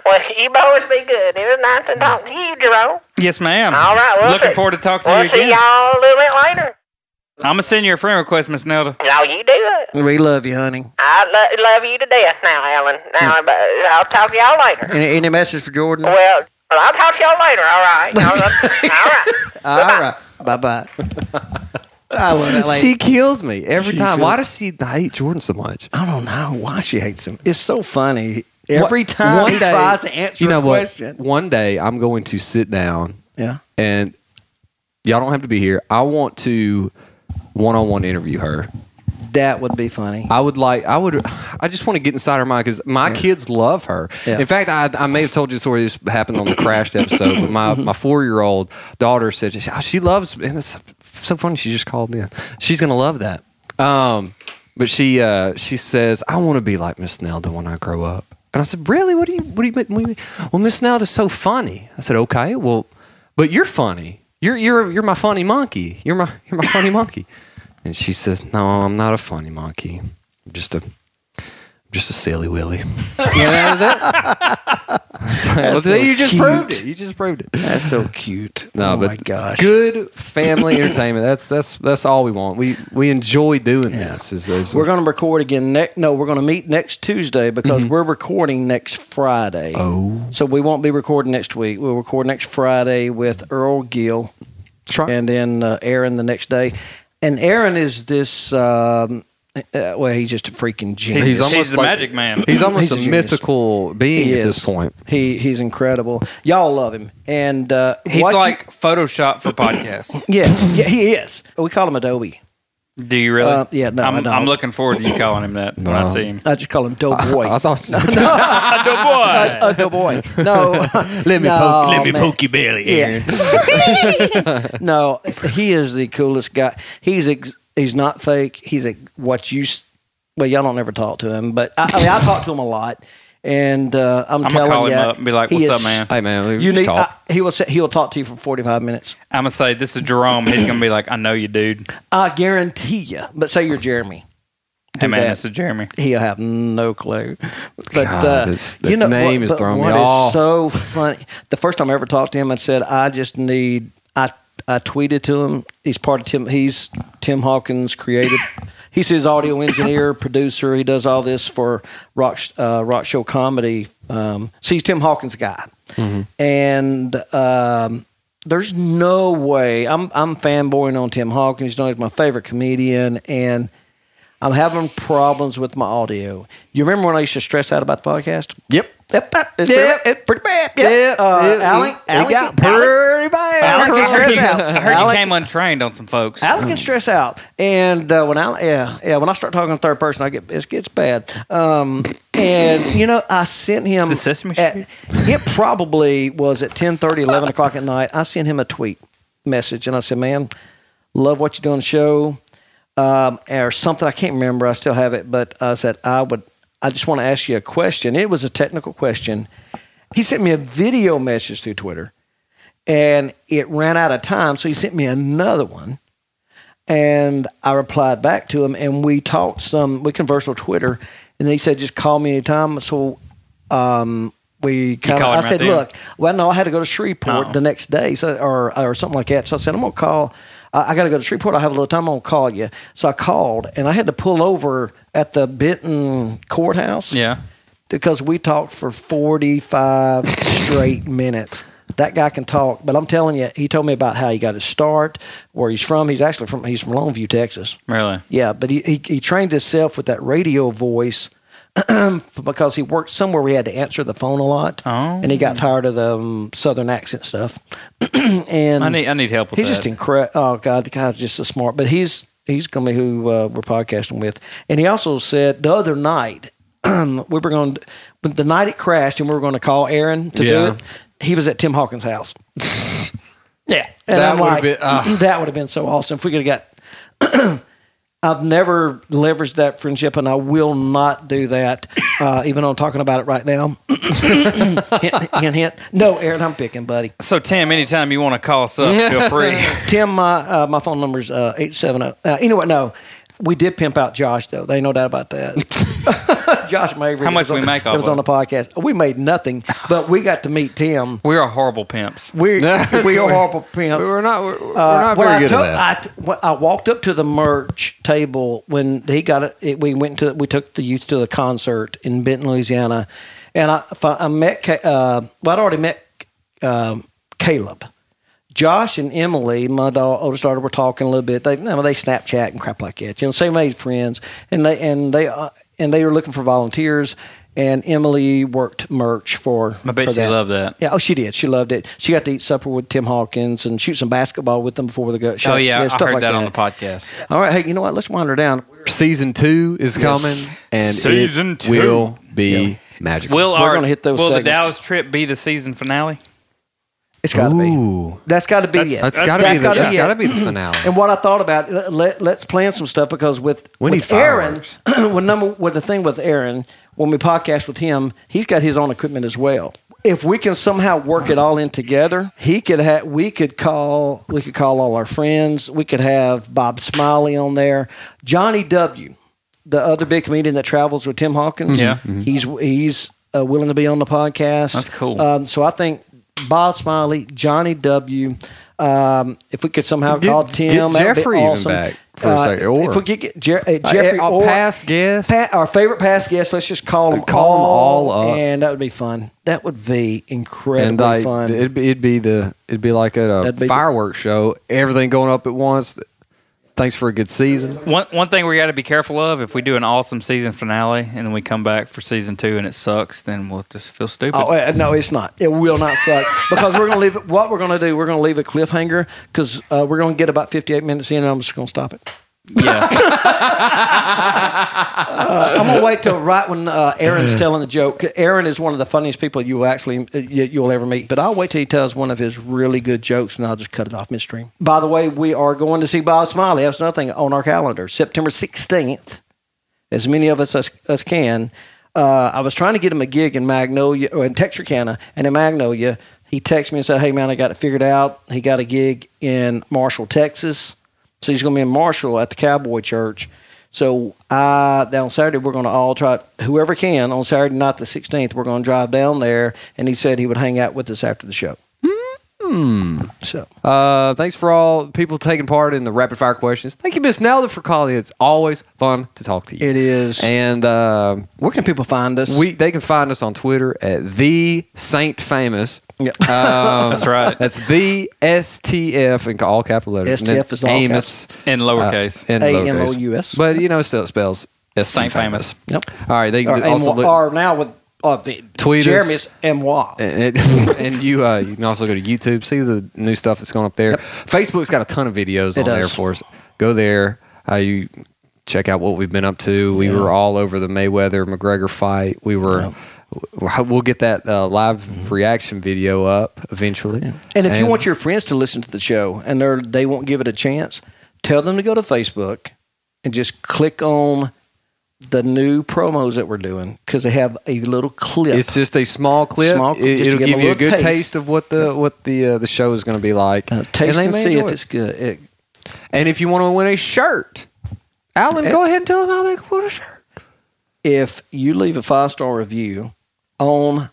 J: Well, you boys be good. It was nice to talk to you, Jerome.
F: Yes, ma'am.
J: All right, we'll
F: Looking
J: see.
F: forward to talking to
J: We'll
F: you
J: see
F: again.
J: y'all a little bit later.
F: I'm gonna send you a friend request, Miss Nelda.
J: No, you do it.
G: We love you, honey.
J: I lo- love you to death now, Alan. Now, but uh, I'll talk to y'all later.
G: Any, any message for Jordan?
J: Well, well, I'll talk to y'all later, all right? All right.
G: All right. Bye bye. I love that lady.
P: She kills me every
G: She
P: time.
G: feels-
P: Why does she hate Jordan so much?
G: I don't know why she hates him. It's so funny. Every
P: What-
G: time he tries to answer
P: you know
G: a
P: what?
G: question.
P: One day I'm going to sit down.
G: Yeah.
P: And y'all don't have to be here. I want to one-on-one interview her.
G: That would be funny.
P: I would like. I would. I just want to get inside her mind because my kids love her.
G: Yeah.
P: In fact, I, I may have told you the story. This happened on the crashed episode. But my my four year old daughter said she, "Oh, she loves, and it's so funny. She just called me. in. She's gonna love that. Um, but she uh, she says I want to be like Miss Nelda when I grow up. And I said, really? What do you what do you mean? What do you mean? Well, Miss Nelda's so funny. I said, okay. Well, but you're funny. You're you're you're my funny monkey. You're my you're my funny monkey." And she says, "No, I'm not a funny monkey. I'm just a I'm just a silly willy."
B: Yeah,
P: well, see, you just proved it. You just proved it.
B: That's so cute.
P: No,
B: oh
P: but
B: my gosh.
P: good family entertainment. That's that's that's all we want. We we enjoy doing this. Is those
B: We're going to record again. Ne- no, we're going to meet next Tuesday
F: Mm-hmm.
B: because we're recording next Friday.
P: Oh.
B: So we won't be recording next week. We'll record next Friday with Earl Gill. And then uh, Aaron the next day. And Aaron is this, um, uh, well, he's just a freaking genius.
F: He's, almost the magic man.
P: He's almost
B: He's a
P: a,
B: genius.
P: mythical being
B: He
P: at
B: is.
P: this point.
B: He, he's incredible. Y'all love him. And uh,
F: He's
B: what you-
F: like Photoshop for podcasts.
B: yeah, yeah, he is. We call him Adobe.
F: Do you really?
B: Uh, yeah, no, I
F: I'm,
B: don't.
F: I'm looking forward to you calling him that when I
B: No.
F: see him.
B: I just call him Dope Boy.
P: I thought
F: Adobo.
B: a, a boy. No,
R: Let me
B: No,
R: poke, let me
B: man.
R: poke your belly,
B: Yeah.
R: Aaron.
B: no, he is the coolest guy. He's ex- he's not fake. He's a, what you. s- Well, y'all don't ever talk to him, but I, I mean, I talk to him a lot, and uh, I'm,
F: I'm gonna
B: telling
F: call him
B: you,
F: up and be like,
B: he is-
F: "What's up, man?"
P: Hey man, we
B: You
P: just
B: need.
P: talk.
B: I, he will. sit- He will talk to you for 45 minutes.
F: I'm gonna say this is Jerome. He's gonna be like, I know you, dude.
B: I guarantee you. But say you're Jeremy. Do
F: Hey man,
B: that.
F: this is Jeremy.
B: He'll have no clue. But
P: God,
B: uh,
P: this- the
B: you know
P: name
B: what,
P: is
B: but
P: throwing me
B: what is
P: off.
B: so funny. The first time I ever talked to him, I said, "I just need." I I tweeted to him. He's part of Tim. He's Tim Hawkins created. He's his audio engineer, producer. He does all this for rock uh, rock show comedy. Um, so he's Tim Hawkins' guy
P: Mm-hmm.
B: and um, there's no way I'm I'm fanboying on Tim Hawkins. You know, he's my favorite comedian, and I'm having problems with my audio. You remember when I used to stress out about the podcast?
P: Yep.
B: Yep, yep, it's
P: Yep.
B: pretty, it's pretty bad. Yep, Uh,
P: Yep.
B: Alan,
P: It
B: Alan,
P: got
B: Alan-
P: pretty bad.
B: Alan can stress out.
F: I heard
B: Alan-
F: you came untrained on some folks.
B: Alan can stress out, and uh, when I yeah yeah when I start talking in third person, I get it gets bad. Um, and you know, I sent him.
F: Is it Sesame
B: at-
F: Street?
B: it probably was at 10, 11 o'clock at night. I sent him a tweet message, and I said, "Man, love what you do on the show," um, or something. I can't remember. I still have it, but I said I would. I just want to ask you a question. It was a technical question. He sent me a video message through Twitter, and it ran out of time, so he sent me another one and I replied back to him, and we talked some. We conversed on Twitter, and he said, "Just call me anytime." So um, we kind of.
F: called
B: I
F: him right
B: said,
F: then?
B: "Look, well, no, I had to go to Shreveport
F: Oh.
B: the next day, so, or or something like that." So I said, "I'm gonna call. I, I got to go to Shreveport. I have a little time. I'm gonna call you." So I called, and I had to pull over at the Benton courthouse
F: Yeah.
B: because we talked for 45 straight minutes. That guy can talk, but I'm telling you, he told me about how he got his start, where he's from. He's actually from he's from Longview, Texas.
F: Really?
B: Yeah, but he he, he trained himself with that radio voice because he worked somewhere where he had to answer the phone a lot,
F: Oh.
B: and he got tired of the um, southern accent stuff. and
F: I need I need help with
B: he's
F: that.
B: just incredible. Oh God, the guy's just so smart. But he's he's gonna be who uh, we're podcasting with. And he also said the other night we were going to the night it crashed, and we were going to call Aaron to
P: Yeah.
B: do it. He was at Tim Hawkins' house. yeah, and
P: That
B: I'm
P: would've
B: like,
P: been- ah.
B: that would have been so awesome if we could have got. I've never leveraged that friendship, and I will not do that. Uh, even though I'm talking about it right now. hint, hint, hint. No, Aaron, I'm picking, buddy.
F: so Tim, anytime you want to call us up, feel free.
B: Tim, my uh, my phone number's uh, 870. Uh, anyway, no. We did pimp out Josh, though. They ain't no doubt about that. Josh Maverick.
F: How much
B: was on-
F: we make off
B: It was on the
F: of
B: podcast. We made nothing, but we got to meet Tim.
F: We are horrible pimps.
B: We we are
P: we-
B: horrible pimps.
P: We're not. We're, we're
B: Uh,
P: not
B: when
P: very
B: I
P: good
B: took-
P: at that.
B: I t- when I, walked up to the merch table when he got it. it we went to we took the youth to the concert in Benton, Louisiana, and I fi- I met Ca- uh, well I'd already met um, Caleb. Josh and Emily, my dau- oldest daughter, were talking a little bit. They, you know, they Snapchat and crap like that. You know, same age friends, and they and they uh, and they were looking for volunteers. And Emily worked merch for.
F: I bet
B: for
F: she
B: that.
F: loved that.
B: Yeah, oh, she did. She loved it. She got to eat supper with Tim Hawkins and shoot some basketball with them before the go.
F: Oh yeah, I
B: stuff
F: heard
B: like
F: that, on the podcast.
B: All right, hey, you know what? Let's wind her down.
P: Season two is coming, and
F: Season
P: it
F: two.
P: will be magical.
F: Will our
B: gonna hit those
F: will the
B: segments.
F: Dallas trip be the season finale?
B: It's got to be. That's got to be
D: That's-
B: it.
D: that's gotta be the-
B: gotta
D: that's
B: it.
D: gotta be the finale.
B: and what I thought about, let, us plan some stuff because with
D: We
B: with
D: need
B: Aaron, with number with the thing with Aaron, when we podcast with him, he's got his own equipment as well. If we can somehow work it all in together, he could have. We could call. We could call all our friends. We could have Bob Smiley on there. Johnny W, the other big comedian that travels with Tim Hawkins.
F: Yeah. Mhm.
B: he's he's uh, willing to be on the podcast.
F: That's cool.
B: Um, so I think Bob Smiley, Johnny W. Um, if we could somehow
D: Get-
B: call
D: get
B: Tim, that would be
D: Jeffrey even
B: awesome. Uh,
D: back for a second, or-
B: if we could get Jer- uh,
D: Uh,
B: Jeffrey
D: our
B: or
D: past guest,
B: our favorite past guest, let's just call them
D: call 'em
B: all,
D: all up.
B: and that would be fun. That would be incredibly
D: and like
B: fun.
D: it'd be, it'd be the it'd be like at a
B: That'd be the-
D: fireworks show, everything going up at once. Thanks for a good season.
F: One one thing we got to be careful of if we do an awesome season finale and then we come back for season two and it sucks, then we'll just feel stupid.
B: Oh, uh, no, it's not. It will not suck because we're going to leave. it- What we're going to do, we're going to leave a cliffhanger because uh, we're going to get about 58 minutes in and I'm just going to stop it. Yeah. I'm going to wait till right when uh, Aaron's telling the joke. Aaron is one of the funniest people you will actually uh, you- you'll ever meet. But I'll wait till he tells one of his really good jokes and I'll just cut it off midstream. By the way, we are going to see Bob Smiley. That's nothing on our calendar. September 16th as many of us as, as can. Uh, I was trying to get him a gig in Magnolia or in Texarkana, and in Magnolia, he texted me and said, "Hey man, I got it figured out. He got a gig in Marshall, Texas, so he's going to be in Marshall at the Cowboy Church." So I on Saturday we're going to all try whoever can on Saturday night the sixteenth we're going to drive down there, and he said he would hang out with us after the show.
D: Hmm.
B: So,
D: uh, thanks for all people taking part in the rapid fire questions. Thank you, Miss Nelda, for calling. It's always fun to talk to you. It
B: is.
D: And uh,
B: where can people find us?
D: We they can find us on Twitter at the Saint Famous. Um,
B: Yep.
F: That's right.
D: That's the STF in all capital letters. And then
F: STF is all
D: Amos
F: caps. In lowercase.
D: uh, in lowercase.
B: A-M-O-U-S.
D: But you know, it still spells S
F: Saint Famous.
D: Yep. All right. They
B: or,
D: can do- also
B: and-
D: look,
B: or now with uh, the-
D: Tweet us.
B: Jeremy's and moi.
D: and, it- and you uh, you can also go to YouTube, see the new stuff that's going up there. Facebook's got a ton of videos
B: It
D: on there
B: does.
D: for us. Go there. Uh, you check out what we've been up to. We were all over the Mayweather McGregor fight. We were. w- We'll get that uh, live reaction video up eventually.
B: Mm-hmm. And if you want your friends to listen to the show and they're, they won't give it a chance, tell them to go to Facebook and just click on the new promos that we're doing because they have a little clip.
D: It's just a small clip.
B: Small- just
D: it,
B: to
D: will
B: give
D: give,
B: them a
D: you a
B: little
D: good taste.
B: taste.
D: of what the what the uh, the show is going to be like.
B: taste
D: they
B: and
D: may
B: see if
D: enjoy it.
B: it's good. It-
D: And if you want to win a shirt, Alan, go ahead and tell them how they can win a shirt.
B: If you leave a five star review on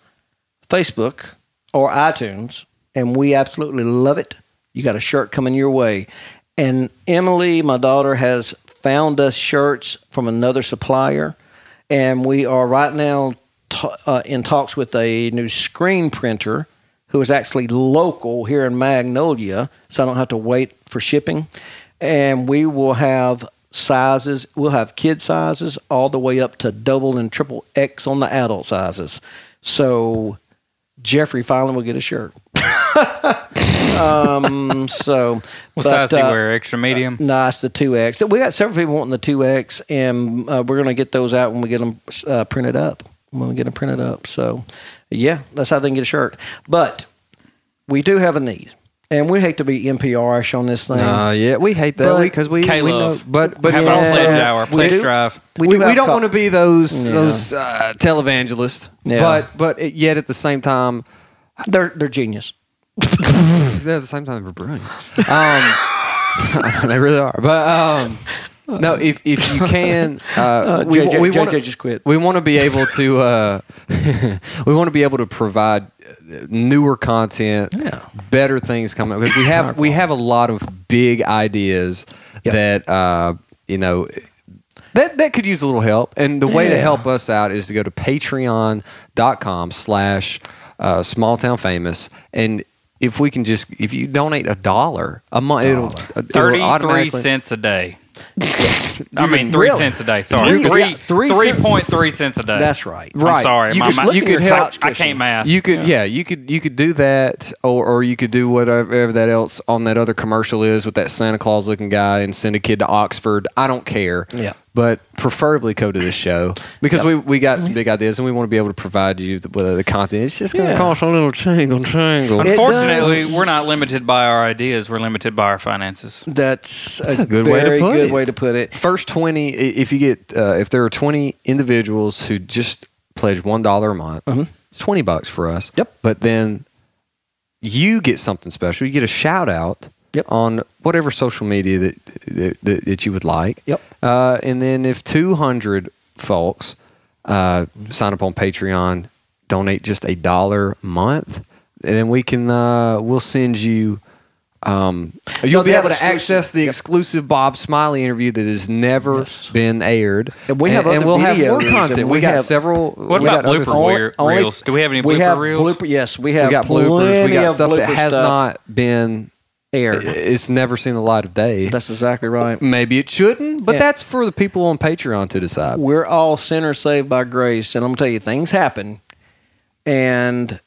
B: Facebook or iTunes, and we absolutely love it, you got a shirt coming your way. And Emily, my daughter, has found us shirts from another supplier, and we are right now t- uh, in talks with a new screen printer who is actually local here in Magnolia, so I don't have to wait for shipping. And we will have sizes, we'll have kid sizes all the way up to double and triple X on the adult sizes. So Jeffrey Filing will get a shirt. um, so
F: What
B: but,
F: size do you
B: uh,
F: wear? Extra medium?
B: No, it's the two X. We got several people wanting the two X, and uh, we're gonna get those out when we get them uh, printed up. When we get them printed up, so yeah, that's how they can get a shirt. But we do have a need, and we hate to be NPR-ish on this thing.
D: Uh, yeah, we hate that
B: But-
D: because we, we know,
F: K-Love.
D: but but
F: Have our own
D: yeah,
F: pledge hour,
D: we
F: pledge
D: do-
F: drive.
D: We,
B: We
D: we,
B: do have
D: don't
B: co-
D: want to be those
B: Yeah.
D: those uh, televangelists,
B: Yeah.
D: but but it, yet at the same time,
B: they're they're genius.
D: at the same time they're brilliant. Um, they really are. But um, no, if if you can, uh,
B: Uh,
D: we,
B: JJ
D: we want
B: just quit.
D: We want to be able to uh, we want to be able to provide uh, newer content, better things coming because we have we have a lot of big ideas that uh, you know that that could use a little help. And the way to
B: Yeah.
D: help us out is to go to patreon.com slash uh, small town famous and if we can just if you donate a dollar a month it'll, it'll
F: Thirty-three
D: automatically-
F: cents a day. I mean, three
D: Really?
F: cents a day. Sorry,
D: Three-
F: three
D: yeah, three
F: three
D: cents.
F: point three cents a day.
D: That's right.
F: I'm
D: Right.
F: sorry,
D: You
F: my,
D: could
F: my,
D: look at your couch
F: I can't math.
D: You could, yeah. you could, you could do that, or or you could do whatever that else on that other commercial is with that Santa Claus looking guy and send a kid to Oxford. I don't care.
B: Yeah.
D: But preferably go to this show because we, we got some big ideas and we want to be able to provide you with the content. It's just going to
S: Yeah.
D: cost a little tingle tingle.
F: Unfortunately, we're not limited by our ideas. We're limited by our finances.
G: That's,
D: That's a good way to
G: very
D: put
G: good
D: it.
G: way to put it.
D: First twenty, i- if you get, uh, if there are twenty individuals who just pledge one dollar a month, it's twenty bucks for us. Yep. But then you get something special. You get a shout out on whatever social media that that, that, that you would like. Yep. Uh, and then if two hundred folks uh, sign up on Patreon, donate just a dollar a month, and then we can uh, we'll send you. Um, you'll
G: No,
D: be
G: they have
D: able to
G: exclusive-
D: access the exclusive Bob Smiley interview that has never been aired.
G: And we have
D: and,
G: other
D: we'll have more
G: videos, and
D: content. We,
G: we
D: got
G: have-
D: several.
G: What
D: we got
G: about
D: other
G: blooper
D: things.
G: reel- Only- reels? Do we have any blooper reels? blooper- yes, we have
D: got bloopers. We
G: plenty
D: got
G: of
D: stuff that
G: blooper
D: has
G: stuff.
D: not been
G: aired.
D: It's never seen the light of day. That's
G: exactly right.
D: Maybe it shouldn't, but
G: Yeah.
D: that's for the people on Patreon to decide.
G: We're all sinners saved by grace, and I'm gonna tell you, things happen, and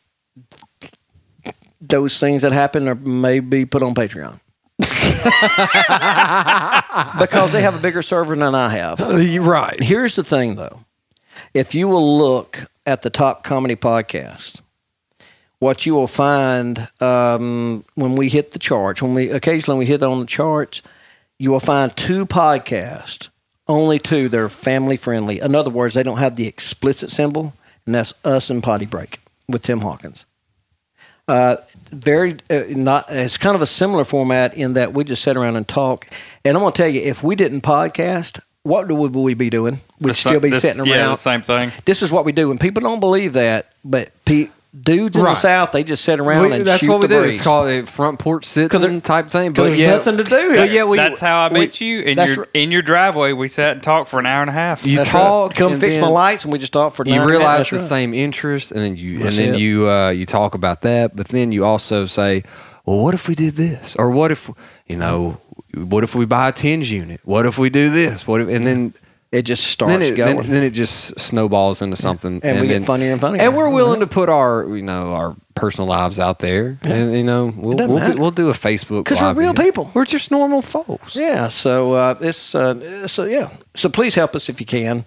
G: those things that happen are may be put on Patreon because they have a bigger server than I have.
D: Right.
G: Here's the thing, though: if you will look at the top comedy podcast, what you will find um, when we hit the charts, when we occasionally we hit on the charts, you will find two podcasts, only two. They're family friendly. In other words, they don't have the explicit symbol, and that's us and Potty Break with Tim Hawkins. Uh, very uh, not. It's kind of a similar format in that we just sit around and talk. And I'm gonna tell you, if we didn't podcast, what would we be doing? We'd
F: The si-
G: still be
F: this-
G: sitting around
F: Yeah, the same thing.
G: this is what we do, and people don't believe that. But pe- dudes in the
D: Right.
G: South, they just sit around
D: We-
G: and
D: that's
G: shoot
D: what we
G: the
D: do.
G: breeze.
D: It's called a front porch sitting type thing.
G: 'cause
D: But
G: there's
D: yeah,
G: nothing to do
D: But
G: here.
D: yeah, we,
F: that's how I
D: we-
F: met you in
D: that's
F: your in your driveway. We sat and talked for an hour and a half.
D: You talk,
G: Come
D: and
G: fix my
D: then
G: lights, and we just talk for.
D: you
G: nine
D: realize
G: minutes.
D: the same interest, and then you
G: That's
D: and then
G: it.
D: you uh, you talk about that, but then you also say, "Well, what if we did this?" Or "What if you know? What if we buy a tens unit? What if we do this? What if?" And then
G: it just
D: Then
G: starts
D: it, then-
G: going.
D: Then, it just snowballs into something,
G: And we get
D: then-
G: funnier and funnier. Mm-hmm.
D: And we're willing to put our you know our personal lives out there, and you know we'll
G: doesn't
D: we'll, be,
G: matter.
D: we'll do a Facebook
G: because we're
D: live
G: real
D: video.
G: people.
D: We're just normal folks.
G: Yeah. So uh, it's uh, so yeah. So please help us if you can.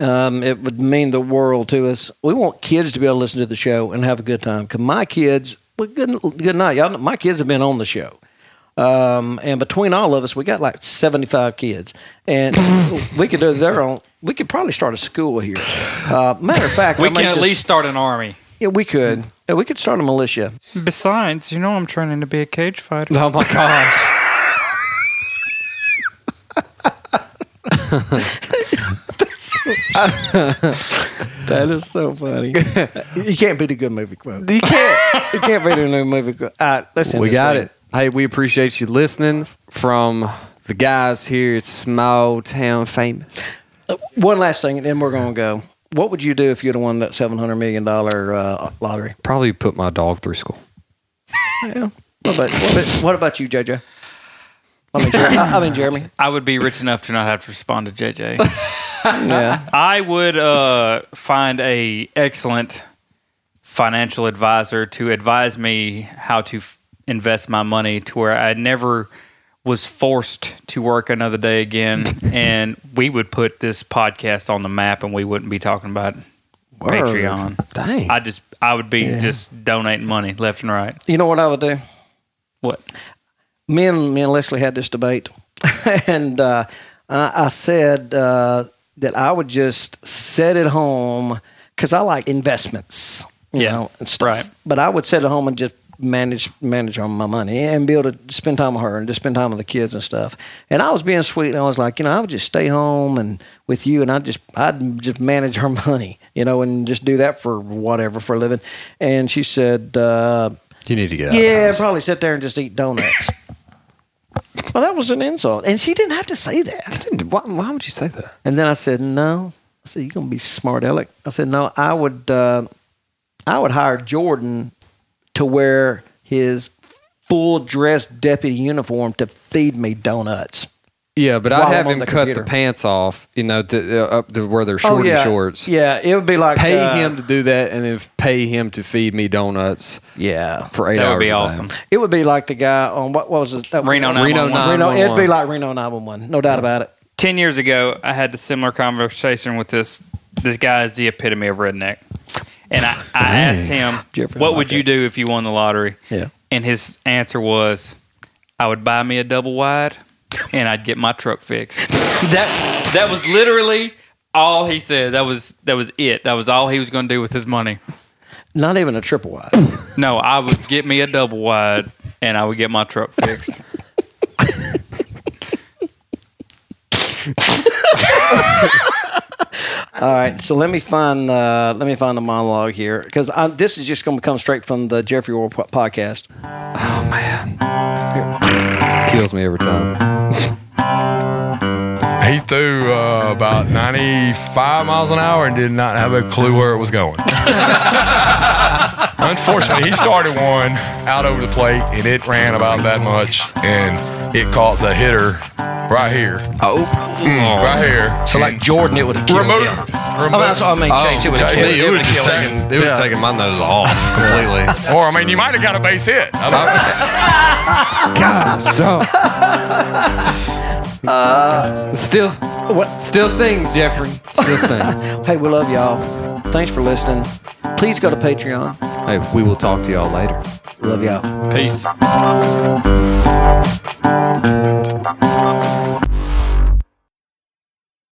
G: Um, it would mean the world to us. We want kids to be able to listen to the show and have a good time. Cause my kids, well, good good night, y'all. My kids have been on the show. Um, and between all of us, we got like seventy five kids, and we could do their own. We could probably start a school here. Uh, matter of fact,
F: We
G: I may
F: can at
G: just-
F: least start an army.
G: yeah, we could. Yeah, we could start a militia.
F: Besides, you know I'm training to be a cage fighter.
D: Oh my gosh.
G: that is so funny. you can't beat a good movie quote. You can't. You can't beat a new movie quote. All right, let's end
D: we
G: this
D: got
G: thing.
D: it. Hey, we appreciate you listening from the guys here at Small Town Famous.
G: One last thing, and then we're gonna go. What would you do if you'd have won that seven hundred million dollar uh, lottery?
D: Probably put my dog through school.
G: Yeah. What about, what about what about you, JoJo? I mean, Jer- I, I mean Jeremy.
F: I would be rich enough to not have to respond to JJ.
G: Yeah.
F: I would uh, find a excellent financial advisor to advise me how to f- invest my money to where I never was forced to work another day again, and we would put this podcast on the map, and we wouldn't be talking about
G: Word.
F: Patreon.
G: Dang.
F: I just I would be
G: Yeah.
F: just donating money left and right.
G: You know what I would do?
F: What?
G: Me and me and Leslie had this debate, and uh, I, I said uh, that I would just set it home because I like investments, you
F: Yeah,
G: know, and stuff. But I would set it home and just manage manage on my money and be able to spend time with her and just spend time with the kids and stuff. And I was being sweet, and I was like, you know, I would just stay home and with you, and I just I'd just manage her money, you know, and just do that for whatever for a living. And she said. Uh,
D: You need to get out. of the
G: yeah,
D: house.
G: probably sit there and just eat donuts. well, that was an insult. And she didn't have to say that.
D: Why, why would you say that?
G: And then I said, no. I said, you're going to be smart, Alec. I said, no, I would, uh, I would hire Jordan to wear his full dress deputy uniform to feed me donuts.
D: Yeah, but
G: While
D: I'd
G: I'm
D: have
G: on
D: him
G: the
D: cut
G: computer. Oh,
D: the pants off, you know, to, uh, up to where they're shorty
G: yeah.
D: shorts.
G: Yeah, it would be like
D: pay
G: uh,
D: him to do that, and then f- pay him to feed me donuts.
G: Yeah,
D: for eight
F: That
D: hours.
F: would be
D: a day.
F: awesome.
G: It would be like the guy on what, what was it? That-
F: Reno
G: Reno.
F: 911.
G: It'd be like Reno 911, no doubt about it.
F: ten years ago, I had a similar conversation with this. This guy is the epitome of redneck, and I, I
D: Dang.
F: asked him,
D: Jeffrey
F: "What
D: like
F: would you do if you won the lottery?"
D: Yeah.
F: and his answer was, "I would buy me a double wide, and I'd get my truck fixed." that that was literally all he said. That was that was it. That was all he was going to do with his money.
B: Not even a triple wide.
F: No, I would get me a double wide, and I would get my truck fixed.
B: All right, so let me find uh, let me find the monologue here because this is just going to come straight from the Jeffrey Orr po- podcast.
D: Kills me every time.
J: He threw uh, about 95 miles an hour and did not have a clue where it was going. Unfortunately, he started one out over the plate and it ran about that much and it caught the hitter right here. Oh, right here.
T: So like Jordan, it would have killed
J: Remove-
T: him.
J: remove-
T: Oh, that's what I mean. Chase, it would have killed
J: Chase,
T: him.
J: it would have taken- it would have taken my nose off completely. or I mean, you might have got a base hit. I don't know.
D: God, stop. still,
B: what?
D: Still stings, Jeffrey. Still stings.
B: hey, we love y'all. Thanks for listening. Please go to Patreon.
D: hey, we will talk to y'all later.
B: Love y'all.
F: Peace.
D: Peace.